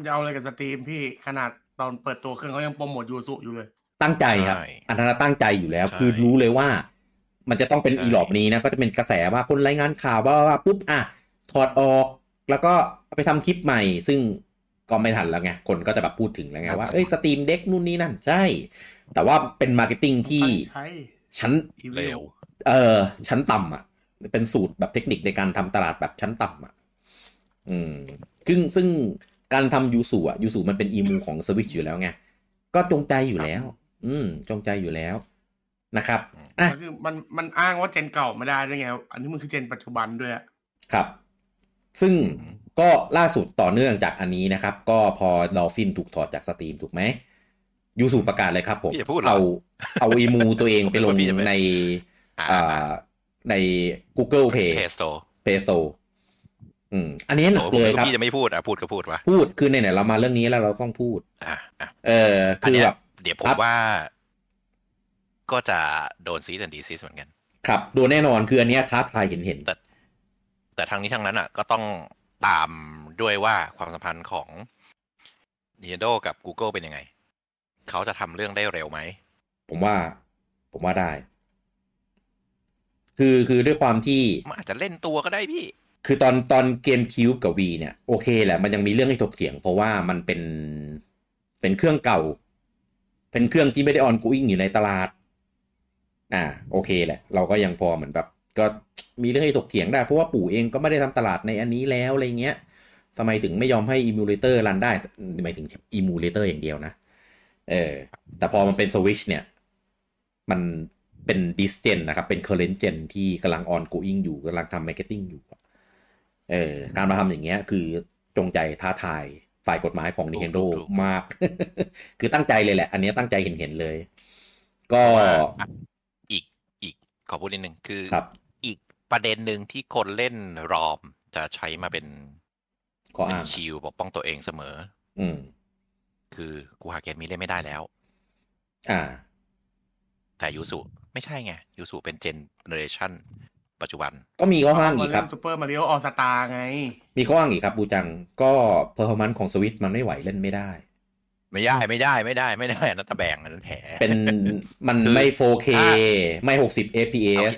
D: จะเอาอะไรกับสตรีมพี่ขนาดตอนเปิดตัวเครื่องเขายังโปรโมทยูสุอยู่เลย
A: ตั้งใจครับ
B: ใช่
A: อันนั้นตั้งใจอยู่แล้ว
B: ใช่
A: คือรู้เลยว่า มันจะต้องเป็น
B: ใช่
A: อีหลอบนี้นะ ก็จะเป็นกระแสว่าคนรายงานข่าวว่าว่าปุ๊บอ่ะถอดออก แล้วก็เอาไปทำคลิปใหม่ ซึ่งก็ไม่ทันแล้วไง คนก็จะแบบพูดถึงแล้วไง
C: ครับ
A: ว่าเอ้ยสตรีมเด็กนู่นนี่นั่น ใช่ แต่ว่าเป็นมาร์เก็ตติ้งที่
D: ใช้
A: ชั้น
D: อี
B: เร็
D: วิล
B: ว
A: เออชั้นต่ำอ่ะ เป็นสูตรแบบเทคนิคในการทำตลาดแบบชั้นต่ำอ่ะ อืมซึ่งซึ่งการทำยูสูอ่ะยูสูมันเป็นอีมูของสวิตอยู่แล้วไง ก็จงใจอยู่แล้ว อืม จงใจอยู่แล้วนะครับ อ่ะ
D: ก็คือมันมันอ้างว่าเจนเก่าไม่ได้ด้วยไง อันนี้มันคือเจนปัจจุบันด้วยอะ
A: ครับ ซึ่ง
B: อืม
A: ก็ล่าสุดต่อเนื่องจากอันนี้นะครับ ก็พอดอลฟินถูกถอดจากสตรีมถูกไหมยูสูประกาศเลยครับผม
B: พี่จะพูดเหรอ
A: เอาเอาอีมูตัวเอง
B: ผม
A: ไป
B: นึก
A: ลง
B: ว่าพี่จะไม่
A: ใน
B: อ่า
A: อ่าใน Google Play
B: เพจโต
A: เพสโตอืม อันนี้หนัก
B: โอ้
A: เลย
B: ย
A: ครับ
B: พี่จะไม่พูดอ่ะพูดก็พูดวะ
A: พูด คือไหนๆเรามาเรื่องนี้แล้วเราต้องพูด
B: อ่ะอ่ะ
A: เออ
B: อัน
A: คือ
B: เนี้ย
A: แบบ
B: เดี๋ยวผ
A: ค
B: ม
A: รับ
B: ว่าก็จะโดนซีสันดีซีสเหมือนกัน
A: ครับโดนแน่นอน คืออันเนี้ยท้าทายเห็นเห็นๆ
B: แต่ แต่ทางนี้ทางนั้นอ่ะ ก็ต้องตามด้วยว่าความสัมพันธ์ของ Nintendo กับ Google เป็นยังไง เขาจะทำเรื่องได้เร็วไหม
A: ผมว่า ผมว่าได้ คือคือด้วยความที่
B: มันอาจจะเล่นตัวก็ได้พี่
A: คือตอนตอนเกมคิวกับวีเนี่ย โอเคแหละ มันยังมีเรื่องให้ถกเถียง เพราะว่ามันเป็นเป็นเครื่องเก่า เป็นเครื่องที่ไม่ได้ออนกูอิงอยู่ในตลาด อ่า โอเคแหละ เราก็ยังพอเหมือนแบบ ก็มีเรื่องให้ถกเถียงได้ เพราะว่าปู่เองก็ไม่ได้ทำตลาดในอันนี้แล้วอะไรเงี้ยทำไมถึงไม่ยอมให้อิมูเลเตอร์รันได้หมายถึงอิมูเลเตอร์อย่างเดียวนะ เออ แต่พอมันเป็นสวิชเนี่ย มันเป็นดิสเจนนะครับ เป็นเคอร์เรนเจนที่กำลังออนกูอิงอยู่กำลังทำมาร์เก็ตติ้งอยู่อะเออ การมาทำอย่างเงี้ย คือจงใจท้าทายฝ่ายกฎหมายของ Nintendo
B: ถูกๆ
A: มาก คือตั้งใจเลยแหละ อันเนี้ยตั้งใจเห็นๆเลย ก็
B: อีกอีกขอพูดนิดนึงคือ
A: ครับ
B: อีกประเด็นหนึ่งที่คนเล่นรอมจะใช้มาเป็น
A: ขอ
B: เป็น
A: อ้าง
B: ชิลปกป้องตัวเองเสมอ
A: อืม
B: คือกูหาเกมมีเล่นไม่ได้แล้ว
A: อ่า
B: แต่ยูสุไม่ใช่ไงยูสุเป็นเจนเนอเรชันปัจจุบัน
A: ก็มีข้ออ้างอีกครับ
D: ซูเปอร์มาริโอออสตาไง
A: มีข้ออ้างอีกครับบูจัง ก็เพอร์ฟอร์แมนซ์ของสวิตมันไม่ไหวเล่นไม่ได้
B: ไม่ได้ไม่ได้ไม่ได้ไม่ได้อันนั้นตะแบงอันนั้นแถ
A: เป็นมัน
B: คือ
A: ไม่ 4K
B: ถ้
A: ไม่ 60
B: เอา
A: fps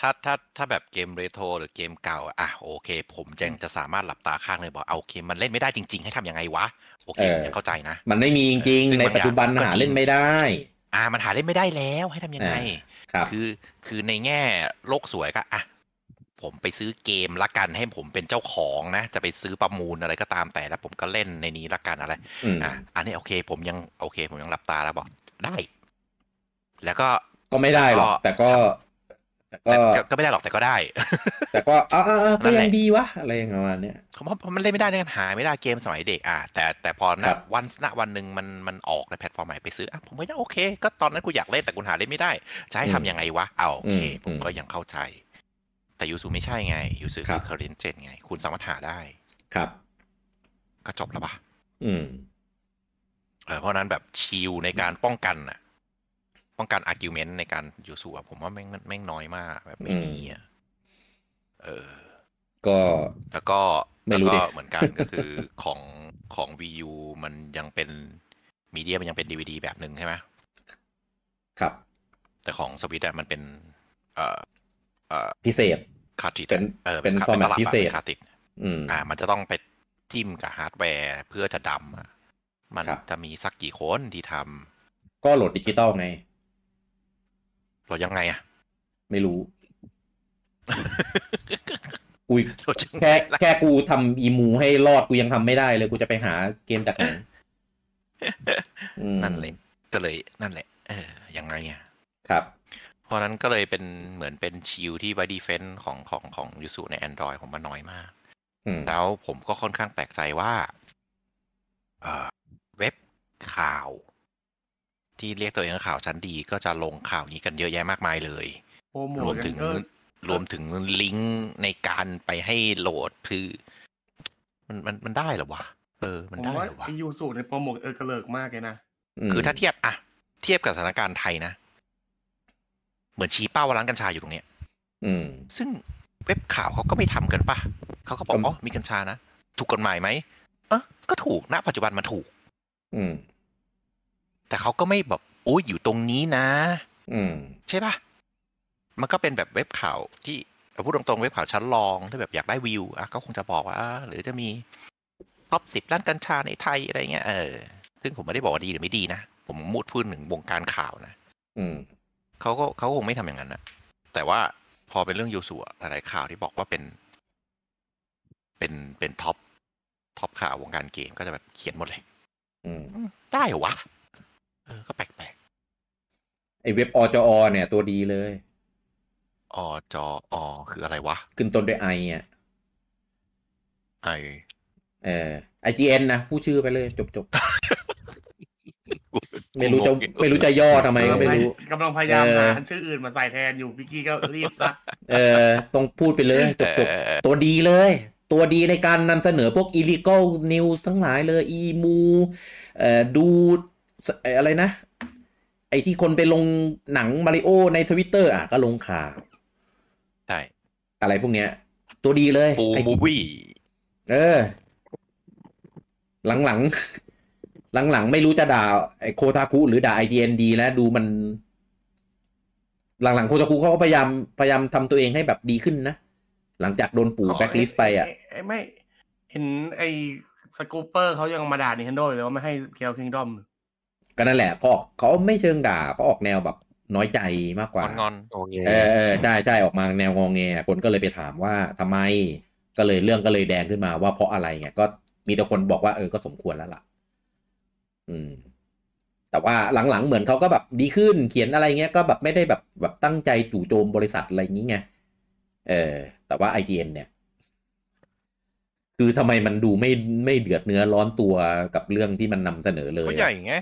B: ถ้าถ้าถ้าแบบเกมเรโทรหรือเกมเก่าอะอ่ะโอเค ผมจะจะสามารถหลับตาข้างเลยบอกเอาโอเคมันเล่นไม่ได้จริง ๆ ให้ทำยังไงวะ โอเค
A: เออ
B: ผมยังเข้าใจนะ
A: มันไม่มีจริงๆ
B: ซึ่ง
A: ใน
B: บางอย่าง
A: ปัจจุบัน
B: ก็จริง
A: หาเล่นไม่ได้
B: อ่ามันหาเล่นไม่ได้แล้วให้ทำยังไง
A: ครับ
B: คือคือในแง่โลกสวยก็อ่ะผมไปซื้อเกมละกันให้ผมเป็นเจ้าของนะ จะไปซื้อประมูลอะไรก็ตามแต่แล้วผมก็เล่นในนี้ละกันอะไร
A: อืม
B: อ่ะอันนี้โอเค ผมยังโอเค ผมยังหลับตาแล้วบอกได้ แล้วก็
A: ก็ไม่ได้หรอก แต่ก็ แต่ก็
B: แต่ก็ก็ไม่ได้หรอกแต่ก็ได้
A: แต่ก็เอาเอาเอา
B: นั่
A: ก็
B: นแห
A: ยั
B: ละ
A: งดีวะ อะไรอย่างประมาณเนี้ย
B: เพราะเพราะมันเล่นไม่ได้ในปัญหาไม่ได้เกมสมัยเด็กอ่ะแต่แต่พอณ
A: ครับ
B: วันณวันหนึ่งมันมันออกในแพลตฟอร์มใหม่ไปซื้ออ่ะผมก็ยังโอเค ก็ตอนนั้นกูอยากเล่นแต่กูหาเล่นไม่ได้ จะให้ทำยังไงวะเอาโอเค ผมก็ยังเข้าใจ แต่ยูซูไม่ใช่ไงยูซูคือเคอร์เรนเจนไง คุณสามารถหาได้
A: ครับ
B: ก็จบแล้วปะ
A: อืม
B: เออเพราะฉะนั้นแบบชิลในการป้องกันอ่ะ ป้องกันอาร์กิวเมนต์ในการยูซูอ่ะผมว่าแม่งแม่งน้อยมากแบบไม่มีอ่ะเออ
A: ก็
B: แล้วก็
A: ไม่
B: แล้ว
A: รู้ดิ
B: ก็เหมือน กันก็คือของของ VU มันยังเป็นมีเดียมันยังเป็น DVD แบบหนึ่งใช่ไหม
A: ครับ
B: แต่ของสวิตอะมันเป็น เอ่อเอ่อ
A: พิเศษ
B: คาร์ติด
A: เป็น
B: เออ
A: เป็น
B: คา
A: format
B: ตลับอะ
A: พิเศษ
B: คาร์ติด
A: อืม
B: อ่า มันจะต้องไปจิ้มกับฮาร์ดแวร์เพื่อจะดำอะมัน
A: ครับ
B: จะมีสักกี่คนที่ท
A: ก็โหลดดิจิตอลไง
B: ำเรายังไงอะ
A: ไม่รู้ กู
B: เราจะ
A: แค่แค่กูทำอีมูให้รอดกูยังทำไม่ได้เลย กูจะไปหาเกมจากไหนอืม
B: นั่นเลยก็เลยนั่นแหละ เออยังไงอะ
A: ครับ
B: เพราะฉะนั้นก็เลยเป็นเหมือนเป็นชิลที่ไวดีเฟนของของของยูสุใน Android ผมมันน้อยมาก
A: อืม
B: แล้วผมก็ค่อนข้างแปลกใจว่าเอ่อเว็บข่าว ที่เรียกตัวเองว่าข่าวชั้นดีก็จะลงข่าวนี้กันเยอะแยะมากมายเลย
D: โปรโม
B: รว
D: ท
B: ม
D: กั
B: ถึ
D: น
B: ง
D: เออ
B: รวมถึงลิงก์ในการไปให้โหลดคือ มันมันมันได้เหรอวะเออ มัน
D: ผม
B: ได้
D: ว่า
B: เหรอวะ
D: ไอยูสูในยโปรโมทเออกระเลิกมากเลยนะ
A: ม
B: คือถ้าเทียบอะเทียบกับสถานการณ์ไทยนะ เหมือนชี้เป้าว่าร้านกัญชาอยู่ตรงเนี้ย
A: อืม
B: ซึ่งเว็บข่าวเขาก็ไม่ทำกันปะเขาก็บอก
A: ก็
B: อ๋อมีกัญชานะ ถูกกฎหมายไหมเออก็ถูกณปัจจุบันมันถูก
A: อืม
B: แต่เขาก็ไม่แบบโอ้ยอยู่ตรงนี้นะ
A: อืม
B: ใช่ปะมันก็เป็นแบบเว็บข่าวที่เอาพูดตรงๆเว็บข่าวชั้นรองถ้าแบบอยากได้วิวอ่ะก็คงจะบอกว่าอ่าหรือจะมีท็อปสิบร้านกัญชาในไทยอะไรเงี้ยเออซึ่งผมไม่ได้บอกว่าดีหรือไม่ดีนะ ผมมูดพูดถึงวงการข่าวนะ
A: อืม
B: เขาก็เขาก็คงไม่ทำอย่างนั้นนะแต่ว่าพอเป็นเรื่องยูสุอะหลายๆข่าวที่บอกว่าเป็น เป็นเป็นท็อปท็อปข่าววงการเกมก็จะแบบเขียนหมดเลย
A: อืม
B: อืมได้เหรอวะเออก็แปลก
A: ไอเว็บอจอเนี่ยตัวดีเลย
B: ๆอจออคืออะไรวะ
A: ขึ้นต้นด้วยไออ่ะ
B: ไอ
A: เออไอจีเอ็นนะผู้ชื่อไปเลยจบจบๆไม่รู้จะไม่รู้จะย่อทำไมก็ไม่รู้
D: กำลังพยายาม
A: เออ
D: หาชื่ออื่นมาใส่แทนอยู่พี่กี้ก็รีบซะ
A: เออต้องพูดไปเลยจบจบ
B: เออ
A: ๆตัวดีเลย ตัวดีในการนำเสนอพวก illegal news ทั้งหลายเลยอีมูเอ่อดูเอ่ออะไรนะ ไอที่คนไปลงหนังมาริโอในทวิตเตอร์อ่ะก็ลงข่าว
B: ใช่
A: อะไรพวกเนี้ย ตัวดีเลย
B: ปู
A: ไอ้
B: มู
A: ที่
B: วี่
A: เออ หลังหลังหลังหลังๆ ไม่รู้จะด่าไอโคทาคุหรือด่าไอ n d นดีแล้วดูมัน หลังหลังๆโคทาคุเขาก็พยายามพยายามทำตัวเองให้แบบดีขึ้นนะ หลังจากโดนปู่แบ็คลิสไปอ่ะ
D: เยเยไม่ เห็นไอสกูปเปอร์เขายังมาด่า Nintendo เลยว่าไม่ให้เกลคิงดอม
A: ก็นั่นแหละเขาออกเขาไม่เชิงด่าเขาออกแนวแบบน้อยใจมากก
B: ง
A: ว่า
B: อนงอน
C: โอเค
A: เออเออใช่ใช่ออกมาแนวงองแงคนก็เลยไปถามว่าทำไมก็เลยเรื่องก็เลยแดงขึ้นมาว่าเพราะอะไรไงก็มีแต่คนบอกว่าเออก็สมควรแล้วล่ะ อืม แต่ว่าหลังๆเหมือนเขาก็แบบดีขึ้นเขียนอะไรเงี้ยก็แบบไม่ได้แบบแบบตั้งใจจู่โจมบริษัทอะไรอย่างงี้ไงเออ แต่ว่า IGN เนี่ย คือทำไมมันดูไม่ไม่เดือดเนื้อร้อนตัวกับเรื่องที่มันนำเสนอเลย
B: ๆก็
A: อะ
B: ใหญ่ไง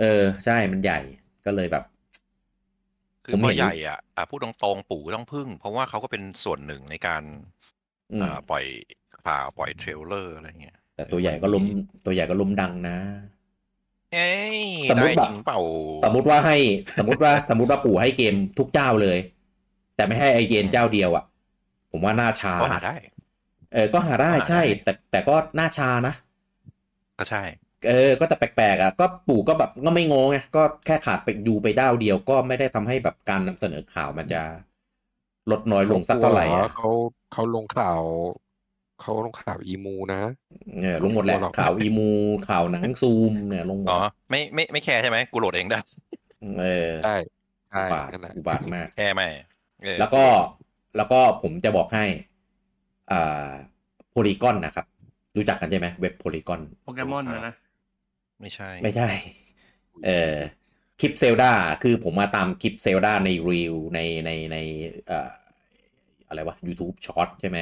A: เออ ใช่มันใหญ่ก็เลยแบบ
B: คือ
A: ผม
B: พอ
A: เห็น
B: ใหญ่อ่ะอ่ะพูดตรงๆปู่ต้องพึ่ง เพราะว่าเขาก็เป็นส่วนหนึ่งในการ
A: อืม
B: อ่าปล่อยข่าวปล่อยเทรลเลอร์อะไรเงี้ย
A: แต่ตัวใหญ่ก็ล้มตัวใหญ่ก็ล้มดังนะ
B: เอ้ย
A: สมมุติ
B: ได้
A: แบบ
B: จริงเปล่า
A: สมมติว่าให้สมมติว่า สมมติว่าปู่ให้เกมทุกเจ้าเลย แต่ไม่ให้ไอเกนเจ้าเดียวอะ่ะ ผมว่าหน้าชา
B: ก็หาได้
A: เออก็หาได้
B: ก็หาได้
A: ใช่ แต่แต่ก็หน้าชานะ
B: ก็ใช่
A: เออ ก็แต่แปลกๆอะ่ะก็ปู่ก็แบบก็ไม่งงไงก็แค่ขาดไปดูไปเจ้าเดียว ก็ไม่ได้ทำให้แบบการนำเสนอข่าวมันจะลดน้อยลงสักเท่าไหร่อะ
C: เขาเขาลงข่าวเขาลงข่าวอีมูนะ
A: เออลงหมดแหละข่าวอีมูข่าวหนังซูมเนี่ยลงหม
B: อ๋
A: ด
B: อ ไม่ไม่ไม่แคร์ใช่ไหมกูโหลดเองได้
A: เออ
C: ได้ใช่
A: อุบาท
C: นั่นแหละ
A: อุบาทมาก
B: แคร์ไหมเออ
A: แล้วก็แล้วก็ผมจะบอกให้อ่าโพลีกอนนะครับ รู้จักกันใช่ไหมเว็บโพลีกอน
D: โปเกมอนนะนะ
B: ไม่ใช่
A: ไม่ใช่ เออคลิปเซลดาคือผมมาตามคลิปเซลดาในรีวในในในเอ่ออะไรวะ YouTube Short ใช่ไหม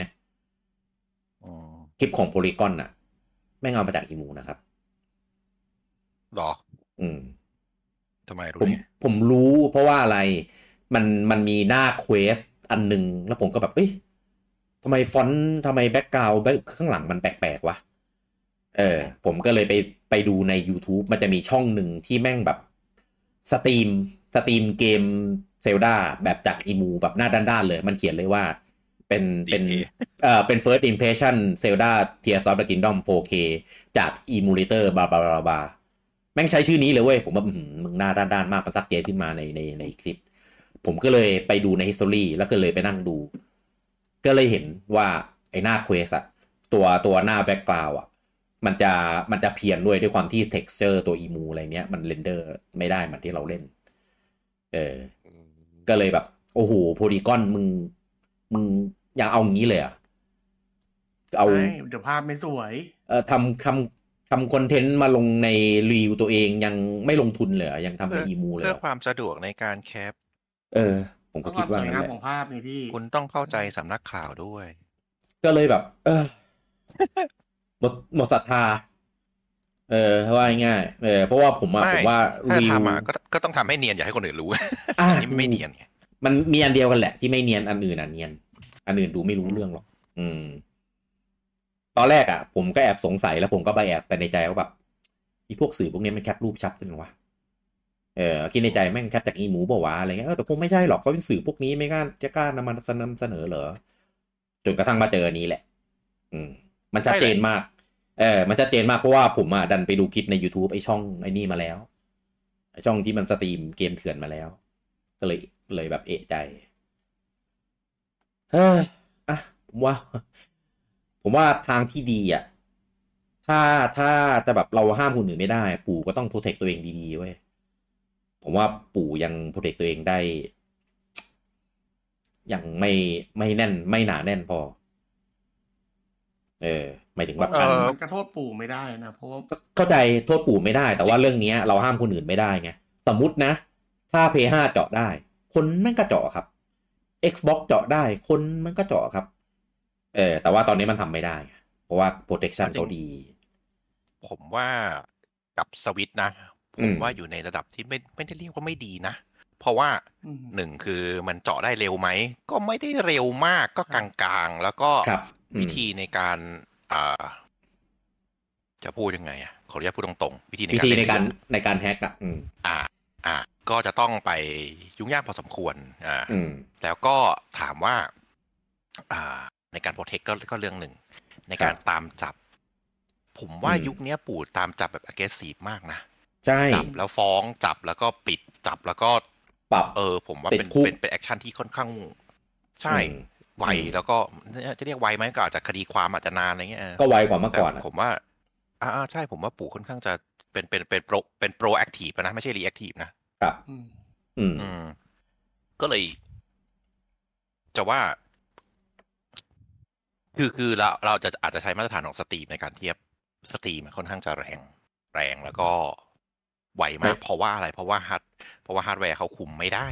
B: อ๋อ
A: คลิปของโพลีกอนน่ะ แม่งเอามาจากอีมูนะครับ
B: หรอ
A: อืม
B: ทำไมรู้
A: ผม
B: ดิ
A: ผมรู้เพราะว่าอะไร มันมันมีหน้าเควสอันหนึ่งแล้วผมก็แบบ เอ้ยทำไมฟอนต์ทำไมแบ็กกราวด์ข้างหลังมันแปลกๆวะ เออ ผมก็เลยไปไปดูใน YouTube มันจะมีช่องหนึ่งที่แม่งแบบสตรีมสตรีมเกมเซลดาแบบจากอีมูแบบหน้าด้านๆเลย มันเขียนเลยว่า เป็นเป็นเอ่อเป็น first impression Zelda Tears of the Kingdom 4K จาก emulator บาบาบาบาแม่งใช้ชื่อนี้เลยเว้ย ผมว่าอื้อหือมึงหน้าด้านๆมากมันซักเยอะขึ้นมาในในในคลิป ผมก็เลยไปดูใน history แล้วก็เลยไปนั่งดู ก็เลยเห็นว่า ไอ้หน้า quest อะตัวตัวหน้า background อะมันจะมันจะเพี้ยนด้วยด้วยความที่ texture ตัว emu อะไรเนี้ยมันเรนเดอร์ไม่ได้เหมือนที่เราเล่น เออ
C: อืม
A: ก็เลยแบบ โอ้โหโพลีกอนมึง มึงอยากเอาอย่างนี้เลยเหรอ่ะเอา
D: ไม่เดี๋ยวภาพไม่สวย
A: เอ่อทำทำทำคอนเทนต์มาลงในรีวิวตัวเองยังไม่ลงทุนเลยเหรอยังทำในอีมูเลย
B: เพื่
A: เหร
B: อ
A: อ
B: ความสะดวกในการแคป
A: เออ ผม
D: เพ
A: ก็
D: ราะค
A: คิ
D: วา
A: ด
D: ม
A: ว่า
D: สวย
A: งั้นแห
D: งาม
A: ละ
D: ของภาพนี่พี่
B: คุณต้องเข้าใจสำนักข่าวด้วย
A: ก็เลยแบบ เออหมดหมดศรัทธา เออว่าง่ายๆเออเพราะว่าผมอะ
B: ไม่
A: ผมว่า
B: ถ้า
A: รีวิว
B: ทำอ่ะก็ก็ต้องทำให้เนียนอย่าให้คนอื่นรู้
A: อ่ะ
B: นี่ไม่เนียนไง
A: มันมีอันเดียวกันแหละ ที่ไม่เนียนอันอื่นอ่ะเนียน อันอื่นดูไม่รู้เรื่องหรอก อืม ตอนแรกอ่ะ ผมก็แอบสงสัยแล้วผมก็ไปแอบแต่ในใจว่าแบบอีพวกสื่อพวกนี้มันแคปรูปชัดจังวะเออคิดในใจแม่งแคปจากอีหมูเปล่าวะอะไรเงี้ยเออแต่คงไม่ใช่หรอกเขาเป็นสื่อพวกนี้ไม่กล้าจะกล้านำมานำเสนอเหรอจนกระทั่งมาเจออันนี้แหละ อืม มันชัดเจนมาก เออมันชัดเจนมากเพราะว่าผมอ่ะดันไปดูคลิปใน YouTube ไอช่องไอนี่มาแล้วไอช่องที่มันสตรีมเกมเถื่อนมาแล้ว ก็เลยเลยแบบเอะใจเฮ้ย อ่ะผมว่า ผมว่าทางที่ดีอ่ะ ถ้าถ้าจะแบบเราห้ามคนอื่นไม่ได้ ปู่ก็ต้องโปรเทคตัวเองดีๆเว้ยผมว่าปู่ยังโปรเทคตัวเองได้ ยังไม่ไม่แน่นไม่หนาแน่นพอ เออหมายถึงแบบ
D: เอ
A: การ
D: อมันกระโทษปู่ไม่ได้นะ เพราะว่า
A: เข้าใจโทษปู่ไม่ได้ แต่ว่าเรื่องเนี้ยเราห้ามคนอื่นไม่ได้ไง สมมตินะ ถ้า P5 เจาะได้ คนแม่งก็เจาะครับ Xbox เจาะได้ คนมันก็เจาะครับ เออแต่ว่าตอนนี้มันทำไม่ได้ไงเพราะว่า protection เขาดี
B: ผมว่ากับสวิตช์นะ ผ
A: อื
B: ม
A: ม
B: ว่าอยู่ในระดับที่ไม่ไม่ได้เรียกว่าไม่ดีนะ เพราะว่า
D: อืม
B: หนึ่งคือมันเจาะได้เร็วไหม ก็ไม่ได้เร็วมากก็กลางๆ แล้วก็
A: ครับอืม
B: วิธีในการอ่าจะพูดยังไงอ่ะขออนุญาตพูดตรงๆ วิธีใน
A: วิ
B: การ
A: ธีใน
B: เล่น
A: การในการแฮกอ่ะ อืม
B: อ่า อ่า ก็จะต้องไปยุ่งยากพอสมควรอ่า
A: อืม
B: แล้วก็ถามว่า อ่า ในการโปรเทคก็ก็เรื่องหนึ่ง ในการตามจับ ผมว่า
A: อืม
B: ยุคเนี้ยปู่ตามจับแบบ aggressive มากนะ
A: ใช่
B: จับแล้วฟ้องจับแล้วก็ปิดจับแล้วก็
A: ปรับ
B: เออ ผมว่า
A: ติด
B: เป็น
A: คุก
B: เป็นเป็นแอคชั่นที่ค่อนข้าง ใช่
A: อืม
B: ไว
A: อืม
B: แล้วก็เนี่ยจะเรียกไวไหมก็อาจจะคดีความอาจจะนานอะไรเงี้ยเออ
A: ก็ไวกว่าเมื่อ
B: แต่
A: ก่อนอะ
B: ผมว่า อ่าอ่าใช่ผมว่าปู่ค่อนข้างจะ เป็นเป็นเป็นโปรเป็นโปรแอคทีฟนะ ไม่ใช่รีแอคทีฟนะ
A: ครับ
D: อืม
A: อืม
B: อืม ก็เลย จะว่า คือคือเราเราจะอาจจะใช้มาตรฐานของสตรีมในการเทียบสตรีมมันค่อนข้างจะแรง แรงแล้วก็ไวมาก
A: ไม่
B: เพราะว่าอะไร เพราะว่าฮาร์ดเพราะว่าฮาร์ดแวร์เขาคุมไม่ได้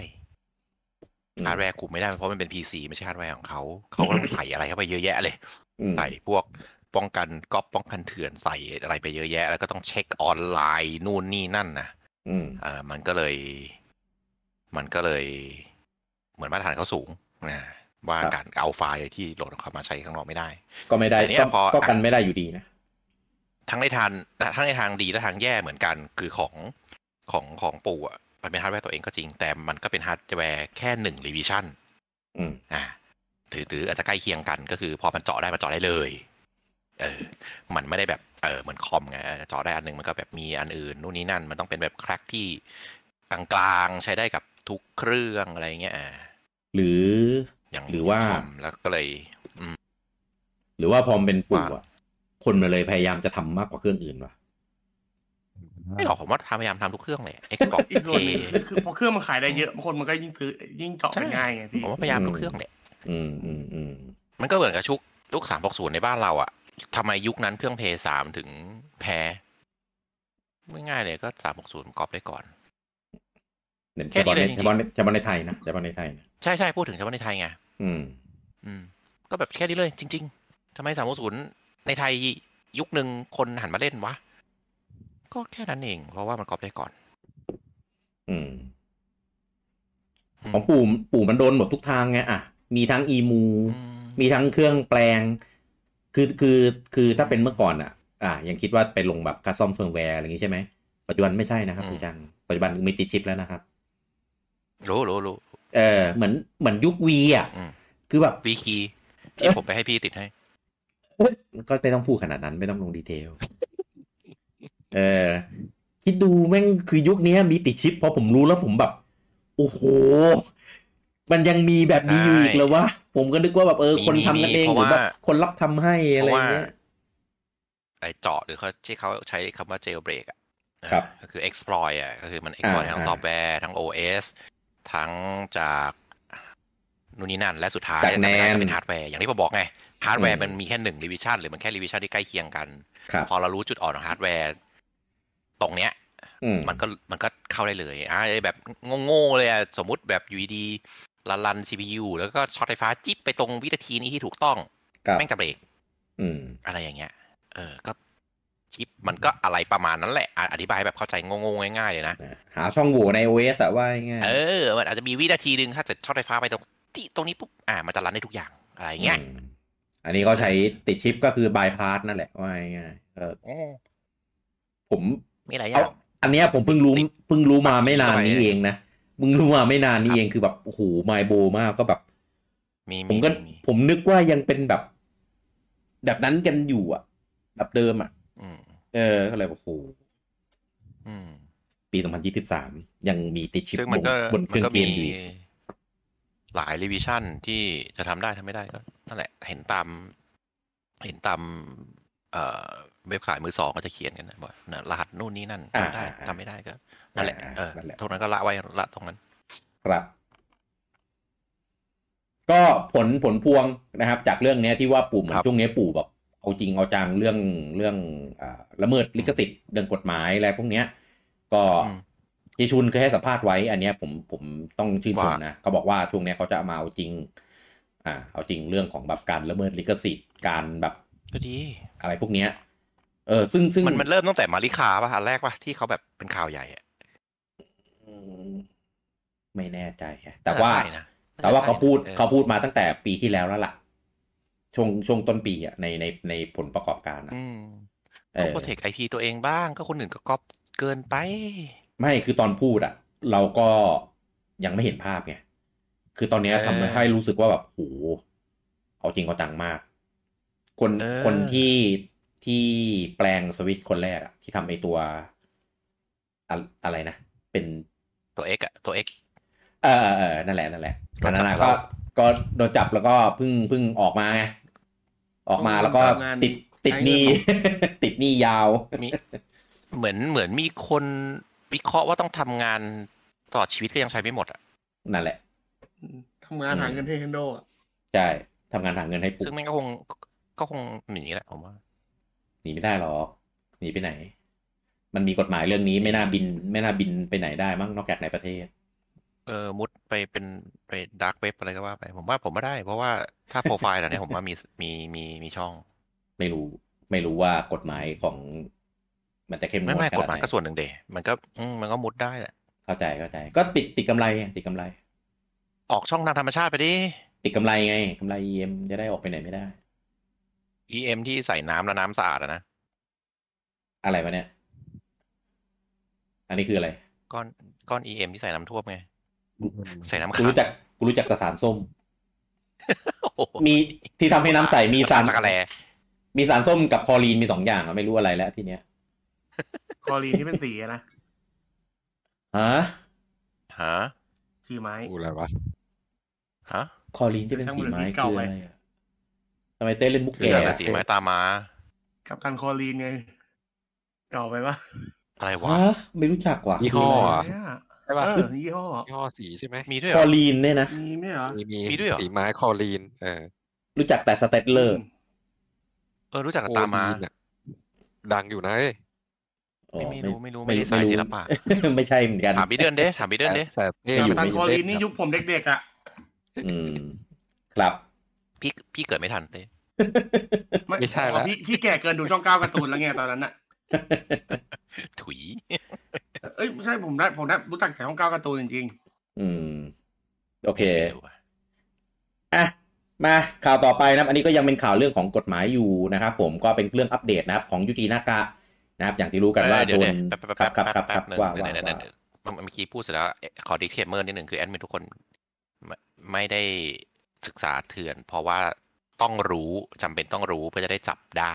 A: อืม
B: ฮาร์ดแวร์คุมไม่ได้เพราะมันเป็นพีซีไม่ใช่ฮาร์ดแวร์ของเขาเขาก็ต้องใส่อะไรเข้าไปเยอะแยะเลย
A: อืม
B: ใส่พวกป้องกันก๊อปป้องกันเถื่อนใส่อะไรไปเยอะแยะ แล้วก็ต้องเช็คออนไลน์นู่นนี่นั่นนะ
A: อืม
B: อ่ามันก็เลย มันก็เลย เหมือนมาตรฐานเขาสูงนะว่า
A: ครับ
B: การเอาไฟล์ที่โหลดของเขามาใช้ข้างนอกไม่ได้
A: ก็ไม่ได้
B: แต่เนี่ย
A: ก็
B: พอ
A: ก็กันไม่ได้อยู่ดีนะ
B: ทั้งในทางทั้งในทางดีและทางแย่เหมือนกันคือของของของปู่อ่ะมันเป็นฮาร์ดแวร์ตัวเองก็จริง แต่มันก็เป็นฮาร์ดแวร์แค่หนึ่งรีวิชั่น
A: อืม
B: อ่าถือถืออาจจะใกล้เคียงกันก็คือพอมันเจาะได้มันเจาะได้เลยเออมันไม่ได้แบบเออเหมือนคอมไงเออเจาะได้อันหนึงมันก็แบบมีอันอื่นนู่นนี่นั่น มันต้องเป็นแบบแครกที่กลางๆใช้ได้กับทุกเครื่องอะไรเงี้ยอ่า
A: หรือ
B: อย่าง
A: หรือว่า
B: คมแล้วก็เลย
A: หรือว่าพอมนเป็นปู่
B: ว่า
A: อะคนมาเลยพยายามจะทำมากกว่าเครื่องอื่นวะ
B: ไม่หรอกผมว่าพยายามทำทุกเครื่องเลย Xbox
D: อีกส่วนหนึ่ง
B: A
D: คือคือพอเครื่องมันขายได้เยอะบางคนมันก็ยิ่งซื้อยิ่งเจาะไปง่ายไงพี่
B: ผมว่าพยายามทุกเครื่องเลย
A: อืมอืมอืม
B: มันก็เหมือนกับชุกลูกสามกศูนย์ในบ้านเราอะทำไมยุคนั้นเครื่องเพย์สามถึงแพ้ไม่ง่ายเลยก็สามกศูนย์กอบได้ก่อน
A: เนี่ย
B: แค่
A: เฉพาะ
B: นี้
A: ใน
B: เลยจริงๆ
A: เฉพาะในเฉพาะในไทยนะเฉพาะในไทยนะ
B: ใช่ใช่พูดถึงเฉพาะในไทยไง
A: อืม
B: อืม ก็แบบแค่นี้เลย จริง ๆทำไมสามกศูนย์ในไทยยุคหนึ่งคนหันมาเล่นวะ ก็แค่นั้นเอง เพราะว่ามันกอบได้ก่อน
A: อืม
B: อืม
A: ของปู่ปู่มันโดนหมดทุกทางไงอ่ะ มีทั้งอีมู
B: อืม
A: มีทั้งเครื่องแปลง คือคือคือถ้าเป็นเมื่อก่อนอ่ะ อ่ะยังคิดว่าไปลงแบบคัสซอมเฟิร์มแวร์อะไรอย่างงี้ใช่ไหม ปัจจุบันไม่ใช่นะครับ
B: อืม
A: คุณจัง ปัจจุบันมีติดชิปแล้วนะครับ
B: รู้รู้รู้
A: เออเหมือนเหมือนยุควีอ่ะ
B: อืม
A: คือแบบ
B: วีคีที่ผมไปให้พี่ติดให้
A: ก็ไม่ต้องพูดขนาดนั้นไม่ต้องลงดีเทล เออคิดดูแม่งคือยุคนี้มีติดชิปพอผมรู้แล้วผมแบบ โอ้โห มันยังมีแบบนี้อยู่อีก
B: ใช่
A: เหรอวะ ผมก็นึกว่าแบบเออ
B: มี
A: คนทำกันเอง
B: มี
A: หรือ
B: เพ
A: แบ
B: ราะ
A: บ
B: ว่า
A: คนรับทำให้อะไรเงี้ย
B: ไอเจาะหรือเขาที่เขาใช้คำว่า jailbreak อ่ะ
A: ครับ
B: เออก็คือ exploit อ่ะก็คือมัน exploit
A: อ่า
B: ทั้ง
A: อ่า
B: ซอฟต์แวร์ทั้ง OS ทั้งจากนู่นนี่นั่น และสุดท้าย
A: จากแนน
B: เป็นฮาร์ดแวร์อย่างที่ผมบอกไงฮาร์ดแวร์มันมีแค่หนึ่งรีวิชั่นหรือมันแค่รีวิชั่นที่ใกล้เคียงกัน
A: ครับ
B: พอเรารู้จุดอ่อนของฮาร์ดแวร์ตรงเนี้ย
A: อืม
B: มันก็มันก็เข้าได้เลยอ่าไอ้แบบโง่ๆเลยอะสมมุติแบบอยู่ดีๆละลัน CPU แล้วก็ช็อตไฟฟ้าจิ๊บไปตรงวินาทีนี้ที่ถูกต้อง
A: ครับ
B: แม่งจะเบรก
A: อืม
B: อะไรอย่างเงี้ย เออ ก็ชิปมันก็อะไรประมาณนั้นแหละอ่ะอธิบายแบบเข้าใจงงๆง่ายๆเลยนะ
A: นะหาช่องโหว่ใน OS อะว่าง่ายๆ
B: เออ มันอาจจะมีวินาทีหนึ่งถ้าจะช็อตไฟฟ้าไปตรงที่ตรงนี้ปุ๊บ อ่า มันจะรันได้ทุกอย่าง อะไรอย่างเงี้ย
A: มอันนี้เขาใช้ติดชิปก็คือบายพาสนั่นแหละว่าง่ายๆเออ
B: โอ้
A: ผม
B: มีหลายอ
A: เอา
B: ย่าง
A: อันเนี้ยผมเพิ่งรู้
B: ติด
A: เพิ่งรู้มาไม่นาน
B: เข้าไป
A: นี้เองนะเพิ่งรู้มาไม่นานนี้เองคือแบบโอ้โหไมโบมากก็แบบ
B: มี
A: ผม
B: มี
A: ก็
B: มี
A: ผมนึกว่ายังเป็นแบบ แบบนั้นกันอยู่อะแบบเดิมอะ
B: อืม
A: เออก็เลยแบบโอ้โห
B: อืม
A: ปี 2023 ยังมีติดชิป
B: ซึ่ง
A: บ
B: มัน
A: น
B: ก็
A: บนเค
B: มัน
A: รื่อง
B: ก็
A: เก
B: มี
A: มอยู่อีก
B: หลายรีวิชั่นที่จะทำได้ทำไม่ได้ก็นั่นแหละ เห็นตาม เห็นตาม เอ่อเว็บขายมือสองก็จะเขียนกันนะบอกนะรหัสนู่นนี่นั่นทำได้ทำไม่ได้ก็นั่นแหละเออตรงนั้นก็ละไว้ละตรงนั้น
A: ครับ ก็ผลผลพวงนะครับ จากเรื่องเนี้ยที่ว่าปู่เหมือ
B: คน รับ
A: ช่วงเนี้ยปู่แบบเอาจริงเอาจังเรื่องเรื่องอาละเมิดลิขสิทธิ์เรื่องกฎหมายอะไรพวกเนี้ย ก็
B: อืม
A: เยชุนเคยให้สัมภาษณ์ไว้ อันเนี้ยผมผมต้องชื่นชมนะเขาบอกว่าช่วงเนี้ยเขาจะมาเอาจริง อ่า เอาจริงเรื่องของแบบการละเมิดลิขสิทธิ์การแบบ
B: ก็ดี
A: อะไรพวกเนี้ย เออ ซึ่งซึ่ง
B: มันมันเริ่มตั้งแต่มาริคาป่ะอันแรกป่ะที่เขาแบบเป็นข่าวใหญ่อะ
A: อืมไม่แน่ใจอะแต่ว่า
B: น่จะใช่นะ
A: แต่ว่าเขาพูด
B: ออ
A: เขาพูดมาตั้งแต่ปีที่แล้วแล้วล่ะ ช่วงช่วงต้นปีอ่ะในในในผลประกอบการอะ
B: อืม
A: เอ
B: เขา
A: อ
B: โปรเทคไอพีตัวเองบ้างก็คนอื่นก็ก๊อปเกินไป
A: ไม่คือตอนพูดอ่ะ เราก็ยังไม่เห็นภาพไงคือตอนเนี้ย
B: เออ
A: ทำให้รู้สึกว่าแบบโหเอาจริงเอาจังมาก คน
B: เออ
A: คนที่ที่แปลงสวิตช์คนแรกอะที่ทำไอตัวอะอะไรนะ เป็น
B: ตัวเอ็กอะตัวเอ็ก
A: เออเออเออนั่นแหละนั่นแหละ
B: โด
A: อัน
B: น
A: นั้
B: จั
A: น
B: บ
A: นะ
B: แล้
A: ก็
B: ว
A: ก็โดนจับแล้วก็เพิ่งเพิ่งออกมาไงออกมาแล้วก็
D: ทำงาน
A: ติดติดหนี้ ติดหนี้ยาว
B: มี เหมือนเหมือนมีคนวิเคราะห์ว่าต้องทำงานตลอดชีวิตก็ยังใช้ไม่หมดอ่ะ
A: นั่นแหละ
D: ทำงานหาเงินให้ Nintendo อะ
A: ใช่ทำงานหาเงินให้ปุ๊
B: ซึ่งมันก็คงก็คงหนีแหละผมว่า
A: หนีไม่ได้หรอกหนีไปไหน มันมีกฎหมายเรื่องนี้ไม่น่าบิน ไม่น่าบินไปไหนได้มั้งนอกจากในประเทศ
B: เออมุดไปเป็นไปดาร์กเว็บอะไรก็ว่าไป ผมว่าผมไม่ได้ เพราะว่าถ้าโปรไฟล์เหล่านี้ผมว่ามีมีมีมีช่อง
A: ไม่รู้ ไม่รู้ว่ากฎหมายของ มันจะเข้มงวด
B: ไม่
A: ข
B: ไม่
A: นาดไหน
B: กฎหมายก็ส่วนหนึ่งเดะมันก็อืมมันก็มุดได้แหละ
A: เข้าใจเข้าใจ ก็ติดติดกำไรไงติดกำไร
B: ออกช่องทางธรรมชาติไปดิ
A: ติดกำไรไงกำไร EM จะได้ออกไปไหนไม่ได้
B: EM ที่ใส่น้ำแล้วน้ำสะอาดอะนะ
A: อะไรวะเนี่ย อันนี้คืออะไร
B: ก้อนก้อน EM ที่ใส่น้ำท่วมไง ใส่น้ำ
A: กู
B: ขัง
A: รู้จักกูรู้จักแต่สารส้ม
B: โอ้โห
A: มีที่ทำให้น้ำใสมีสาร
B: สักกะแล
A: มีสารส้มกับคลอรีนมีสองอย่างอะไม่รู้อะไรแล้วทีเนี้ย
D: คอรีนที่เป็นสีอะนะ
A: ฮะ
B: ฮะ
D: สีไม้
C: กูอะไรวะ
B: ฮะ
A: คลอรีนที่เป็นสีไม้
D: ช่าง
A: คือ
D: มันเรื่องนี้เก่าไป
A: อะไรอะทำไมเต้นเล่นมุก
B: คือ
A: แก่
B: อะไร
A: อะ
B: สีไม้ตามา
D: กับการคอรีนไงเก่าไปปะ
B: อะไรวะ
A: ฮะไม่รู้จักว่ะ
C: ยี่ห้ออะ
D: เนี่ย
C: ใช่ป่ะ
D: เออยี่ห้อ
C: ยี่ห้อสีใช่ไหม
B: มีด้ว
A: ค
B: ยเห
A: ล
B: ร
A: อ
B: อ
A: รีนเนี่ยนะ
D: มีไหมเหรอ
C: มี
B: มีด้วยเหรอ
C: สีไม้คอลีน เออ
A: รู้จักแต่สเตตเลอร์
B: เออรู้จักกับตามา
C: โอลีนอะดังอยู่นะเอ้ย
A: อ๋อ
B: ไม่รู้ไม่รู้ไม่ได้สายศิลปะ
A: ไม่ใช่เหมือนกัน
B: ถามพี่เดือนเด้ถามพี่เดือนเด้
C: แต่
A: นี่
C: เท่
A: อ
D: กั
A: ยู่
D: บการ
A: ไม่
D: คอรีนนี่ยุคผมเด็กๆอ่ะ
A: อืม ครับ
B: พี่พี่เกิดไม่ทันเต้
C: ไม่ใช่ละ
D: พี่พี่แก่เกินดูช่องเก้าการ์ตูนแล้วไงตอนนั้นอ่ะ
B: ถุย
D: เอ้ยไม่ใช่ผมได้ผมได้รู้จักแต่ช่องเก้าการ์ตูนจริง
A: อืม โอเค อ่ะมาข่าวต่อไปนะครับ อันนี้ก็ยังเป็นข่าวเรื่องของกฎหมายอยู่นะครับผมก็เป็นเรื่องอัปเดตนะครับ ของยูจีนากะนะครับ อย่างที่รู้กันว่า
B: เอ้ยเดี๋
A: โด
B: ยวน เดี๋ยวแป๊บ
A: ครั
B: แป๊
A: บบ ครับครับครับบ
B: แป๊หนึ่ง
A: ว่าว่า
B: เดี๋ยวเดี๋ยว
A: ว่า
B: เดี๋ยวเมื่อกี้พูดเสร็จแล้วเอ๊ะขอดิสเคมเมอร์นิดหนึ่งคือแอดมินทุกคนไม่ไม่ได้ศึกษาเถื่อน เพราะว่าต้องรู้จำเป็นต้องรู้เพื่อจะได้จับได้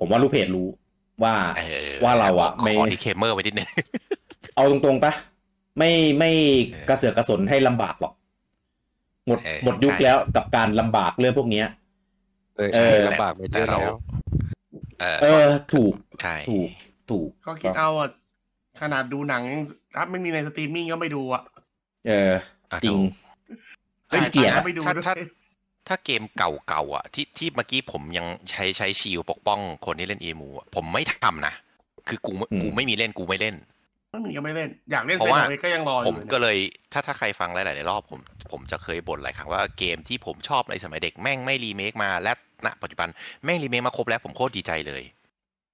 A: ผมว่าลูกเพจรู้ว่า
B: เออ
A: ว่าเราอะ
B: ข
A: ไม่
B: ขอดิสเคมเมอร์ไว้นิดหนึ่ง
A: เอาตรงๆปะไม่ไม่
B: เออก
A: ระเสือกกระสนให้ลำบากหรอก หมด
B: เออ
A: หมดยุค
B: ใช่
A: แล้วกับการลำบากเรื่องพวกเนี้ย
C: เออ
A: เออ
C: ลำบากไปเรื่อยแล้ว
B: เออ
A: เออ ถูก
B: ใช่
A: ถูกถูก
D: ๆ ก็คิดเอาอ่ะขนาดดูหนังยังถ้าไม่มีในสตรีมมิ่งก็ไม่ดูอ่ะ
A: เออ
B: อ่ะ
A: จริง
B: ถูก
A: เฮ้ยเกลียดอะ
B: ถ้า
D: ไปดู
B: ถ้า
D: ด้วย
B: ถ้าถ้าเกมเก่าๆอ่ะที่ที่เมื่อกี้ผมยังใช้ใช้ชิลปกป้องคนที่เล่นเอมูอะผมไม่ทำนะคือกูไม่
A: อืม
B: กูไม่มีเล่นกูไม่เล่น
D: ไม่มีก็ไม่เล่น อยากเล่น
B: เพ
D: เซน
B: ราะว่า
D: เวก็ยังรออ
B: ผม
D: ยู่
B: ก็
D: เนี่ย
B: เลยถ้าถ้าใครฟังหลาย ๆ รอบผมผมจะเคยบ่นหลายครั้งว่าเกมที่ผมชอบในสมัยเด็กแม่งไม่รีเมคมาและณปัจจุบันแม่งรีเมคมาครบแล้วผมโคตรดีใจเลย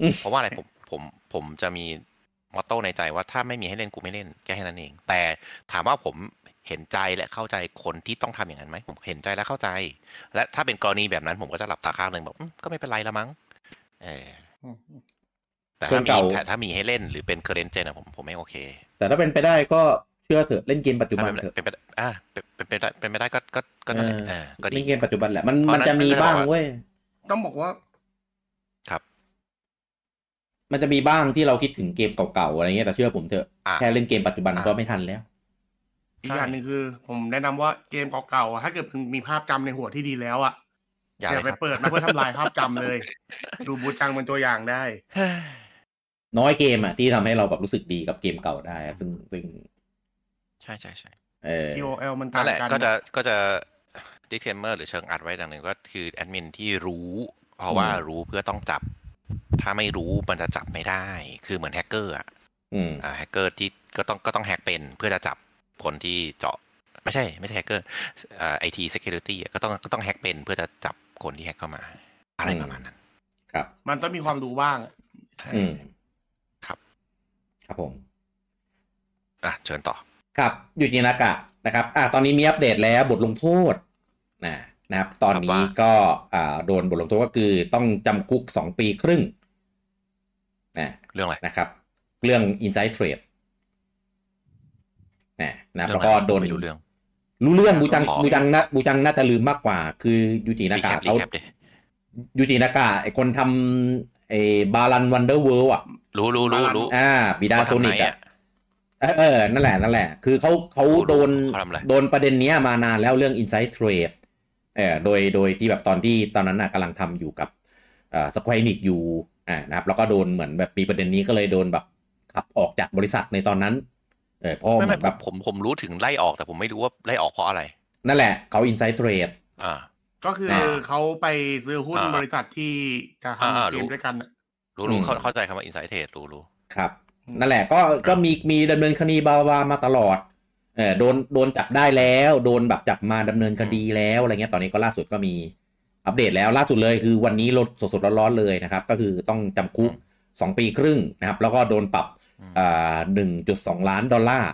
A: อืม
B: เพราะว่าอะไรผมผมผมจะมีมอตโต้ในใจว่าถ้าไม่มีให้เล่นกูไม่เล่นแค่นั้นเอง แต่ถามว่าผมเห็นใจและเข้าใจคนที่ต้องทำอย่างนั้นไหมผมเห็นใจและเข้าใจ และถ้าเป็นกรณีแบบนั้นผมก็จะหลับตาข้างหนึ่งแบบอืมก็ไม่เป็นไรละมั้งเออ
D: อืม
B: แต่ถ้า
A: คน
B: มี
A: เก่า
B: แต่ถ้ามีให้เล่นหรือเป็นเคอร์เรนเจนอะผมผมไม่โอเค
A: แต่ถ้าเป็นไปได้ก็เชื่อเถอะเล่นเกมปัจจุ
B: ถ้า
A: บัน
B: เป็นไป
A: เถอะ
B: เป็นไปได้อ่าเป็นเป็นไปได้เป็นไปได้ก็ก็ก็นั่นแหละ
A: เออ
B: เออก็ดี
A: เล่นเกมปัจจุบันแหละ มัน
B: เพราะ
A: มันจะมี
B: นั่น
A: บ้าง
B: นั่นแหละ
A: เว้ย
D: ต้องบอกว่า
A: มันจะมีบ้างที่เราคิดถึงเกมเก่าๆอะไรเงี้ยแต่เชื่อผมเถอะ
B: อ่ะ
A: แค่เล่นเกมปัจจุบัน
B: อ่ะ
A: ก็ไม่ทันแล้ว
D: อี
B: ใช่
D: กอย่างหนึ่งคือ ผมแนะนำว่าเกมเก่าๆอะถ้าเกิดมันมีภาพจำในหัวที่ดีแล้วอ่ะ
B: อย่า
D: อ
B: เล
D: ย่าย ไป
B: ครับ
D: เปิดมาเพื่อทำลายภาพจำเลย ดูบูจังเป็นตัวอย่างได้
B: เฮ้ย
A: น้อยเกมอ่ะที่ทำให้เราแบบรู้สึกดีกับเกมเก่าได้อะซึ่งซึ่ง
B: ใช่ใช่ใช่
A: เออ
D: TOL มันต่า
B: นั่
D: ง
B: นแหละ
D: กัน
B: ก็จะก็จะ disclaimer หรือเชิงอัดไว้ดังหนึ่งก็คือแอดมินที่รู้ เพราะว่า
A: อืม
B: รู้เพื่อต้องจับ ถ้าไม่รู้มันจะจับไม่ได้ คือเหมือนแฮกเกอร์อะ
A: อืม
B: อ่าแฮกเกอร์ที่ก็ต้องก็ต้องแฮกเป็นเพื่อจะจับคนที่เจาะ ไม่ใช่ ไม่ใช่แฮกเกอร์ไอทีเซกูริตี้ก็ต้องก็ต้องแฮกเป็นเพื่อจะจับคนที่แฮกเข้ามา อะไรประมาณนั้น
A: ครับ
D: มันต้องมีความรู้บ้างอะ
B: ใช่
A: อืม
B: ครับ
A: ครับผม
B: อ่ะเชิญต่อ
A: ครับหยุดยินากะนะครับอ่ะตอนนี้มีอัปเดตแล้วบทลงโทษนะนะครับ ตอนนี้
B: ครับว่า
A: ก็อ่าโดนบทลงโทษก็คือต้องจำคุกสองปีครึ่งนะ
B: เรื่องอะไร
A: นะครับ เรื่อง Inside Trade นะนะครับแล้ว
B: เรื่อง
A: ก็
B: อะไร
A: โดน
B: ไม่รู้เรื่อง
A: รู้เรื่องบูจัง
B: ขอ
A: บูจังนะบูจังน่าจะลืมมากกว่า คือยูจินากะ
B: รี
A: เขา
B: แคปดิ
A: ยูจินากะไอคนทำไอบาลันวันเดอร์เวิลด์อ่ะ
B: รู้รู้รู้รู้
A: อ่าบิดาโซนิกอ่ะเออเออนั่นแหละนั่นแหละ คือเขาเขา
B: รู้
A: โดน
B: เขาทำอะไร
A: โดนประเด็นเนี้ยมานานแล้วเรื่อง Inside Trade เออโดยโดยที่แบบตอนที่ตอนนั้นน่ะกำลังทำอยู่กับเอ่อสควอนิกอยู่อ่านะครับแล้วก็โดนเหมือนแบบมีประเด็นนี้ก็เลยโดนแบบ ขับออกจากบริษัทในตอนนั้น เออเพราะ
B: ไม่
A: เหมื
B: ไม่
A: อนแบบ
B: ผมผมรู้ถึงไล่ออกแต่ผมไม่รู้ว่าไล่ออกเพราะอะไร
A: นั่นแหละเขาอินไซต์เทรด
B: อ่า
D: ก็คืออา เขาไปซื้อหุ้น
B: อ่า
D: บริษัทที่จะ
B: อ่า
D: ทำเก
B: รู้
D: มด้วยกันน่ะ
B: รู้รู้
A: อืม
B: เข้าเข้าใจคำว่า inside trade รู้รู้
A: ครับ
D: อืม
A: นั่นแหละก็ก็มีมีดำเนินคดีบาบามาตลอดเออโดนโดนจับได้แล้ว โดนแบบจับมาดำเนินคดีแล้วอะไรเงี้ยตอนนี้ก็ล่าสุดก็มีอัปเดตแล้วล่าสุดเลยคือวันนี้ลดสดๆร้อนๆเลยนะครับ ก็คือต้องจำคุก
B: อืม
A: 2 ปีครึ่งนะครับ แล้วก็โดนปรับ
B: อืม
A: อ่า1.2 ล้านดอลลาร์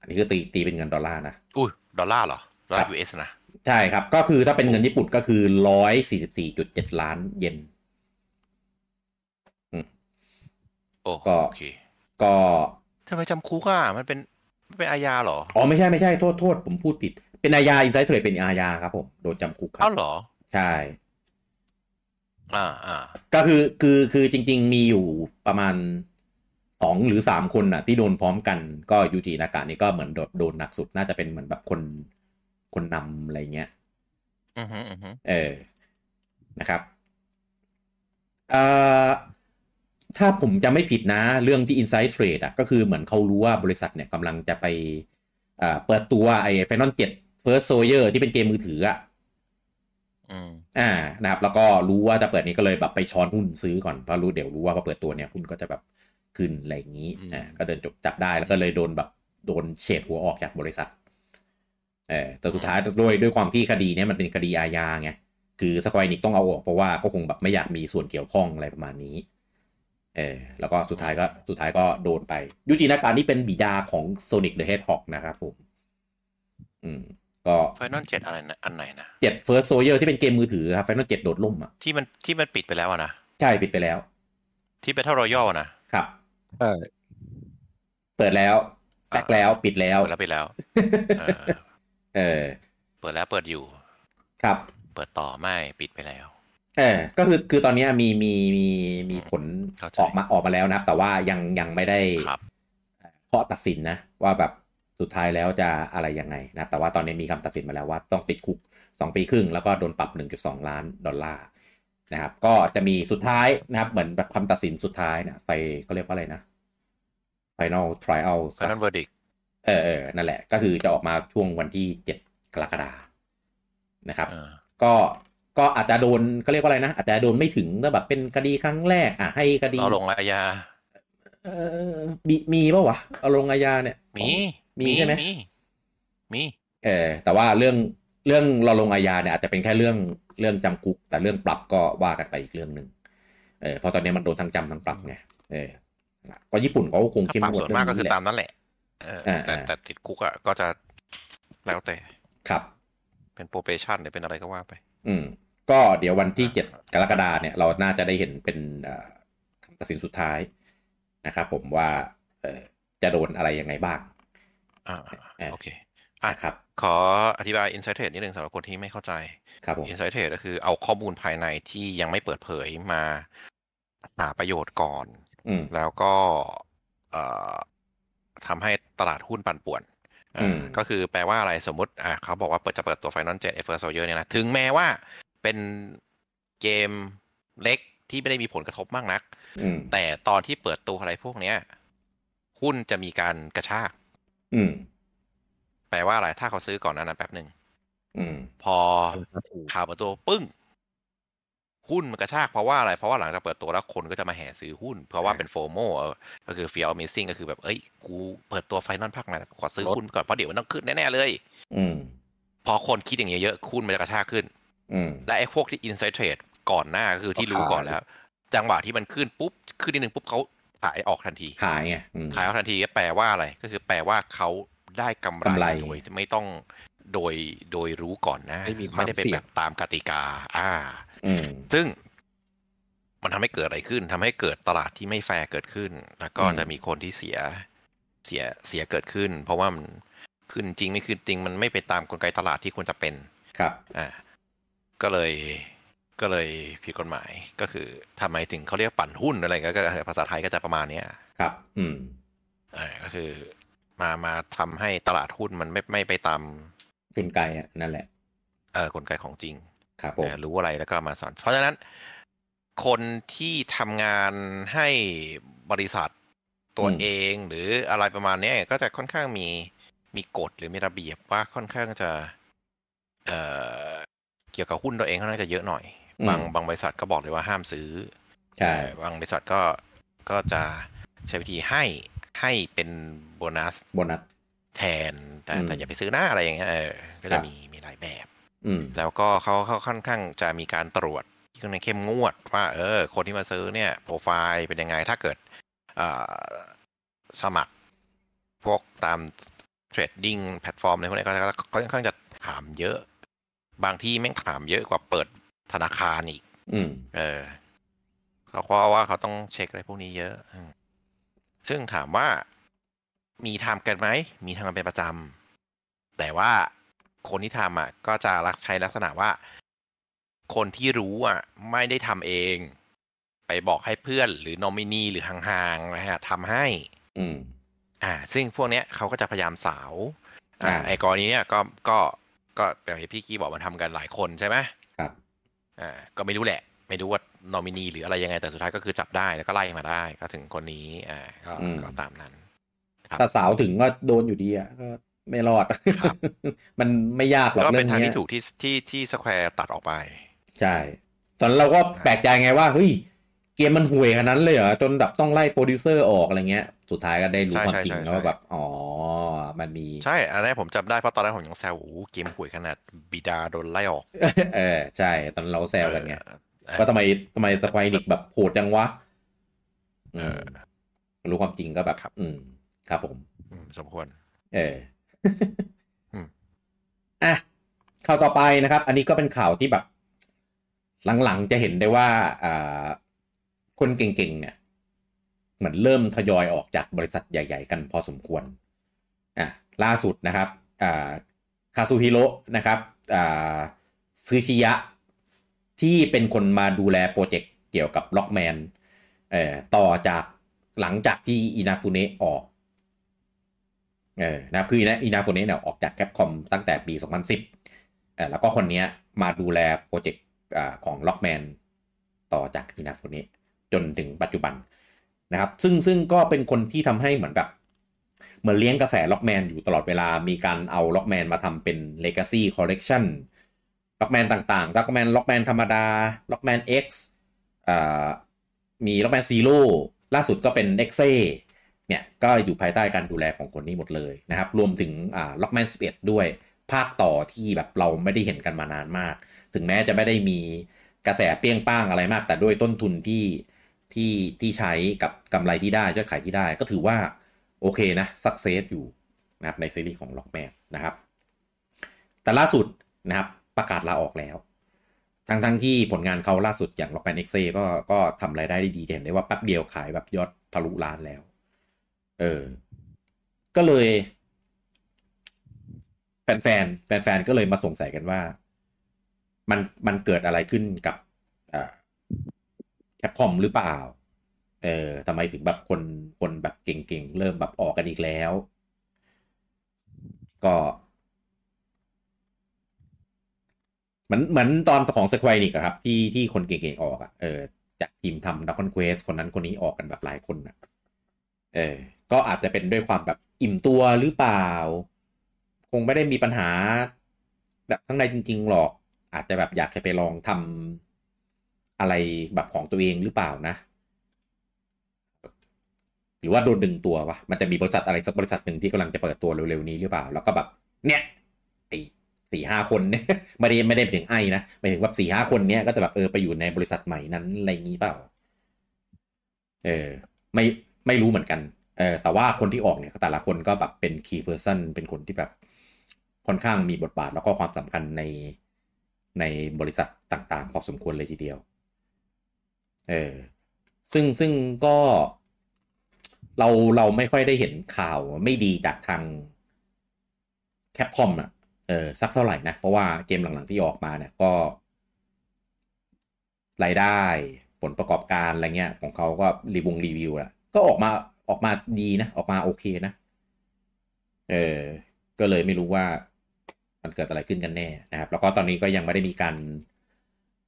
A: อันนี้คือตีตีเป็นเงินดอลลาร์นะ
B: อุ้ยดอลลาร์เหรอดอล
A: ครั
B: ลาร์
A: บ
B: US นะ
A: ใช่ครับ ก็คือถ้าเป็นเงินญี่ปุ่นก็คือ 144.7 ล้านเยน
B: โอ้
A: ก็
B: โอเค
A: ก็
B: ทำไมจำคุกอ่ะมันเป็นมันเป็นอาญาเหรอ
A: อ๋อไม่ใช่ไม่ใช่โทษโทษผมพูดผิด เป็นอาญาอินไซต์เทรดเป็นอาญาครับผมโดนจำคุกครั
B: เอ้า
A: บ
B: เหรอ
A: ใช่
B: อ่าอ่า
A: ก็คือคือคือจริง ๆ มีอยู่ประมาณสองหรือสามคนน่ะ ที่โดนพร้อมกันก็ยูจินากะนี่ก็เหมือนโดนโดนหนักสุดน่าจะเป็นเหมือนแบบคนคนนำอะไรเงี้ย
B: อือฮึอือฮึ
A: เออ นะครับเอ่อถ้าผมจะไม่ผิดนะ เรื่องที่ Inside Trade อะก็คือเหมือนเขารู้ว่าบริษัทเนี่ยกำลังจะไปเอ่อเปิดตัวไอ้ Final 7 First Soldier ที่เป็นเกมมือถืออะ
B: อืม
A: อ่า นะครับ แล้วก็รู้ว่าจะเปิดนี้ก็เลยแบบไปช้อนหุ้นซื้อก่อน เพราะรู้เดี๋ยวรู้ว่าพอเปิดตัวเนี่ยหุ้นก็จะแบบขึ้นอะไรอย่างนี้ อ่า ก็เดินจบจับได้แล้วก็เลยโดนแบบโดนเฉดหัวออกจากบริษัท เออแต่สุดท้ายด้วยด้วยความที่คดีเนี่ยมันเป็นคดีอาญาไง คือสควอนิกต้องเอาออกเพราะว่าก็คงแบบไม่อยากมีส่วนเกี่ยวข้องอะไรประมาณนี้ เออแล้วก็สุดท้ายก็สุดท้ายก็โดนไป ยุตินาการนี่เป็นบิดาของ Sonic the Hedgehog นะครับผม อืม ก็
B: ไฟนอลเจ็ดอะไรนะอันไหนนะ
A: เจ็ด First Soldier ที่เป็นเกมมือถือครับ Final 7โดดล่มอ่ะ
B: ที่มันที่มันปิดไปแล้วอะนะ
A: ใช่ ปิดไปแล้ว
B: ที่เป็นเท่ารอยย่นะครับ
C: ใช่
A: เปิดแล้วแตกแล้วปิดแล้ว
B: เปิดแล้วปิดแล้วเออ
A: เออ
B: เปิดแล้วเปิดอยู่
A: ครับ
B: เปิดต่อไม่ปิดไปแล้ว
A: เออ ก็คือคือตอนเนี้ยมีมีมีมีผล
B: เข้าใจ
A: ออกมาออกมาแล้วนะครับ แต่ว่ายังยังไม่ได้
B: ครับ
A: เคาะตัดสินนะว่าแบบสุดท้ายแล้วจะอะไรยังไงนะแต่ว่าตอนนี้มีคำตัดสินมาแล้วว่าต้องติดคุก 2 ปีครึ่ง แล้วก็โดนปรับ 1.2 ล้านดอลลาร์นะครับก็จะมีสุดท้ายนะครับเหมือนแบบคำตัดสินสุดท้ายนะไฟเขาเรียกว่าอะไรนะ Final Trial
B: Final verdict
A: เออเออนั่นแหละ ก็คือจะออกมาช่วงวันที่ 7 กรกฎานะครับ
B: เออ
A: ก็ก็อาจจะโดนเขาเรียกว่าอะไรนะ อาจจะโดนไม่ถึงก็แบบเป็นคดีครั้งแรกอ่ะให้คดี
B: เราลงอาญา
A: เออมีมีเปล่าวะเอาลงอาญาเนี่ย
B: มี
A: มีใช่ไหม
B: มี
A: เออแต่ว่าเรื่องเรื่องรอลงอาญาเนี่ยอาจจะเป็นแค่เรื่องเรื่องจำคุก แต่เรื่องปรับก็ว่ากันไปอีกเรื่องหนึ่งเออเพราะตอนนี้มันโดนทั้งจำทั้งปรับไงเออก็ญี่ปุ่นเขาก็คง
B: ถ้า
A: เข้ม
B: ปรับ
A: งวด
B: ส่วน
A: เรื่
B: มา
A: อ
B: ก
A: ง
B: ก็คื
A: นี้
B: อ
A: แหละ
B: ตามนั้นแหละ เออ
A: อ่า
B: แต่
A: อ่า
B: แต่ติดคุกอ่ะก็จะแล้วแต่
A: ครับ
B: เป็นโปรเ a ชั่นหรือเป็นอะไรก็ว่าไป
A: อืมก็เดี๋ยววันที่ 7 กรกฎาเนี่ยเราน่าจะได้เห็นเป็นเอ่อคำตัดสินสุดท้ายนะครับผมว่าเออจะโดนอะไรยังไงบ้าง
B: อ่าอ่า
A: เออ
B: โอเค อ่ะ
A: นะครับ
B: ขออธิบาย Inside Trade นิดนึงสำหรับคนที่ไม่เข้าใจ
A: ครับผม
B: Inside Trade ก็คือเอาข้อมูลภายในที่ยังไม่เปิดเผยมาหาประโยชน์ก่อน
A: อืม
B: แล้วก็เอ่อทำให้ตลาดหุ้นปั่นป่วน
A: อืม
B: เออก็คือแปลว่าอะไรสมมติอ่ะเขาบอกว่าเปิดจะเปิดตัว Final 7 e f f e r s o l d i e r เนี่ยนะ ถึงแม้ว่าเป็นเกมเล็กที่ไม่ได้มีผลกระทบมากนัก
A: อืม
B: แต่ตอนที่เปิดตัวอะไรพวกเนี้ย หุ้นจะมีการกระชาก
A: อืม
B: แปลว่าอะไร ถ้าเขาซื้อก่อนหนานั้นแป๊บหนึ่ง
A: อืม
B: พอ
C: ครับถูก
B: ข่าวเปิดตัวปึ้ง หุ้นมันกระชากเพราะว่าอะไร เพราะว่าหลังจากเปิดตัวแล้วคนก็จะมาแห่ซื้อหุ้น เพราะว่าเป็นโฟโมก็คือ fear of missing ก็คือแบบ เอ้ย กูเปิดตัวไฟนอลภาคใหม่แล้วกูขอซื้อหุ้นก่อนเพราะเดี๋ยวมันต้องขึ้นแน่ ๆ เลย
A: อืม
B: พอคนคิดอย่างเงี้ยเยอะหุ้นมันจะกระชากขึ้น
A: อืม
B: และไอ้พวกที่ inside trade ก่อนหน้าก็คือที่รู้ก่อนแล้ว จังหวะที่มันขึ้นปุ๊บ ขึ้นนิดนึงปุ๊บเขาขายออกทันที
A: ขายไงอืม
B: ขายออกทันทีก็แปลว่าอะไร ก็คือแปลว่าเขาได้กำไร
A: กำไร
B: โดยไม่ต้องโดยโดยรู้ก่อนหนะ
C: ไม่มีความ
B: ได้เป็น
C: เสี่
B: แบ
C: ยง
B: บตามกติกา อ่า
A: อืม
B: ซึ่งมันทำให้เกิดอะไรขึ้นทำให้เกิดตลาดที่ไม่แฟร์เกิดขึ้น แล้วก็
A: อืม
B: จะมีคนที่เสียเสียเสียเกิดขึ้น เพราะว่ามันขึ้นจริงไม่ขึ้นจริง มันไม่ไปตามกลไกตลาดที่ควรจะเป็น
A: ครับ
B: อ่าก็เลยก็เลยผิดกฎหมายก็คือทำไมถึงเขาเรียกปั่นหุ้นอะไรก็ก็ภาษาไทยก็จะประมาณเนี้ย
A: ครับ อืม
B: เออก็คือมามาทำให้ตลาดหุ้นมันไม่ไม่ไปตาม
A: กลไกอ่ะนั่นแหละ
B: เออกลไกของจริง
A: ครับผ
B: เอ
A: ม
B: อรู้อะไรแล้วก็มาสอน เพราะฉะนั้นคนที่ทำงานให้บริษัท ตัว
A: อืม
B: เองหรืออะไรประมาณเนี้ยก็จะค่อนข้างมีมีกฎหรือมีระเบียบว่าค่อนข้างจะ เอ่อเกี่ยวกับหุ้นตัวเองค่อนข้างจะเยอะหน่อย
A: อืม
B: บางบางบริษัทก็บอกเลยว่าห้ามซื้อ
A: ใช่
B: เอ่อบางบริษัทก็ก็จะใช้วิธีให้ให้เป็นโบนัส
A: โบนัส
B: แทน แต่
A: อืม
B: แต่อย่าไปซื้อหน้าอะไรอย่างเงี้ยเออ
A: ค
B: ก็
A: รั
B: จะ
A: บ
B: มีมีหลายแบบ
A: อืม
B: แล้วก็เขาเขาค่อนข้างจะมีการตรวจที่ค่อนข้างเข้มงวดว่า เออ คนที่มาซื้อเนี่ยโปรไฟล์เป็นยังไงถ้าเกิดเอ่อสมัครพวกตามเทรดดิ้งแพลตฟอร์มอะไรพวกนี้ก็ก็ก็ค่อนข้างจะถามเยอะ บางที่แม่งถามเยอะกว่าเปิดธนาคารอีก
A: อืม
B: เออเขาเพราะว่าเขาต้องเช็คอะไรพวกนี้เยอะอืมซึ่งถามว่ามีทำกันไหม มีทำกันเป็นประจำ แต่ว่าคนที่ทำอ่ะ ก็จะรักใช้ลักษณะว่า คนที่รู้อ่ะ ไม่ได้ทำเอง ไปบอกให้เพื่อนหรือนอมินีหรือห่างๆนะฮะทำให้
A: อืม
B: อ่า ซึ่งพวกเนี้ยเขาก็จะพยายามสาว
A: อ่า
B: อ่า ไอ้กรณีเนี้ยก็ก็ก็แบบที่พี่กี้บอกมันทำกันหลายคนใช่ไหม
A: ครับ
B: อ่าก็ไม่รู้แหละ ไม่รู้ว่านอมินีหรืออะไรยังไงแต่สุดท้ายก็คือจับได้แล้วก็ไล่มาได้ก็ถึงคนนี้อ่าก็
A: อืม
B: ก็ตามนั้น ครับ
A: ถ้าสาวถึงก็โดนอยู่ดีอ่ะก็ไม่รอด
B: ครับ
A: มันไม่ยากหรอก
B: ก็
A: เรื่
B: เป็
A: อน ง
B: ทาง
A: เนี้ย
B: ที่ถูกที่ที่ที่สแควร์ตัดออกไป
A: ใช่ ตอนนนเราก็แปลกใจไงว่าเฮ้ยเกมมันห่วยขนาดนั้นเลยเหรอจนแบบต้องไล่โปรดิวเซอร์ออกอะไรเงี้ย สุดท้ายก็ได้รู้
B: ใช่
A: ความ
B: ใช่
A: จริง
B: ใช่
A: แล้วว่า
B: ใช่
A: แบบอ๋อมันมี
B: ใช่อันนี้ผมจำได้เพราะตอนนั้นผมยังแซวโอ้โหเกมห่วยขนาดบิดาโดนไล่ออก
A: เออใช่ ตอนนนเราแซวกันไง
B: เออเออ
A: ว่าทำไมทำไมสควอนิกแบบโหดจังวะ
B: เออ
A: มรู้ความจริงก็แบบ
B: ครับ
A: อืม ครับผม
B: อืมสมควร
A: เอออ
B: ม
A: อ่ะข่าวต่อไปนะครับ อันนี้ก็เป็นข่าวที่แบบ หลังๆจะเห็นได้ว่าอ่าคนเก่งๆเนี่ย เหมือนเริ่มทยอยออกจากบริษัทใหญ่ ๆ กันพอสมควรอ่ะล่าสุดนะครับอ่าคาซูฮิโร่นะครับอ่าซูชิยะ ที่เป็นคนมาดูแลโปรเจกต์เกี่ยวกับล็อกแมนเอ่อต่อจากหลังจากที่อินาฟุเนะออก เออนะครับคือนะอินาโคเนะเนี่ยออกจากแคปคอมตั้งแต่ปี 2010เออแล้วก็คนเนี้ยมาดูแลโปรเจกต์อ่าของล็อกแมนต่อจากอินาโคเนะจนถึงปัจจุบันนะครับซึ่งซึ่งก็เป็นคนที่ทำให้เหมือนแบบเหมือนเลี้ยงกระแสล็อกแมนอยู่ตลอดเวลา มีการเอาล็อกแมนมาทำเป็น Legacy Collection ล็อกแมนต่างๆล็อกแมนล็อกแมนธรรมดาล็อกแมน X อ่ามีล็อกแมนซีโร่ล่าสุดก็เป็น x อ a เนี่ยก็อยู่ภายใต้การดูแลของคนนี้หมดเลยนะครับ รวมถึงอ่าล็อกแมนสิด้วย ภาคต่อที่แบบเราไม่ได้เห็นกันมานานมาก ถึงแม้จะไม่ได้มีกระแสเปรี้ยงป้างอะไรมาก แต่ด้วยต้นทุนที่ที่ที่ใช้กับกำไรที่ได้ยอดขายที่ได้ ก็ถือว่าโอเคนะสักเซสอยู่นะครับในซีรีส์ของล็อกแมนนะครับ แต่ล่าสุดนะครับประกาศลาออกแล้ว ทั้งทั้งที่ผลงานเขาล่าสุดอย่าง Rockman x ก็ก็ทำรายได้ได้ดีเห็นได้ว่าแป๊บเดียวขายแบบยอดทะลุล้านแล้ว เออ ก็เลย แฟนๆแฟนๆก็เลยมาสงสัยกันว่า มันมันเกิดอะไรขึ้นกับแคปคอมหรือเปล่า เออทำไมถึงแบบคนคนแบบเก่งๆ เริ่มแบบออกกันอีกแล้ว ก็ เหมือนเหมือนตอนของสควอนิกครับ ที่ที่คนเก่งๆออกอะเออจากทีมทำดักคอนเควสคนนั้นคนนี้ออกกันแบบหลายคนอะเออ ก็อาจจะเป็นด้วยความแบบอิ่มตัวหรือเปล่า คงไม่ได้มีปัญหา แบบข้างในจริง ๆ หรอก อาจจะแบบอยากจะไปลองทำอะไรแบบของตัวเองหรือเปล่านะ หรือว่าโดนดึงตัววะมันจะมีบริษัทอะไรสักบริษัทหนึ่งที่กำลังจะเปิดตัวเร็วๆนี้หรือเปล่า แล้วก็แบบ เนี่ยไอสี่ห้าคนเนี่ย ไม่ได้ไม่ได้ถึงไอ้นะหมายถึงว่าสี่ห้าคนเนี้ยก็จะแบบเออไปอยู่ในบริษัทใหม่นั้นอะไรอย่างงี้เปล่า เออ ไม่ไม่รู้เหมือนกัน เออแต่ว่าคนที่ออกเนี่ยแต่ละคนก็แบบเป็นคีย์เพ r ร o ซันเป็นคนที่แบบค่อนข้างมีบทบาทแล้วก็ความสำคัญในในบริษัทต่างๆพอสมควรเลยทีเดียว เออซึ่งซึ่งก็เราเราไม่ค่อยได้เห็นข่าวไม่ดีจากทางแคปคอมอ่ะ เออสักเท่าไหร่นะ เพราะว่าเกมหลังๆที่ออกมาเนี่ยก็ รายได้ผลประกอบการอะไรเงี้ย ของเขาก็รีวงรีวิวอะก็ออกมาออกมาดีนะ ออกมาโอเคนะ เออ ก็เลยไม่รู้ว่ามันเกิดอะไรขึ้นกันแน่นะครับ แล้วก็ตอนนี้ก็ยังไม่ได้มีการ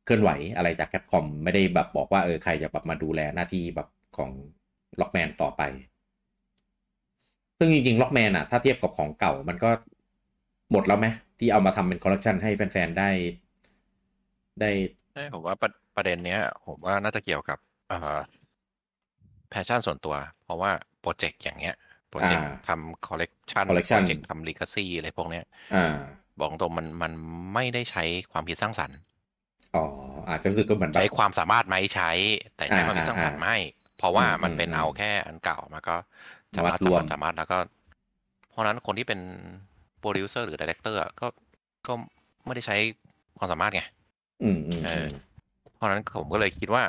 A: เคลื่อนไหวอะไรจากแคปคอมไม่ได้แบบบอกว่าเออใครจะแบบมาดูแลหน้าที่แบบของล็อกแมนต่อไป ซึ่งจริงๆล็อกแมนอ่ะ ถ้าเทียบกับของเก่ามันก็หมดแล้วไหมที่เอามาทำเป็นคอลเลกชันให้แฟนๆได้ ได้
B: ใช่ผมว่าประประเด็นเนี้ย ผมว่าน่าจะเกี่ยวกับเอ่อแพชชั่นส่วนตัว เพราะว่าโปรเจกต์อย่างเงี้ยโปรเจกต์
A: อ่า
B: ทำคอลเลกชันโปร
A: collection
B: เจกต์ทำลิขสิทธิ์อะไรพวกเนี้ย
A: อ่า
B: บอกตรงมันมันไม่ได้ใช้ความคิดสร้างสรรค์
A: อ๋ออาจจะรู้สึกก็เหมือนแบบ
B: ใช้ความสามารถไหมใช้ แต่ใช้
A: อ่า
B: ความคิดสร้างสรรค์
A: อ่า
B: ไม่ เพราะว่า
A: อืม
B: มันเป็น
A: อืม
B: เอาแค่อันเก่ามาก็สามารถ
A: มัดร
B: สาวมาม รถสามารถแล้วก็ เพราะฉะนั้นคนที่เป็นโปรดิวเซอร์หรือดีเรคเตอร์ก็ก็ไม่ได้ใช้ความสามารถไง
A: อืมอืม
B: เอ
A: อื
B: อ
A: ม
B: เพราะฉะนั้นผมก็เลยคิดว่า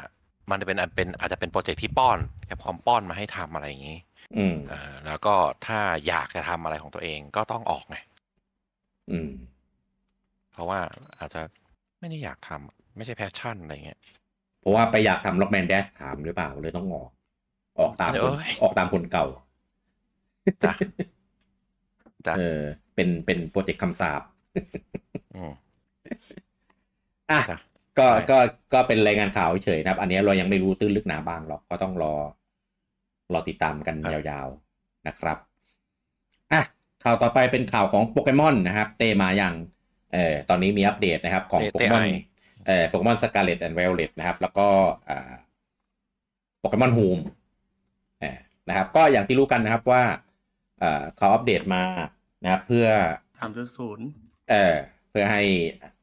B: มันจะเป็นอาจเป็นอาจจะเป็นโปรเจกต์ที่ป้อนแคปคอมป้อนมาให้ทำอะไรอย่างนี้
A: อืม
B: เออแล้วก็ถ้าอยากจะทำอะไรของตัวเองก็ต้องออกไง
A: อืม
B: เพราะว่าอาจจะไม่ได้อยากทำไม่ใช่แพชชั่นอะไรอย่างเงี้ย
A: เพราะว่าไปอยากทำล็อกแมน s ด ถามหรือเปล่าเลยต้องออก ออกตามค
B: โอ้
A: น
B: ย
A: ออกตามคนเก่า
B: จ้ะ จ้ะ
A: เออ เป็นเป็นโปรเจกต์คำสาป
B: อืม
A: อ่ะ
B: จ้ะ
A: ก็
B: ใช่
A: ก็ก็เป็นรายงานข่าวเฉยๆนะครับ อันนี้เรายังไม่รู้ตื้นลึกหนาบางหรอกก็ต้องรอ รอติดตามกันยาวๆนะครับอ่ะข่าวต่อไปเป็นข่าวของโปเกมอนนะครับ เตมาอย่างเออตอนนี้มีอัปเดตนะครับ ของ
B: เต
A: โปเกมอน
B: เตไอ
A: เอ่อโปเกมอนสกาเลตแอนด์ไวโอเลตนะครับ แล้วก็อ่าโปเกมอนโฮมอ่านะครับ ก็อย่างที่รู้กันนะครับว่าเอ่อเขาอัปเดตมานะครับ เพื่อ
D: สามจุดศูนย์
A: เอ่อเพื่อให้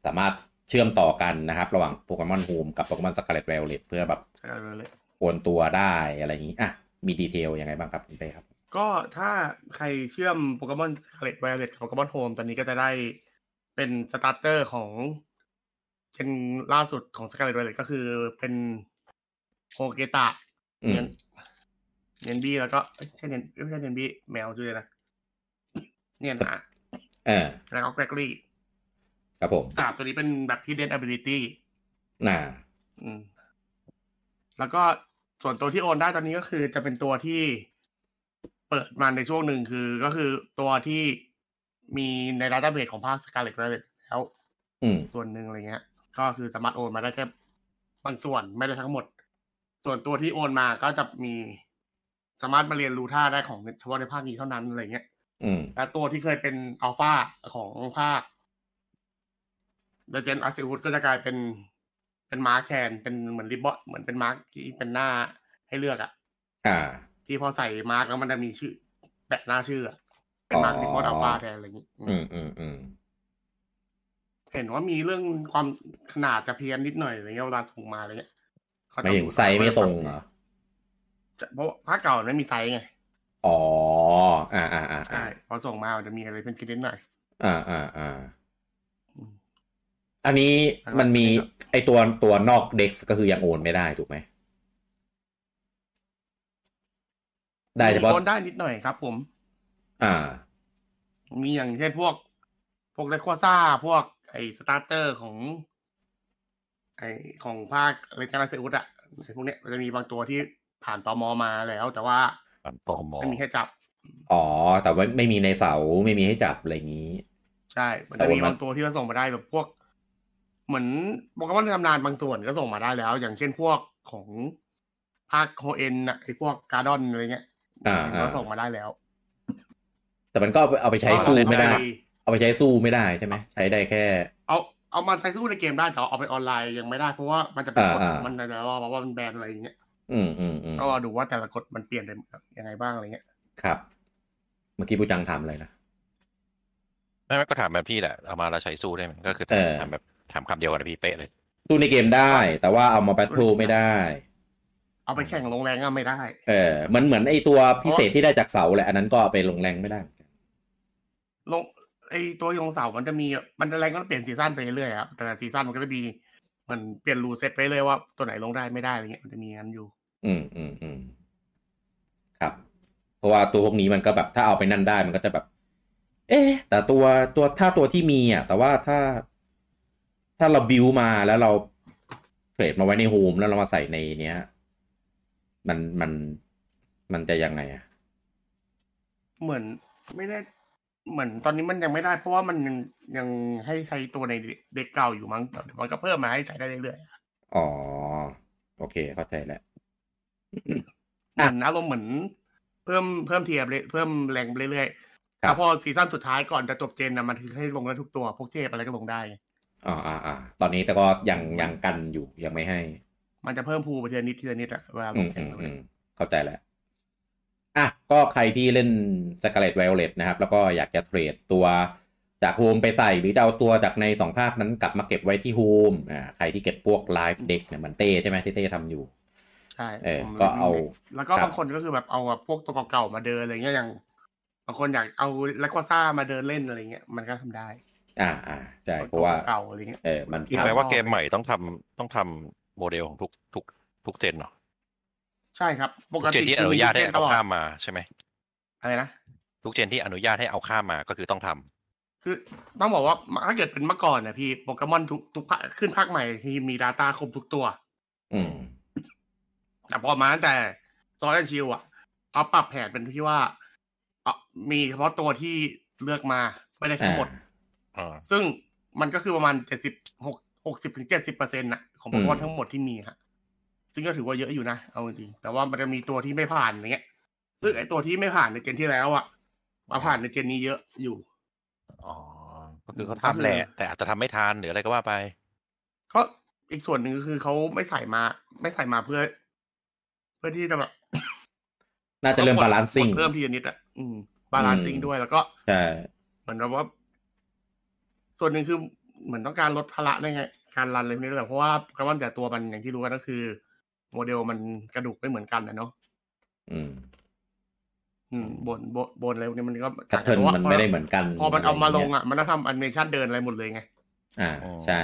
A: สามารถเชื่อมต่อกันนะครับ ระหว่างโปเกมอนโฮมกับโปเกมอนสกาเลตไวโอเลตเพื่อแบบ
D: สกาเลตเลย
A: โอนตัวได้อะไรอย่างนี้อ่ะมีดีเทลยังไงบ้างครับคุณเต้ครับ
D: ก็ถ้าใครเชื่อมโปเกมอนสกาเลตไวเลตกับโปเกมอนโฮมตอนนี้ก็จะได้เป็นสตาร์เตอร์ของเจนล่าสุดของสกาเลตไวเลตก็คือเป็นโฮเกตะ
A: อืม
D: เนนเนนบี้แล้วก็เอ้ยใช่เนนเอ้ยไม่ใช่เนนบี้แมวชื่ออะไร นะเนียนหา
A: เออ
D: แล้วก็แกรกลี่
A: ครับผม
D: สามตัวนี้เป็นแบบที่เดน ability
A: น่า
D: อืมแล้วก็ส่วนตัวที่โอนได้ตอนนี้ก็คือจะเป็นตัวที่เปิดมาในช่วงหนึ่งคือ ก็คือตัวที่มีในดัตเตอร์เบสของภาคสกาเลตแล้ว
A: อืม
D: ส่วนหนึ่งอะไรเงี้ย ก็คือสามารถโอนมาได้แค่บางส่วนไม่ได้ทั้งหมด ส่วนตัวที่โอนมาก็จะมีสามารถมาเรียนรู้ท่าได้ของเฉพาะในภาคนี้เท่านั้นอะไรเงี้ย
A: อืม
D: และตัวที่เคยเป็นอัลฟาของภาค The Gen a s i u s ก็จะกลายเป็นเป็นมาร์คแทนเป็นเหมือนริบบอนเหมือนเป็นมาร์คที่เป็นหน้าให้เลือกอะ
A: อ่า
D: ที่พอใส่มาร์คแล้วมันจะมีชื่อแปะหน้าชื่ออะเป็นมาร์คริบบอน
A: อ๋อ
D: อัลฟาแทนอะไรอย่างนี้
A: อืมอืมอืม
D: เห็นว่ามีเรื่องความขนาดจะเพี้ยนนิดหน่อยอะไรเงี้ยเวลาส่งมาอะไรเงี้ยเขาจะ
A: ไม่ถึงไซส์ไม่ตรงเหรอ
D: จะเพราะภาคเก่าไม่มีไซส์ไง
A: อ๋ออ่าอ่าอ่า
D: ใช่พอส่งมามันจะมีอะไรเป็นกินนิดหน่อย
A: อ่าอ่าอ่า
D: อืม
A: อันนี้มันมีไอตัวตัวนอกเด็กก็คือยังโอนไม่ได้ถูกไหม ได้เฉพาะ
D: โอนได้นิดหน่อยครับผม
A: อ่า
D: มีอย่างเช่นพวก พวกเรคควาซ่า พวกไอสตาร์เตอร์ของ ไอของภาคเลกาลาเซอุสอะไอพวกเนี้ยมันจะมีบางตัวที่ผ่านตอมอมาแล้ว แต่ว่า
B: มันโปรโม
D: ไม่มีให้จับ
A: อ๋อ แต่ว่าไม่มีในเสาไม่มีให้จับอะไรอย่างนี้
D: ใช่ มันจะมีบางตัวที่เราส่งมาได้แบบพวก เหมือนโปเกมอนในตำนานบางส่วนก็ส่งมาได้แล้ว อย่างเช่นพวกของภาคโคเอ็นอะไอพวกการ์ดอนอะไรเงี้ย
A: อ่า
D: ก็
A: อ่า
D: ส่งมาได้แล้ว
A: แต่มันก็เอาไปเอาไปใช้สู้ไม่ได้
D: ก็เลย
A: เอาไปใช้สู้ไม่ได้ใช่ไหมใช้ได้แค่
D: เอาเอามาใช้สู้ในเกมได้แต่เอาไปออนไลน์ยังไม่ได้เพราะว่ามันจะเป็นกฎ
A: อ่าอ่ามั
D: มันจะรอเพราะว่ามันแบนอะไรอย่างเงี้ย
A: อืมอืมอืม
D: ก็รอดูว่าแต่ละกฎมันเปลี่ยนไปยังไงบ้างอะไรเงี้ย
A: ครับ เมื่อกี้ผู้จังถามอะไรนะ
B: ไม่ไม่ก็ถามแบบพี่แหละเอามาแล้วใช้สู้ได้ไหมก็คือ
A: เออ
B: ถามแบบถามคำเดียวกันนะพี่เป๊ะเลย
A: สู้ในเกมได้ แต่ว่าเอามาแบทเทิลไม่ได้
D: เอาไปแข่งลงแรงก็ไม่ได้
A: เออเหมันเหมือนไอตัวพิเศษที่ได้จากเสาแหละอันนั้นก็เอาไปลงแรงไม่ได้
D: ลงไอตัวยงเสามันจะมีมันจะแรงก็เปลี่ยนซีซั่นไปเรื่อยๆครับแต่ละซีซั่นมันก็จะมีมันเปลี่ยนรูเซตไปเรื่อยว่าตัวไหนลงได้ไม่ได้อะไรเงี้ยมันจะมีงั้นอยู่
A: อืมอืมอืมครับ เพราะว่าตัวพวกนี้มันก็แบบถ้าเอาไปนั่นได้มันก็จะแบบ เอ๊ะ แต่ตัวตัวถ้าตัวที่มีอ่ะ แต่ว่าถ้า ถ้าเราบิวมาแล้วเราเทรดมาไว้ในโฮมแล้วเรามาใส่ในเนี้ย มันมันมันจะยังไงอ่ะ
D: เหมือนไม่ได้เหมือนตอนนี้มันยังไม่ได้ เพราะว่ามันยังยังให้ใช้ตัวในเด็กเก่าอยู่มั้งแต่มันก็เพิ่มมาให้ใช้ได้เรื่อย
A: อ๋อ โอเค เข้าใจแล้ว
D: ๆเหมือนอารมณ์เหมือน เ พิ่มเพิ่มเทียบเลยเพิ่มแรงไปเรื่อยๆ
A: ครับ
D: แล้วพอซีซั่นสุดท้ายก่อนจะจบเจนนะมันคือให้ลงได้ทุกตัว พวกเทพอะไรก็ลงได้
A: อ่าอ่าอ่าตอนนี้แต่ก็ยังยังกันอยู่ยังไม่ให้
D: มันจะเพิ่มภูไปทีละนิดทีละนิดอะเวลาล
A: อื
D: ง
A: ม
D: แข่
A: อื
D: ง
A: มอืมเข้าใจแล้ว อ่ะ ก็ใครที่เล่นสก a เลตไวโอเลตนะครับ แล้วก็อยากจะเทรดตัวจากโฮมไปใส่ หรือจะเอาตัวจากในสองภาคนั้นกลับมาเก็บไว้ที่โฮมอ่าใครที่เก็บพวกไลฟ์เด็กเนี่ยมันเต้ใช่ไหมที่เต้ทำอยู่
D: ใช่
A: เออ
D: ผม
A: ก็เอา
D: แล้วก็
A: ครับ
D: บางคนก็คือแบบเอาแบบพวกตัวเก่าๆมาเดินอะไรเงี้ยอย่างบางคนอยากเอาแลควาซ่ามาเดินเล่นอะไรเงี้ยมันก็ทำได้
A: อ่าอ่าใช่เพ
D: ตั
A: ราะ
D: ว
A: ว่า
D: เก่าๆอะไรเงี้ย
A: เออมัน
D: อีก
A: ทำ
B: แปลว่าเกมใหม่ต้องทำต้องทำโมเดลของทุกทุกทุกเจนเนาะ
D: ใช่ครับป
B: ทุก
D: ก
B: เจน
D: ติ
B: ที่อ
D: คือ
B: นุ
D: มี
B: ญาตให้
D: เล่นต
B: เอา
D: ลอด
B: ข้ามมาใช่ไหม
D: อะไรนะ
B: ทุกเจนที่อนุญาตให้เอาข้ามมาก็คือต้องทำ
D: คือต้องบอกว่าถ้าเกิดเป็นเมื่อก่อนนะพี่โปเกมอนทุกทุกภาคขึ้นภาคใหม่ที่มี Data ครบทุกตัว
A: อืม
D: แต่พอมาตั้งแต่ซอร์แอนชิลอะเขาปรับแผนเป็นที่ว่าเอามีเฉพาะตัวที่เลือกมาไม่ได้ทั้งหมด
B: อ่า
D: ซึ่งมันก็คือประมาณเจ็ดสิบหกหกสิบถึงเจ็ดสิบเปอร์เซ็นต์ะของโปเกม
A: อื
D: อน
A: ม
D: ทั้งหมดที่มีฮะซึ่งก็ถือว่าเยอะอยู่นะ เอาจริงๆแต่ว่ามันจะมีตัวที่ไม่ผ่านอย่างเงี้ย ซึ่งไอตัวที่ไม่ผ่านในเจนที่แล้วอะมาผ่านในเจนนี้เยอะอยู่
B: อ๋อก็คือเขาทำแหละแต่อาจจะทำไม่ทันหรืออะไรก็ว่าไป
D: ก็อีกส่วนหนึ่งก็คือเขาไม่ใส่มา ไม่ใส่มาเพื่อ เพื่อที่จะแบบ
A: น่าจะเริ่ม
D: ขกด
A: บาลานซิ่ง
D: กดเพิ่มทีละนิดอ่ะอืมบาลานซิ่ง
A: อืม
D: ด้วยแล้วก็
A: ใช่
D: เหมือนกับว่า ส่วนหนึ่งคือเหมือนต้องการลดภาระในไงการรันอะไรพวกนี้ด้วยแหละเพราะว่าโปเกมอนแต่ตัวมันอย่างที่รู้กันก็คือ โมเดลมันกระดูกไม่เหมือนกันนะเนาะ
A: อืม
D: อืมบนบนบนอะไรพวกนี้มันก็
A: แพทเทิร์น
D: พราะว่า
A: มันไม่ได้เหมือนกัน
D: พอมันเอามาลง
A: ไรย่ย
D: อ่ะ มันต้องทำแอนิเมชันเดินอะไรหมดเลยไง
A: อ่า
B: อ๋อ
A: ใช่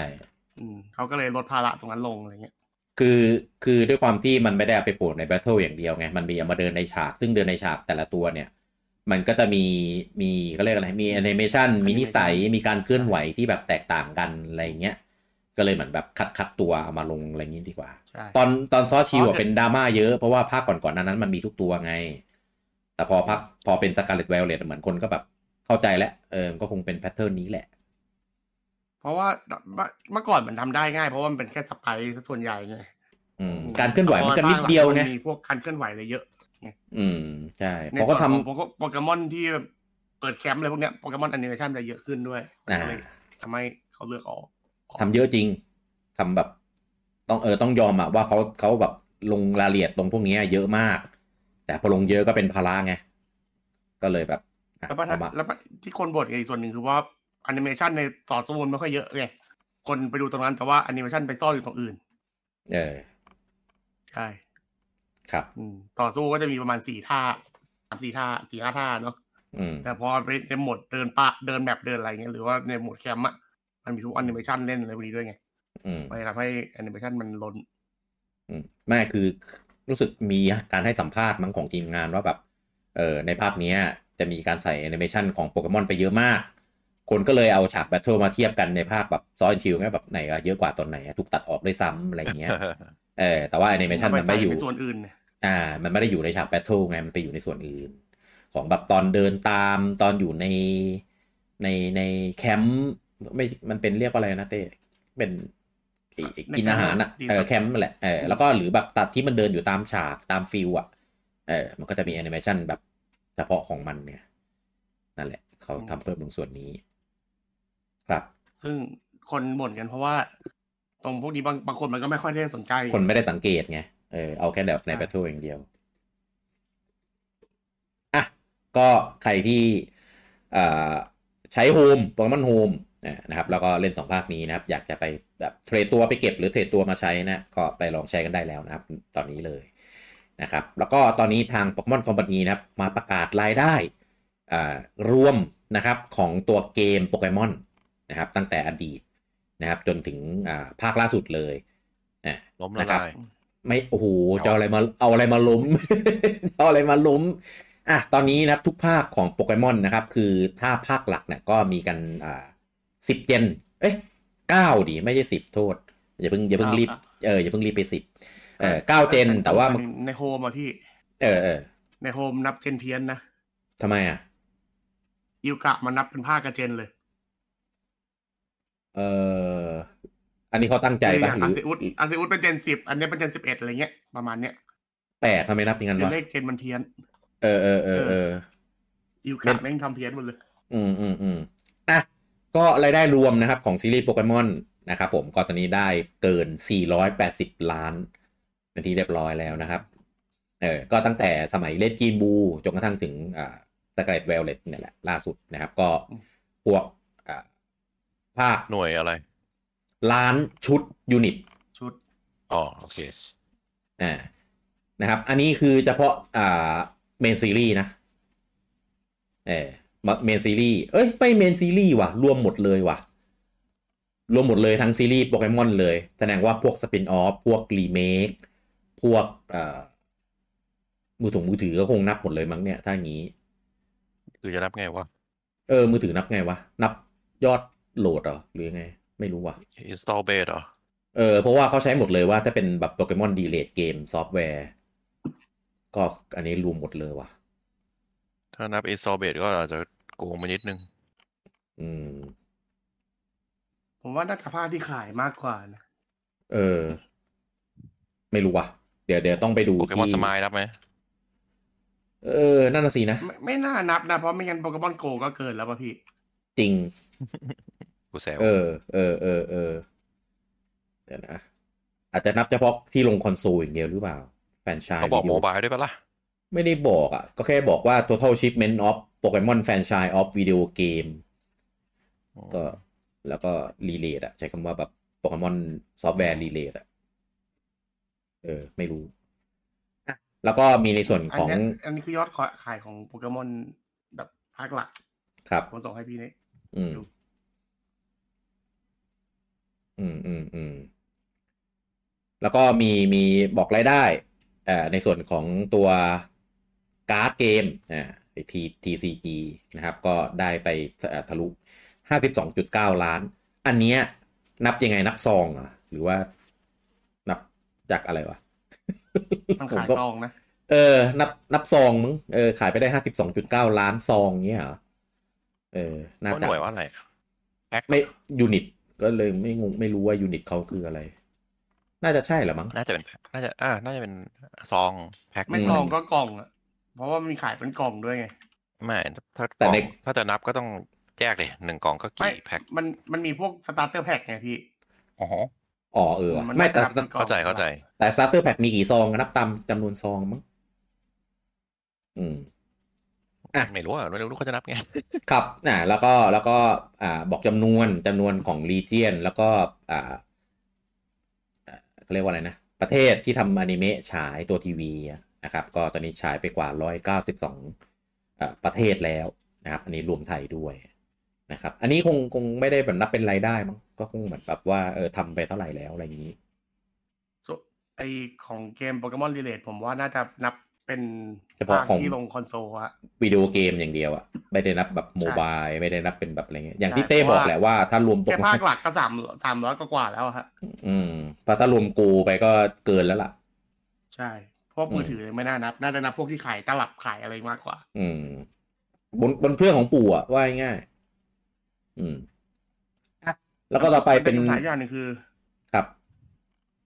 D: อืมเขาก็เลยลดภาระตรงนั้นลงอะไรเงี้ย
A: คือคือด้วยความที่มันไม่ได้เอาไปโผล่ในแบทเทิลอย่างเดียวไง มันมีเอามาเดินในฉาก ซึ่งเดินในฉากแต่ละตัวเนี่ย มันก็จะมีมีเขาเรียกอะไรมีแอนิเมชันมีนิสัย มีการเคลื่อนไหวที่แบบแตกต่างกันอะไรเงี้ย ก็เลยเหมือนแบบคัดคัดตัวเอามาลงอะไรอย่างนี้ดีกว่า
D: ใช่
A: ตอนตอนซอสชิว
D: อ๋อ
A: อะ
D: แต่
A: เป็นดราม่าเยอะ เพราะว่าภาคก่อนๆหนานั้นมันมีทุกตัวไง แต่พอพักพอเป็นสกาเลตไวโอเลตเหมือนคนก็แบบเข้าใจแล้วเออมันก็คงเป็นแพทเทิร์นนี้แหละ
D: เพราะว่าเมื่อก่อนมันทำได้ง่าย เพราะว่ามันเป็นแค่สไปซ์ซะส่วนใหญ่ไง
A: อืมการเคลื่อนไหวมันก็นิดเดียวไง
D: มันมีพวกการเคลื่อนไหวอะไรเยอะ
A: อืมใช่
D: ใน
A: พอก็
D: ส่วนข
A: ทำ
D: องโปเกโปเกมอนที่เปิดแคมป์อะไรพวกเนี้ยโปเกมอนแอนิเมชันจะเยอะขึ้นด้วย
A: อ่า
D: ก็เลยทำให้เขาเลือกออก
A: ทำเยอะจริง ทำแบบต้องเออต้องยอมอะว่าเขาเขาแบบลงรายละเอียดตรงพวกเนี้ยเยอะมาก แต่พอลงเยอะก็เป็นภาระไง ก็เลยแบบอ่ะ
D: แล้วปัญหา
A: เอามา
D: แล้วปัญที่คนบ่นอีกส่วนหนึ่งคือว่าแอนิเมชันในต่อสู้มันไม่ค่อยเยอะไงคนไปดูตรงนั้นแต่ว่าแอนิเมชันไปซ่อนอยู่ตรงอื่น
A: เออ
D: ใช่
A: ครับ
D: อืมต่อสู้ก็จะมีประมาณสี่ท่าสามสี่ท่าสี่ห้าท่าเนาะ
A: อืม
D: แต่พอไปในโหมดเดินปะเดินแบบเดินอะไรเงี้ยหรือว่าในโหมดแคมป์อะมันมีทุกแอนิเมชันเล่นอะไรพวกนี้ด้วยไง
A: อืม
D: มันจะทำให้แอนิเมชันมันล้น
A: อืมไม่คือรู้สึกมีการให้สัมภาษณ์มั้งของทีมงานว่าแบบเออในภาคเนี้ยจะมีการใส่แอนิเมชันของโปเกมอนไปเยอะมาก คนก็เลยเอาฉากแบทเทิลมาเทียบกันในภาคแบบซอนชิลไงแบบไหนอะเยอะกว่าตอนไหนอะถูกตัดออกด้วยซ้ำอะไรอย่างเงี้ยเออแต่ว่าแอนิเมชันมันไม่อยู่
D: ปใส่ปส่วนอื่นเนี่ย
A: อ่า มันไม่ได้อยู่ในฉากแบทเทิลไง มันไปอยู่ในส่วนอื่น ของแบบตอนเดินตามตอนอยู่ในในในแคมป์ไม่ มันเป็นเรียกว่าอะไรนะเต้เป็นไอ้ไอ้กินอาหารอ่ะเออแคมป์นั่นแหละเออแล้วก็หรือแบบตัดที่มันเดินอยู่ตามฉากตามฟิลอ่ะเออมันก็จะมีแอนิเมชันแบบเฉพาะของมันเนี่ย นั่นแหละ เขาทำเพิ่มตรงส่วนนี้ ครับ
D: ซึ่งคนบ่นกันเพราะว่า ตรงพวกนี้บางบางคนมันก็ไม่ค่อยได้สนใจ
A: คนไม่ได้สังเกตไง เออ เอาแค่แบบใน
D: ใช่
A: แบทเทิลอย่างเดียว อ่ะ ก็ใครที่เอ่อใช้โฮมโปเกมอนโฮมนะครับ แล้วก็เล่นสองภาคนี้นะครับ อยากจะไปแบบเทรดตัวไปเก็บหรือเทรดตัวมาใช้นะ ก็ไปลองใช้กันได้แล้วนะครับ ตอนนี้เลยนะครับ แล้วก็ตอนนี้ทาง p o k e m o n Company นะครับ มาประกาศรายได้อ่ารวมนะครับของตัวเกมโปเกมอนนะครับ ตั้งแต่อดีตนะครับ จนถึงอ่าภาคล่าสุดเลยอ่ะ
B: ล้มละลาย
A: ไม่โอ้โห
B: เอา
A: จะเอาอะไรมาเอาอะไรมา ล้ม เอาอะไรมาล้มอ่ะตอนนี้นะครับทุกภาคของโปเกมอนนะครับ คือถ้าภาคหลักเนี่ยก็มีกันอ่าสิบเจนเอ๊ะเก้าดิไม่ใช่สิบโทษ อย่าเพิ่งอย่าเพิ่งรีบ
D: ครับ
A: เอออย่าเพิ่งรีบไปสิบเออเก้าเจน แต่ว่ามัน
D: ในโฮมอะพี่
A: เออเออ
D: ในโฮมนับเจนเพี้ยนนะ
A: ทำไมอ่ะ
D: ยิวกะมันนับเป็นภาคกับเจนเลย
A: เอออันนี้เขาตั้งใจ
D: คืออ
A: ปะ
D: ย่าง
A: ห
D: อา
A: รือ
D: ซิอุสอาซิอุสเป็นเจนสิบอันเนี้ยเป็นเจนสิบเอ็ดอะไรเงี้ยประมาณเนี้ย
A: แปลกทำไมนับอย่างนั้น
D: คือ
A: วะ
D: เลขเจนมันเพี้ยน
A: เออเออเออเออ
D: อิว
A: เป็
D: กะ
A: น
D: แม่งทำเพี้ยนหมดเลย
A: อืมอืมอืมอ่ะก็รายได้รวมนะครับของซีรีส์โปเกมอนนะครับผมก็ตอนนี้ได้เกิน 480 ล้าน เป็นที่เรียบร้อยแล้วนะครับ เออก็ตั้งแต่สมัยเลดจีนบูจนกระทั่งถึงอ่าสกเ e ตเวลเลตเนี่ยแหละล่าสุดนะครับ ก็พวกอ่าภาค
B: หน่วยอะไร
A: ล้านชุดยูนิต
D: ชุด
B: อ๋อโอเค
A: อ่านะครับ อันนี้คือเฉพาะอ่าเมนซีรีส์นะเออเมนซีรีส์เอ้ยไม่เมนซีรีส์ว่ะ รวมหมดเลยว่ะ รวมหมดเลยทั้งซีรีส์โปเกมอนเลย แสดงว่าพวกสปินออฟพวกรีเมคพวกเอ่อมือถงมือถือก็คงนับหมดเลยมั้งเนี่ยถ้าอย่างนี้
B: คือจะนับไงวะ
A: เออ มือถือนับไงวะ นับยอดโหลดเหรอหรือยังไง ไม่รู้ว่ะ
B: install base เหรอ
A: เออเพราะว่าเขาใช้หมดเลยว่าถ้าเป็นแบบโปเกมอนดีเลตเกมซอฟต์แวร์ ก็อันนี้รวมหมดเลยว่ะ
B: ถ้านับ install base ก็อาจจะโกงมานิดนึง
A: อืม
D: ผมว่าน่าจะภาคที่ขายมากกว่านะ
A: เออ ไม่รู้ว่ะ เดี๋ยวเดี๋ยวต้องไปดู
B: โปเกมอน
A: ที่
B: สมายนับไหม
A: เออ นั่นน่ะสินะ
D: ไม่ไม่น่านับนะ เพราะไม่งั้นโปเกมอนโกก็เกินแล้วป่ะพี่
A: จริง
B: กูแซว
A: เออ เออ เออ เออ เดี๋ยวนะ อาจจะนับเฉพาะที่ลงคอนโซลอย่างเดียวหรือเปล่า แฟรนไชส์
B: เขาบอก
A: วิดี
B: โม
A: โ
B: บายด้วยปะล่ะ
A: ไม่ได้บอกอ่ะ ก็แค่บอกว่า total shipment of Pokemon franchise of video game ก็แล้วก็ relate อ่ะ ใช้คำว่าแบบโปเกมอนซอฟต์แวร์ relate อ่ะ เออ ไม่รู้อ่ะแล้วก็มีในส่วน
D: อัน
A: ของ
D: เนี้ยอันนี้คือยอดขายของโปเกมอนแบบภาคหลัก
A: ครับ
D: ผมส่งให้พี่เนี่ย
A: อืม
D: อยู่
A: อืมอืมอืมแล้วก็มีมีบอกรายได้เอ่อในส่วนของตัวการ์ดเกมอ่าที TCG นะครับ ก็ได้ไปเอ่อทะลุ 52.9 ล้าน อันเนี้ยนับยังไงนับซองเหรอ่ะ หรือว่านับจากอะไรวะ
D: ต้องขาย
A: ผมก็
D: ซองนะ
A: เออ นับ นับซองมึง เออ ขายไปได้ห้าสิบสองจุดเก้าล้านซองเงี้ยเหรอ เออ น่า
B: เขาห
A: จะ
B: น่วยว่าอะไรอะแอค
A: ไม่ยูนิต ก็เลยไม่งงไม่รู้ว่ายูนิตเขาคืออะไร น่าจะใช่เหรอมั้ง
B: น่าจะเป็น น่าจะ อ่า น่าจะเป็นซองแพ็ค
D: ไม่
A: อืม
D: ซองก็กล่องอะเพราะว่ามันมีขายเป็นกล่องด้วยไง
B: ไม่ถ้า
A: แต่ใน
B: กล่องถ้าจะนับก็ต้องแยกเลยหนึ่งกล่องก็
D: ไม่
B: กี่แพ็ค
D: มันมันมีพวกสตาร์เตอร์แพ็กไงพี่
B: อ๋อ
A: อ๋อเออว่ะ
D: มัน
A: ไม่
D: น่า
A: แต่
D: จะนับเป็นกล่อง
B: เข้าใจ เข้าใจ
A: แต่สตาร์เตอร์แพ็มีกี่ซองก็นับตามจำนวนซองมั้ง อืม อ่ะ
B: ไม่รู้อ่ะไม่รู้เขาจะนับไง
A: ครับอ่าแล้วก็แล้วก็อ่าบอกจำนวนจำนวนของรีเจียน แล้วก็อ่าเอ่อเขาเรียกว่าอะไรนะ ประเทศที่ทำอนิเมะฉายตัวทีวีอะนะครับ ก็ตอนนี้ฉายไปกว่า 192อ่าประเทศแล้วนะครับ อันนี้รวมไทยด้วยนะครับ อันนี้คงคงไม่ได้แบบนับเป็นรายได้มั้งก็คงเหมือนแบบว่าเออทำไปเท่าไหร่แล้วอะไรอย่างนี้
D: ส่วนไอของเกมโปเกมอนรีเลทผมว่าน่าจะนับเป็น
A: เฉพาะ
D: ภาค
A: ของ
D: ที่ลงคอนโซลอะ
A: วิดีโอเกมอย่างเดียวอะไม่ได้นับแบบโมบายไม่ได้นับเป็นแบบอะไรเงี้ยอย่างที่เต้บอกแหละว่าถ้ารวมตก
D: แค่ภาคหลักก็สามสามร้อยกว่าๆแล้วอะฮะ
A: อืมเพราะถ้ารวมกูไปก็เกินแล้วล่ะ
D: ใช่ พวกมือถือไม่น่านับ น่าจะนับพวกที่ขายตลับขายอะไรมากกว่า
A: อืม บนบนเครื่องของปู่อะว่าง่ายๆอืมอ่ะแล้วก็ต่อไปเป็น
D: มัปัญหาอย่างหนึ่งคือ
A: ครับ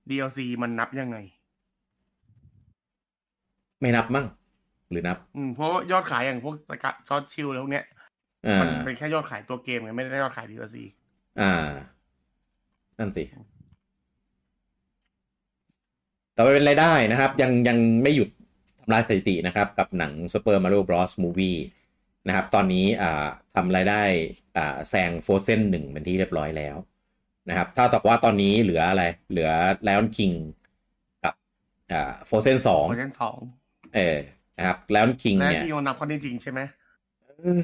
D: DLC มันนับยังไง
A: ไม่นับมั่ง หรือนับ
D: อืมเพราะว่ายอดขายอย่างพวกสกัดซอสชิลแล้วเนี้ย
A: อ่า
D: มันเป็นแค่ยอดขายตัวเกมไงไม่ได้ยอดขาย DLC
A: อ่า นั่นสิ ต่อไปเป็นรายได้นะครับ ยังยังไม่หยุดทำลายสถิตินะครับ กับหนัง Super Mario Bros. Movie นะครับ ตอนนี้อ่าทำรายได้อ่าแซง Frozen 1 เป็นที่เรียบร้อยแล้วนะครับ ถ้าตอกว่าตอนนี้เหลืออะไร เหลือ Lion King กับอ่า Frozen
D: เวอร์ชันสอง
A: 2เออนะครับ Lion King
D: และ
A: เนี่ย
D: ที่มันนับข้อที่จริงใช่ไหม
A: เออ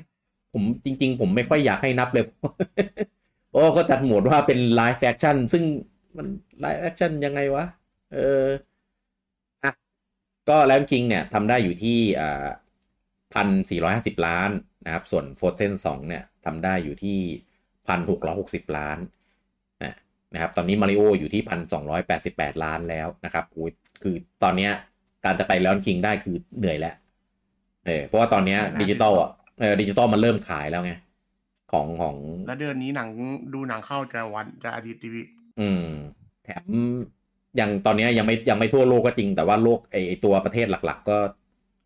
A: ผมจริง ๆ ผมไม่ค่อยอยากให้นับเลย เพราะว่าก็จัดหมวดว่าเป็นไลฟ์แอคชั่นซึ่งมันไลฟ์แอคชั่นยังไงวะ เอออ่ะก็แลมคิงเนี่ยทำได้อยู่ที่อ่าพันสี่ร้อยห้าสิบล้านนะครับ ส่วนโฟร์เซนสองเนี่ยทำได้อยู่ที่พันหกร้อยหกสิบล้านนะนะครับ ตอนนี้มาริโออยู่ที่พันสองร้อยแปดสิบแปดล้านแล้วนะครับอุ้ยคือตอนเนี้ยการจะไปแลมคิงได้คือเหนื่อยแล้วเออเพราะว่าตอนเนี้ยดิจิตอลอ่ะเออดิจิตอลมันเริ่มขายแล้วไง ของของ
D: และเดือนนี้หนังดูหนังเข้าจะวันจะอาทิตย์ทีวี
A: อืมแถมยังตอนเนี้ยยังไม่ยังไม่ทั่วโลกก็จริง แต่ว่าโลกไอไอ้ตัวประเทศหลัก ๆ ก็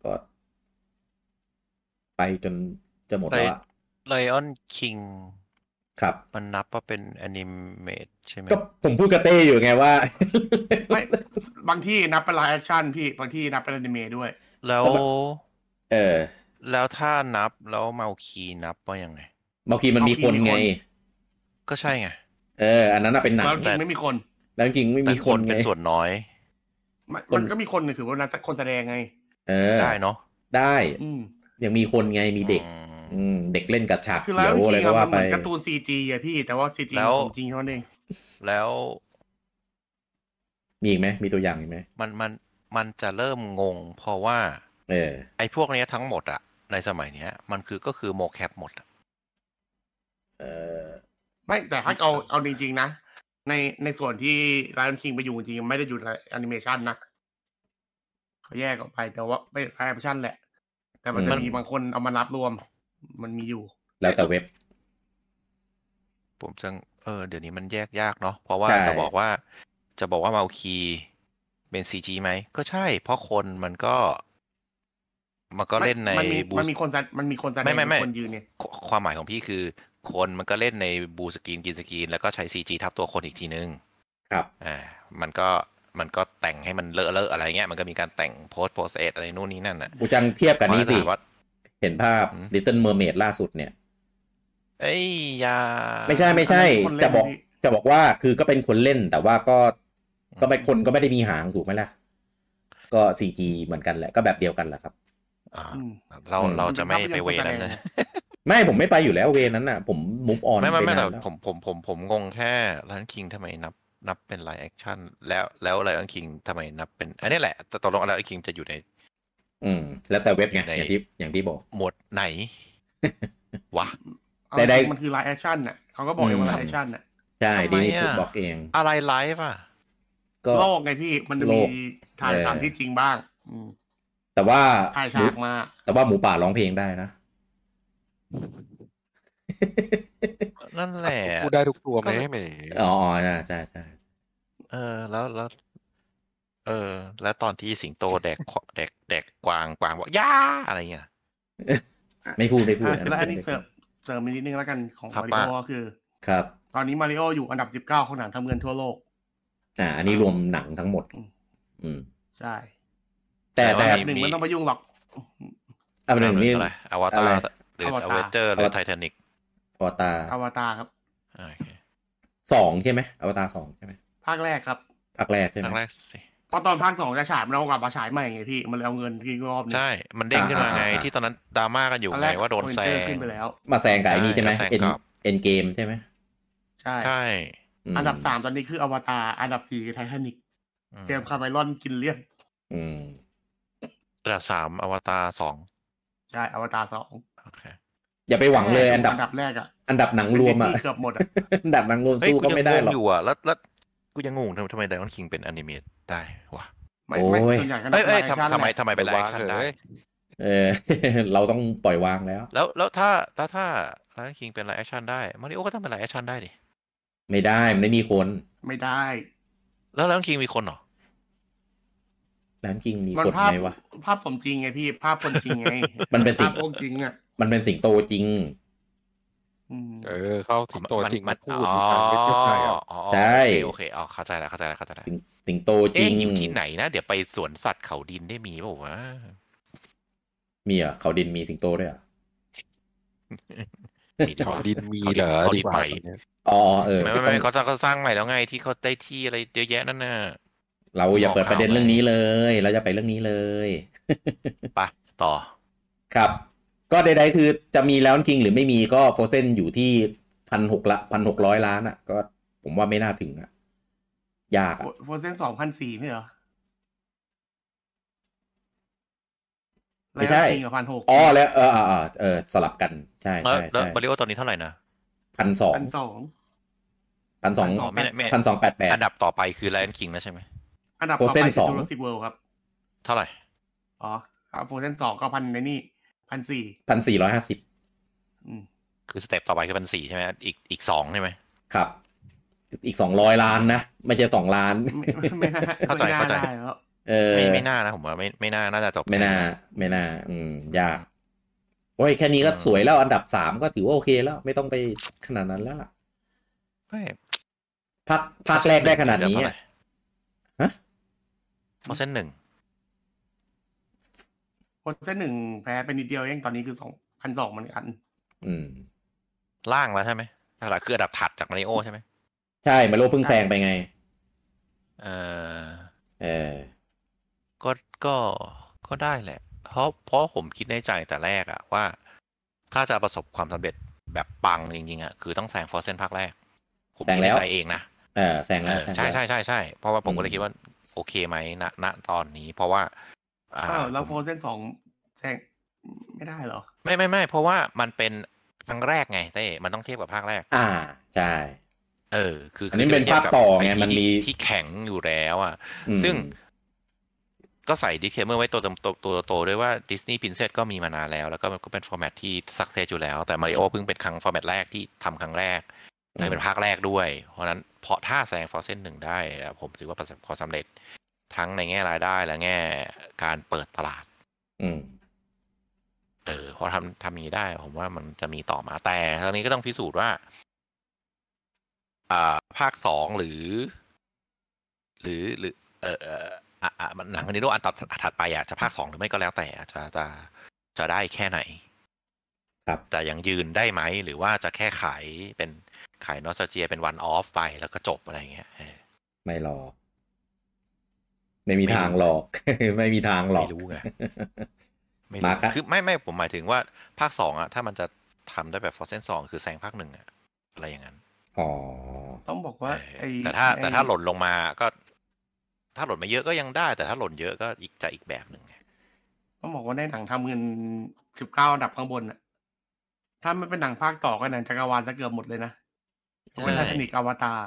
A: ก็ ไปจนจะหมดแล้วอะ
B: ไลออนคิง
A: ครับ
B: มันนับว่าเป็นแอนิเมตใช่ไหม
A: ก็ผมพูดกับเต้อยู่ไงว่า
D: ไม่บางที่นับเป็นไลฟ์แอคชั่นพี่บางที่นับเป็นอนิเมะด้วย
B: แล้ว
A: แต่มัน เออ
B: แล้วถ้านับแล้วเมาคีนับว่ายังไง
A: บางทีมันมีคนไง
D: บางทีมี
B: ก็ใช่ไง
A: เออ อันนั้นน่ะเป็นหนัง
D: แล้วจริงไม่มีคน
A: แล้วจริงๆไม่
B: แต่
A: มี
B: ค
A: คน
B: น
A: ไง
B: เป็นส่วนน้อย
D: มัน
A: คน
D: มันก็มีคนถือว่าคนแสดงไง
A: เออ
B: ได้เนาะ
A: ได้
D: อืม
A: ยังมีคนไงมีเด็ก
B: อืม
A: อืมเด็กเล่นกับฉาก
D: คือ
A: เขี
D: แล้ว
A: ยวอะไร
D: จริงๆ
A: ก็
D: อะมั
A: ว่าน
D: เห
A: ไป
D: มือนการ์ตูนซีจีอะพี่แต่ว่าซีจี
B: แล้ว
D: จริงเท่านั้นเอง
B: แล้ว
A: มีอีกไหมมีตัวอย่างอีกไหม
B: มันมันมันจะเริ่มงง เพราะว่า
A: เออ
B: ไอ้พวกเนี้ยทั้งหมดอะในสมัยเนี้ย มันคือก็คือโมแคปหมดอะ
A: เออ
D: ไม่แต่ถ้าเอาเอาจริง ๆ นะ ในในส่วนที่ Lion King ไปอยู่จริงๆไม่ได้อยู่ในแอนิเมชันนะเขาแยกออกไปแต่ว่าไม่แอนิเมชันแหละ แต่มันจะมีบางคนเอามารับรวม มันมีอยู่
A: แล้วแต่เว็บ
B: ผมจังเออเดี๋ยวนี้มันแยกยากเนาะเพราะว่า
A: ใช่
B: จะบอกว่า จะบอกว่าเมาคีเป็นซีจีไหม ก็ใช่ เพราะคนมันก็ มันก็เล่นใน
D: มันมี
B: บู
D: มันมีคนแสดมันมีคนแสดง
B: ไม่ไม่ไม่
D: คนยืนเนี่ย
B: ควความหมายของพี่คือ คนมันก็เล่นในบูสกรีนกินสกรีน แล้วก็ใช้ซีจีทับตัวคนอีกทีนึง
A: ครับ
B: อ่ามันก็มันก็แต่งให้มันเลอะเลอะอะไรเงี้ยมันก็มีการแต่งโพสโพสเอทอะไรนู่นนี่นั่นน่ะ
A: กูจังเทียบกับนี้สิ
B: ว่า
A: เห็นภาพ
B: อืม
A: Little Mermaid ล่าสุดเนี่ย
B: เอ้ยอยา
A: ไม่ใช่ไม่ใช่
D: คนเล่น
A: จะบอก
D: นี่
A: จะบอกว่าคือก็เป็นคนเล่นแต่ว่าก็ก็ไม่คนก็ไม่ได้มีหางถูกไหมล่ะ ก็ซีจีเหมือนกันแหละก็แบบเดียวกันแหละครับ
B: อ่า
D: อืม
B: เรา
A: อืม
B: เราจะไม่
D: มัน
B: ไป
D: เป็น
B: เว
D: ภาพยนตร์
B: นั้น
D: แสดง
B: นะ
A: ไม่ผมไม่ไปอยู่แล้วเวนั้นน่ะ ผมมุฟออน
B: ไม่ไม่ไม่
A: นา
B: แต่
A: นแล้ว
B: ผมผมผมผมงงแค่ไลออนคิงทำไมนับนับเป็นไลฟ์แอคชั่นแล้วแล้วไลออนคิงทำไมนับเป็น อันนี้แหละแต่ตกลงไลออนคิงจะอยู่ใน
A: อืม แล้วแต่เว็บไง
B: อยู่ใน
A: อย่างที่อย่างที่บอก
B: หมวด ไหน วะ
D: เอา
A: แต่ได้
D: มันคือไลฟ์แอคชั่นน่ะเขาก็บอกเอง
A: อื
D: ว่าม ไลฟ์แอคชั่นน่ะ
A: ใช่
B: ทำไม
A: ดีนี่
B: อ่ะ
A: ถูกบอกเอง
B: อะไรไลฟ์อ่ะ
A: ก็
D: โลกไงพี่มันจะมี
A: โลก
D: ถ่าย
A: เออ
D: ตามที่จริงบ้าง อืม
A: แต่ว่า
D: ถ่าย
A: หมู
D: ฉากมา
A: แต่ว่าหมูป่าร้องเพลงได้ นะ
B: นั่นแหละ
C: พูดได้ทุกตัวไหมแหม
A: อ๋ออ๋อใช่ใช่ใช่
B: เออ แล้วแล้ว เออ แล้วตอนที่สิง โตแดกขวแดกแดกกวางกวางบอกย่าอะไรเงี้ย
A: ไม่พูดไม่พูด
D: อ่ะแล้วอันนี้
A: ไม่พูด
D: เสริมเสริมอีกนิดนึงแล้วกันของ
B: ครับ
D: มาริโอ
B: ว่า
D: ก็คือ
A: ครับ
D: ตอนนี้มาริโออยู่อันดับ 19 ของหนังทำเงินทั่วโลก
A: อ่า อันนี้รวมหนังทั้งหมด อืม
D: ใช่
A: แต่
B: แต่
A: แต่
B: ว่า
D: หนึ่ง
B: มี
D: ไม่ต้องไปยุ่งหรอก
A: อันหนึ่งนี่
B: อะไรอวตา
A: อะไร
B: รหรืออ
D: อ
B: เว
D: ว
B: เจอ
D: ตาร
B: ร์หรือไททานิก
A: อวตาร
D: อวตารครับ
B: อ่าโอเค
A: สองใช่ไหมอวตารสองใช่ไหม
D: ภาคแรกครับ
A: ภาคแรกใช่ไห
B: ค
A: ม
B: รั้งแรกสิ
D: เพราะตอนภาคสองจะฉายมันเอากลับมาฉายใหม่ไงพี่ มันเลยเอาเงินที่รอบนึง
B: ใช่ มันเด้งขึ้นมาไง
A: อ่าอ่าอ่า
B: ที่ตอนนั้นดราม่ากันอยู่
D: ตอนแร
B: ไง
D: ก
B: ว่าโดนแซ
D: เจอง ขึ้นไปแล้ว
A: มาแซงกับไอ้นี่ใช่ไหม
B: ใช่
A: เอ็น
B: มาแซงกับ
A: เอ็นเกมใช่ไหม
D: ใช่
B: ใช่
A: ม
D: อันดับสามตอนนี้คืออวตารอันดับสี่คือไททานิก
B: อืม
D: เจมส์คาร์ไมรอนกินเลี่ยม
A: อืม
B: อันดับสามอวตารสอง
D: ใช่อวตารสอง
B: โอเค
A: อย่าไปหวังเลยอันดับ
D: อันดับแรกอะ
A: อันดับหนังรวมอ่ะ
D: เป็นเด็กที่เกือบหมดอะ
A: อันดับหนังรวม
B: เฮ้ย
A: สู้ก็ไม่ได้หรอก
B: ยังงงอยู่อ่ะแล้วแล้วกูยังงงทำไมไดมอนคิงเป็นอนิเมตได้วะ
D: ไม่ไม่
A: โอ้ย
D: ส่วนใหญ่ก็นับ
B: เอ้ย
D: เป็น
B: เอ้ยทำ
D: ไลฟ์แอคชั่น
B: ทำไมทำ
D: แหละ
B: ไมเป็นไลฟ์แอคชั่นได้
C: เฮ้ย
A: เออ เราต้องปล่อยวางแล้ว
B: แล้วแล้วถ้าถ้าถ้าไดมอนคิงเป็นไลฟ์แอคชั่นได้มาริโอก็ต้องเป็นไลฟ์แอคชั่นได้ดิ
A: ไม่ได้ มันไม่มีคน
D: ไม่ได้
B: แล้วไดมอนคิงมีคนเหรอ
A: แล้วจริงมี
D: มัน
A: กฎ
D: ภาพ
A: ไหมวะ
D: ภาพสมจริงไงพี่ ภาพคนจริงไง
A: มันเป็นสิ่ง
D: ภาพคนจริงอะ
A: มันเป็นสิงโตจริง
D: อืม
C: เออ เข้าถึงตัวจริง
B: มั
C: มาน พู
B: อ๋
C: ด
B: อ
C: มีการไม่เทียบใครอ่ะ
B: อ๋อโอ
A: ใช่
B: เคโอเคอ๋อเข้าใจแล้วเข้าใจแล้วเข้าใจแล้ว
A: สิงโตจ
B: เอ๊ะ
A: ริง
B: อยู่ที่ไหนนะ เดี๋ยวไปสวนสัตว์เขาดินได้มีเปล่าวะ
A: มีเหรอ่ะเขาดินมีสิงโตด้วยเหรอ่ะ
B: มี
C: เขา
B: วะ
C: ดินมีเหรอ
B: เขาดิน
C: ดีกว่า
B: ไป
C: ตอนเนี้ย
A: อ๋อเออ
B: ไม่ไม่ไม่เขาสร้างเขาสร้างใหม่แล้วไงที่เขาได้ที่อะไรเยอะแยะนั่นน่ะ
A: เราอย่าเปิดประเด็น
B: บอกข่าว
A: เรื่องนี้เลย เราจะไปเรื่องนี้เลย
B: ไปต่อ
A: ครับ ก็ใดๆคือจะมีแล้วจริงหรือไม่มีก็โฟเซนอยู่ที่พันหกละพันหกร้อยล้านอ่ะ ก็ผมว่าไม่น่าถึงอ่ะ ยากอะ
D: โฟเซนสองพันสี่ไม่เหรอ
A: ไม่ใช่
D: จริงกับพันหก
A: อ๋อแล้วเออเออเออเออสลับกันใช่
B: แล้ว
A: ใช่
B: แล้ว
A: ใช่
B: มาริโอตอนนี้เท่าไหร่นะ
A: พันสอง
D: พันสอง
A: พันสอง
B: อ๋อไม่ไม่
A: พันสองแปดแปด
B: อันดับต่อไปคือไลออนคิงแล้วใช่ไหม
D: อันดับ
A: โฟ
D: ต่อ
A: เซน
D: ไปคือ
A: สอง
D: จูราสสิกเวิลด์ครับ
B: เท่าไหร่
D: อ๋อครับโฟเซนสองก็พันในนี่พันสี่
A: พันสี่ร้อยห้าสิบ
D: อืม
B: คือสเต็ปต่อไปคือพันสี่ใช่ไหมอีกอีกสองใช่ไหม
A: ครับ อีกสองร้อยล้านนะไม่ใช่สองล้าน
D: ไม่ไม่น่า
B: เข้าใจ
D: ไม่น่า
B: เข้าใจ
D: ได้แล้ว
A: เออ
B: ไม่ไม่น่านะผมว่าไม่ไม่น่าน่าจะจบ
A: ไม่น่าไม่น่า อืม ยากโฟ อ้ยแค่นี้ก็สวยแล้วอันดับสามก็ถือว่าโอเคแล้ว ไม่ต้องไปขนาดนั้นแล้วล่ะ
B: ไม่
A: ภาคภาคแรกได้ขนาดนี้อะ ฮะ
B: ฟอร์เซนหนึ่ง
D: คนเส้นหนึ่งแพ้ไปนิดเดียวเองตอนนี้คือสองพันสองมันกัน
A: อืม
B: ล่างแล้วใช่ไหมนั่นแหละคืออันดับถัดจากมาริโอใช่ไหม
A: ใช่มาโลเพิ่งแซงไปไง
B: เออ
A: เออ
B: ก็ ก็ ก็ได้แหละ เพราะ เพราะผมคิดในใจแต่แรกอะว่า ถ้าจะประสบความสำเร็จแบบปังจริงๆอะคือต้องแซงฟอร์เซนภาคแรก ผมคิด
A: แซงแล้ว
B: ในใจเองนะ
A: เออแซงแล้วแซง
B: ใช่
A: แล้ว
B: ใช่ใช่ใช่เพราะว่าผมก็เล
A: อื
B: ย
A: ม
B: คิดว่าโอเคไหมณณตอนนี้ เพราะว่าอ่า
D: อ้าวแล้วโฟ
B: ผม
D: เส้นสองแซงไม่ได้เหรอ
B: ไม่ไม่ไม่เพราะว่ามันเป็นครั้งแรกไงเต้มันต้องเทียบกับภาคแรก
A: อ่าใช่
B: เออ คือ
A: อั
B: คื
A: นนี้เป็น
B: จะยบกั
A: ภา
B: บ
A: คต่อไง
B: อ้ที่
A: มันมี
B: ที่แข็งอยู่แล้วอ่ะ
A: อืม
B: ซึ่ง ก็ใส่ดิสเคมเมอร์ไว้ตัวตัวตัวโตๆด้วยว่าดิสนีย์พินเซ s ก็มีมานานแล้ว แล้วก็มันก็เป็นฟอร์แมตที่สักเซสอยู่แล้ว แต่มาริโอเพิ่งเป็นครั้งฟอร์แมตแรกที่ทำครั้งแรกเลยเป็นภาคแรกด้วย เพราะฉะนั้นเพราะถ้าแซงฟอร์เซนหนึ่งได้อะผมถือว่าประสบความสำเร็จทั้งในแง่รายได้และแง่การเปิดตลาด
A: อืม
B: เออพอทำทำอย่างนี้ได้ ผมว่ามันจะมีต่อมาแต่ตอนนี้ก็ต้องพิสูจน์ว่า อ่า ภาคสองหรือ หรือหรือ เออเอออ่ะอ่ะมันหนังมันนี้โลอันตัดถัดไปอ่ะจะภาคสองหรือไม่ก็แล้วแต่อ่ะจะจะจะได้แค่ไหน
A: ครับ
B: แต่ยังยืนได้ไหม หรือว่าจะแค่ขายเป็นขายนอสเจียเป็นวันออฟไปแล้วก็จบอะไรอย่างเงี้ยเออ
A: ไม่หลอก ไม่มีทางหลอก ไม่มีทางหลอก
B: ไม่รู้ ไง ไม่
A: มา
B: รู้
A: ครับ
B: คือไม่ไม่ผมหมายถึงว่าภาคสองอ่ะถ้ามันจะทำได้แบบฟอร์เซนสองคือแซงภาคหนึ่งอ่ะอะไรอย่างนั้น
A: อ๋อ
D: ต้องบอกว่าไอ้
B: แต่ถ้า
D: ไอ้
B: แต่ถ้าหล่นลงมาก็ ถ้าหล่นมาเยอะก็ยังได้ แต่ถ้าหล่นเยอะก็อีกจะอีกแบบหนึ่งไง
D: ต้องบอกว่าในหนังทำเงินสิบเก้าอันดับข้างบนอะถ้ามันเป็นหนังภาคต่อกันหนังจักรวาลซะเกือบหมดเลยนะยกเป็นไททานิกอวตาร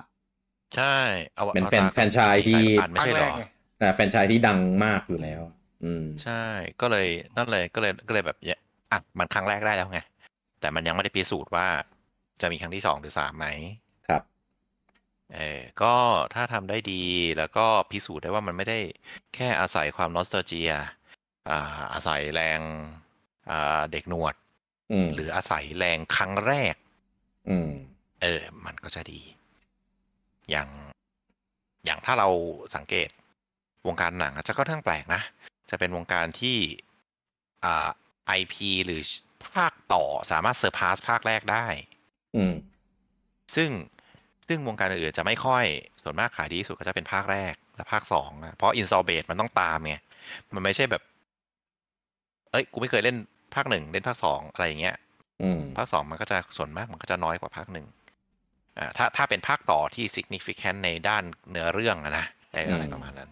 B: ใช่เอา
A: เป็น
B: อา
A: แฟน
B: ตม
A: แฟรนไชส์ที่
B: อ่านไม่
D: ภาค
B: ใช่
D: แร
B: เหร
D: ก
B: อ
D: ไง
A: แต่แฟรนไชายที่ดังมากอยู่แล้ว อืม
B: ใช่ ก็เลยนั่นเลยก็เลยก็เลยแบบเนี่ยอ่ะมันครั้งแรกได้แล้วไง แต่มันยังไม่ได้พิสูจน์ว่า จะมีครั้งที่สองหรือสามไหม
A: ครับ
B: เออก็ถ้าทำได้ดีแล้วก็พิสูจน์ได้ว่ามันไม่ได้แค่อาศัยความนอสเตอร์เจียอ่าอาศัยแรงอ่าเด็กหนวด
A: อืม
B: หรืออาศัยแรงครั้งแรก
A: อืม
B: เออ มันก็จะดี อย่าง อย่างถ้าเราสังเกตวงการหนังอาจจะก็ทั้งแปลกนะ จะเป็นวงการที่ อ่าไอพีหรือภาคต่อสามารถเซอร์พาสภาคแรกได้
A: อืม
B: ซึ่ง ซึ่งวงการอื่นๆจะไม่ค่อย ส่วนมากขายดีที่สุดก็จะเป็นภาคแรก และภาคสองนะเพราะอินซอเบตมันต้องตามไง มันไม่ใช่แบบ เอ้ย กูไม่เคยเล่นภาคหนึ่งเล่นภาคสองอะไรอย่างเงี้ย
A: อืม
B: ภาคสองมันก็จะส่วนมากมันก็จะน้อยกว่าภาคหนึ่งอ่าถ้าถ้าเป็นภาคต่อที่ significant ในด้านเนื้อเรื่องอะนะเอออะไร
A: อืม
B: ประมาณนั้น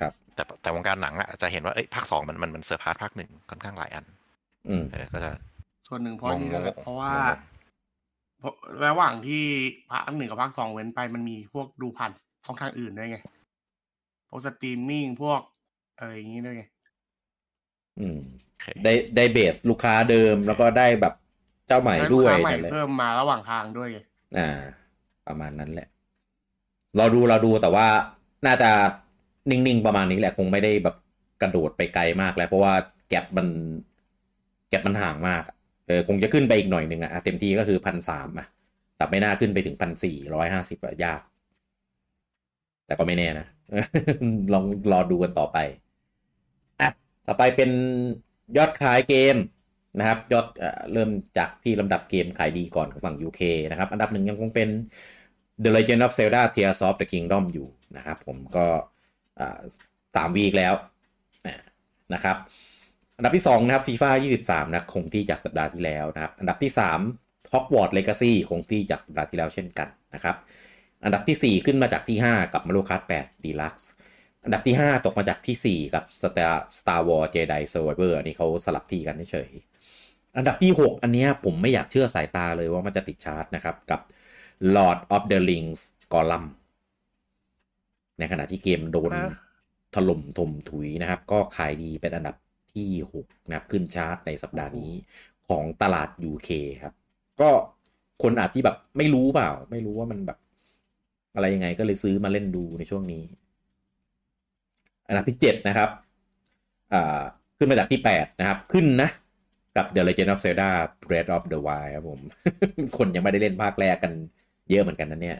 A: ครับ
B: แต่แต่วงการหนังอะจะเห็นว่าเอ้ยภาคสองมันมันมันเซอร์พาสภาคหนึ่งค่อนข้างหลายอัน
A: อืม
B: เออก็จะ
D: ส่วนหนึ่งเพราะนี่ด้วยแหละ
B: งงๆ
D: เพราะว่าง
B: ง
D: เพราะระหว่างที่ภาคหนึ่งกับภาคสองเว้นไปมันมีพวกดูผ่านช่องทางอื่นด้วยไงพวกสตรีมมิ่งพวกอะไรอย่างนี้ด้วยไง
A: อืม
B: โอเค
A: ได้ได้เบสลูกค้าเดิมแล้วก็ได้แบบเจ้าใหม่
D: ได้
A: ด้วย
D: ลูกค้าใหม่
A: นั่นแหละ
D: เพิ่มมาระหว่างทางด้วยไง
A: อ่า ประมาณนั้นแหละ เราดูเราดูแต่ว่าน่าจะนิ่งๆประมาณนี้แหละ คงไม่ได้แบบกระโดดไปไกลมากแล้วเพราะว่าแก็บมัน แก็บมันห่างมากอะเออคงจะขึ้นไปอีกหน่อยหนึ่งอะอ่ะเต็มที่ก็คือพันสามอะแต่ไม่น่าขึ้นไปถึงพันสี่ร้อยห้าสิบอะยาก แต่ก็ไม่แน่นะ ลองรอดูกันต่อไปอ่ะต่อไปเป็นยอดขายเกมนะครับ ยอดเอ่อเริ่มจากที่ลำดับเกมขายดีก่อนของฝั่ง UK นะครับ อันดับหนึ่งยังคงเป็น The Legend of Zelda Tears of the Kingdom อยู่นะครับผมก็อ่าสามวีคแล้วนะครับ อันดับที่ 2 นะครับ FIFA 23 นะ คงที่จากสัปดาห์ที่แล้วนะครับ อันดับที่ 3 Hogwarts Legacy คงที่จากสัปดาห์ที่แล้วเช่นกันนะครับ อันดับทีสี่ 4 ขึ้นมาจากที่ 5 กับ Mario Kart 8 Deluxe อันดับที่ 5 ตกมาจากทีสี่ 4 กับ Star Star Wars Jedi Survivor อันนี้เขาสลับที่กันเฉยๆอันดับที่ 6 อันเนี้ยผมไม่อยากเชื่อสายตาเลยว่ามันจะติดชาร์ตนะครับกับ Lord of the Rings Gollum ในขณะที่เกมโดน
D: นะ
A: ถล่มทมถุยนะครับ ก็ขายดีเป็นอันดับที่ 6 นะครับ ขึ้นชาร์ตในสัปดาห์นี้ของตลาด UK ครับ ก็คนอาจที่แบบไม่รู้เปล่า ไม่รู้ว่ามันแบบ อะไรยังไงก็เลยซื้อมาเล่นดูในช่วงนี้ อันดับที่ 7 นะครับ อ่า ขึ้นมาจากที่ 8 นะครับ ขึ้นนะ กับ The Legend of Zelda Breath of the Wild ครับผม คนยังไม่ได้เล่นภาคแรกกันเยอะเหมือนกันนะเนี่ย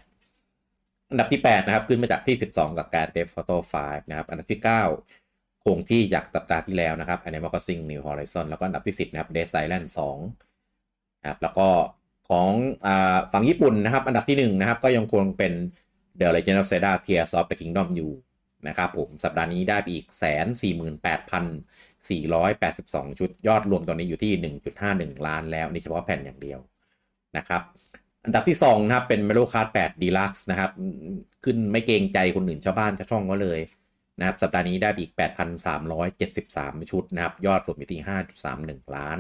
A: อันดับที่ 8 นะครับ ขึ้นมาจากที่ 12 กับการ Theft Auto 5 นะครับ อันดับที่ 9 คงที่จากสัปดาห์ที่แล้วนะครับ Animal Crossing New Horizon แล้วก็อันดับที่ 10 นะครับ Dead Island 2นะครับแล้วก็ของอาฝั่งญี่ปุ่นนะครับ อันดับที่ 1 นะครับ ก็ยังคงเป็น The Legend of Zelda Tears of the Kingdom อยู่นะครับผมสัปดาห์นี้ได้ไปอีก 148,482 ชุดยอดรวมตอนนี้อยู่ที่ 1.51 ล้านแล้ว นี่เฉพาะแผ่นอย่างเดียวนะครับ อันดับที่ 2 นะครับ เป็น Mario Kart 8 Deluxe นะครับอืมขึ้นไม่เกรงใจคนอื่นชาวบ้านชาวช่องก็เลยนะครับ สัปดาห์นี้ได้ไปอีก 8,373 ชุดนะครับ ยอดรวมอยู่ที่ 5.31 ล้าน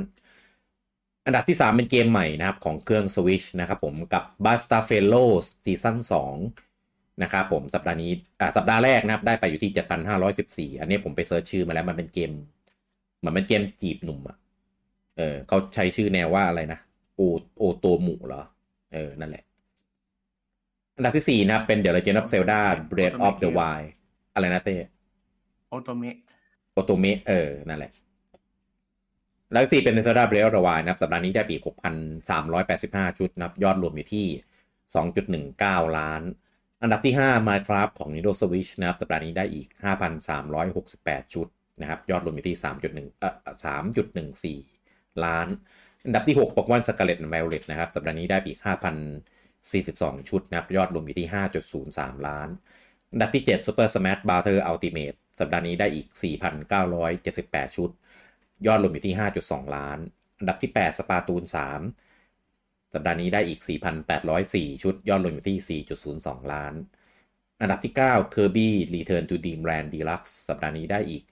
A: อันดับที่ 3 เป็นเกมใหม่นะครับของเครื่อง Switch นะครับผมกับ b a s t a f e l o Season 2นะครับผมสัปดาห์นี้อ่าสัปดาห์แรกนะครับได้ไปอยู่ที่ 7,514 อันนี้ผมไปเซิร์ชชื่อมาแล้วมันเป็นเกมเหมือนเป็นเกมจีบหนุ่มอ่ะเออเขาใช้ชื่อแนวว่าอะไรนะโอโอโตหมูเหรอ เออ นั่นแหละ อันดับที่สี่นะครับเป็น The Legend of Zelda Breath of the Wild อะไรนะเต้
D: โอโตเมะ
A: โอโตเมะเออ นั่นแหละ แล้วสี่เป็นเซอร์ดาเบรลระวายนะครับ สัปดาห์นี้ได้ปีหกพันสามร้อยแปดสิบห้าชุดนะครับ ยอดรวมอยู่ที่สองจุดหนึ่งเก้าล้าน อันดับที่ห้า Minecraft ของ Nintendo Switch นะครับ สัปดาห์นี้ได้อีกห้าพันสามร้อยหกสิบแปดชุดนะครับ ยอดรวมอยู่ที่สามจุดหนึ่งเอ่อสามจุดหนึ่งสี่ล้าน อันดับที่หกปกวันสกาเลตไวโอเลตนะครับ สัปดาห์นี้ได้ปีห้าพันสี่สิบสองชุดนะครับ ยอดรวมอยู่ที่ห้าจุดศูนย์สามล้าน อันดับที่ 7 Super Smash Brother Ultimate สัปดาห์นี้ได้อีก 4,978 ชุด ยอดรวมอยู่ที่ 5.2 ล้าน อันดับที่ 8 Splatoon 3 สัปดาห์นี้ได้อีก 4,804 ชุด ยอดรวมอยู่ที่ 4.02 ล้าน อันดับที่ 9 Kirby Return to Dreamland Deluxe สัปดาห์นี้ได้อีก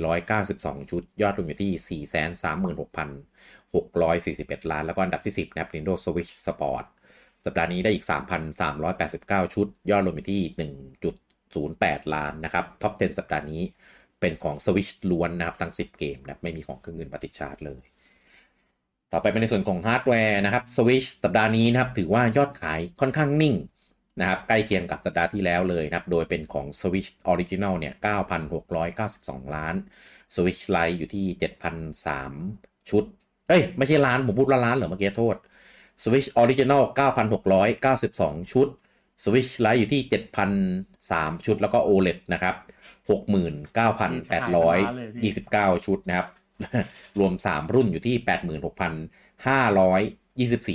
A: 4,492 ชุด ยอดรวมอยู่ที่ 436,641 ล้าน แล้วก็อันดับที่ 10 นะครับ Nintendo Switch Sport สัปดาห์นี้ได้อีก 3,389 ชุด ยอดรวมอยู่ที่ 1.08 ล้านนะครับ ท็อป 10 สัปดาห์นี้เป็นของ Switch ล้วนนะครับ ทั้ง 10 เกมนะครับ ไม่มีของเครื่องเงินปฏิชาร์จเลย ต่อไปเป็นในส่วนของฮาร์ดแวร์นะครับ Switch สัปดาห์นี้นะครับ ถือว่ายอดขายค่อนข้างนิ่งนะครับ ใกล้เคียงกับสัปดาห์ที่แล้วเลยนะครับ โดยเป็นของ Switch Original เนี่ย 9,692 ล้าน Switch Lite อยู่ที่ 7,003 ชุด เอ้ย ไม่ใช่ล้าน ผมพูดว่าล้านเหรอเมื่อกี้โทษ Switch Original 9,692 ชุด Switch Lite อยู่ที่ 7,003 ชุด แล้วก็ OLED นะครับ 69,829 ชุดนะครับ รวม 3 รุ่นอยู่ที่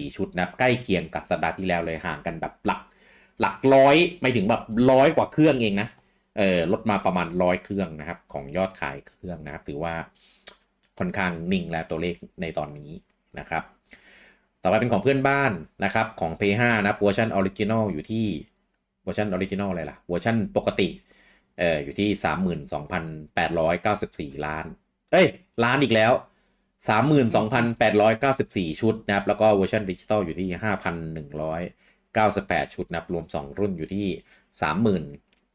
A: 86,524 ชุดนะครับ ใกล้เคียงกับสัปดาห์ที่แล้วเลยห่างกันแบบหลัก หลักร้อยไม่ถึงแบบร้อยกว่าเครื่องเองนะ เออลดมาประมาณร้อยเครื่องนะครับ ของยอดขายเครื่องนะครับ ถือว่าค่อนข้างนิ่งแล้วตัวเลขในตอนนี้นะครับ ต่อไปเป็นของเพื่อนบ้านนะครับของ p 5นะเวอร์ชันออริจินอลอยู่ที่เวอร์ชันออริจินอลอะไรล่ะเวอร์ชันปกติเอออยู่ที่ 32,894 ล้าน เอ้ย ล้านอีกแล้ว 32,894 ชุดนะครับ แล้วก็เวอร์ชันดิจิตอลอยู่ที่ 5,198 ชุดนะครับ รวม 2 รุ่นอยู่ที่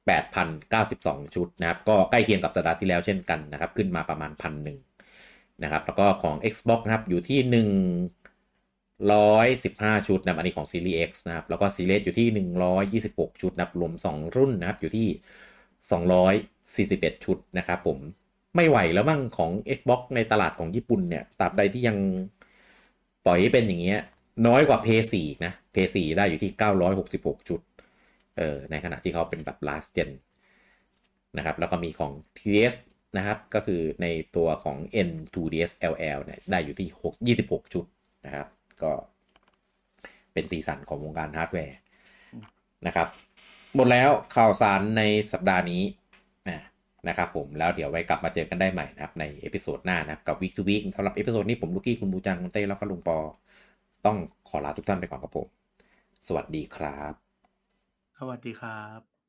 A: 38,092 ชุดนะครับ ก็ใกล้เคียงกับสัปดาห์ที่แล้วเช่นกันนะครับ ขึ้นมาประมาณพันหนึ่งนะครับ แล้วก็ของ Xbox นะครับ อยู่ที่ 115 ชุดนะครับ อันนี้ของ Series X นะครับ แล้วก็ Series S อยู่ที่ 126 ชุดนะครับ รวม 2 รุ่นนะครับ อยู่ที่ 241 ชุดนะครับผมไม่ไหวแล้วมั่งของ Xbox ในตลาดของญี่ปุ่นเนี่ยตราบใดที่ยังปล่อยให้เป็นอย่างเงี้ยน้อยกว่า p 4นะ p 4ได้อยู่ที่ 966 ชุดเออในขณะที่เขาเป็นแบบ last gen นะครับแล้วก็มีของ TDS นะครับ ก็คือในตัวของ N2DS LL เนี่ยได้อยู่ที่6 26 ชุดนะครับ ก็เป็นสีสันของวงการฮาร์ดแวร์นะครับ หมดแล้วข่าวสารในสัปดาห์นี้อ่ะนะครับผมแล้วเดี๋ยวไว้กลับมาเจอกันได้ใหม่นะครับ ในเอพิโซดหน้านะครับกับ Week to Week สำหรับเอพิโซดนี้ผมลูกกี้คุณบูจังคุณเต้แล้วก็ลุงปอ ต้องขอลาทุกท่านไปก่อนครับผม สวัสดีครับ
D: สวัสดีครับ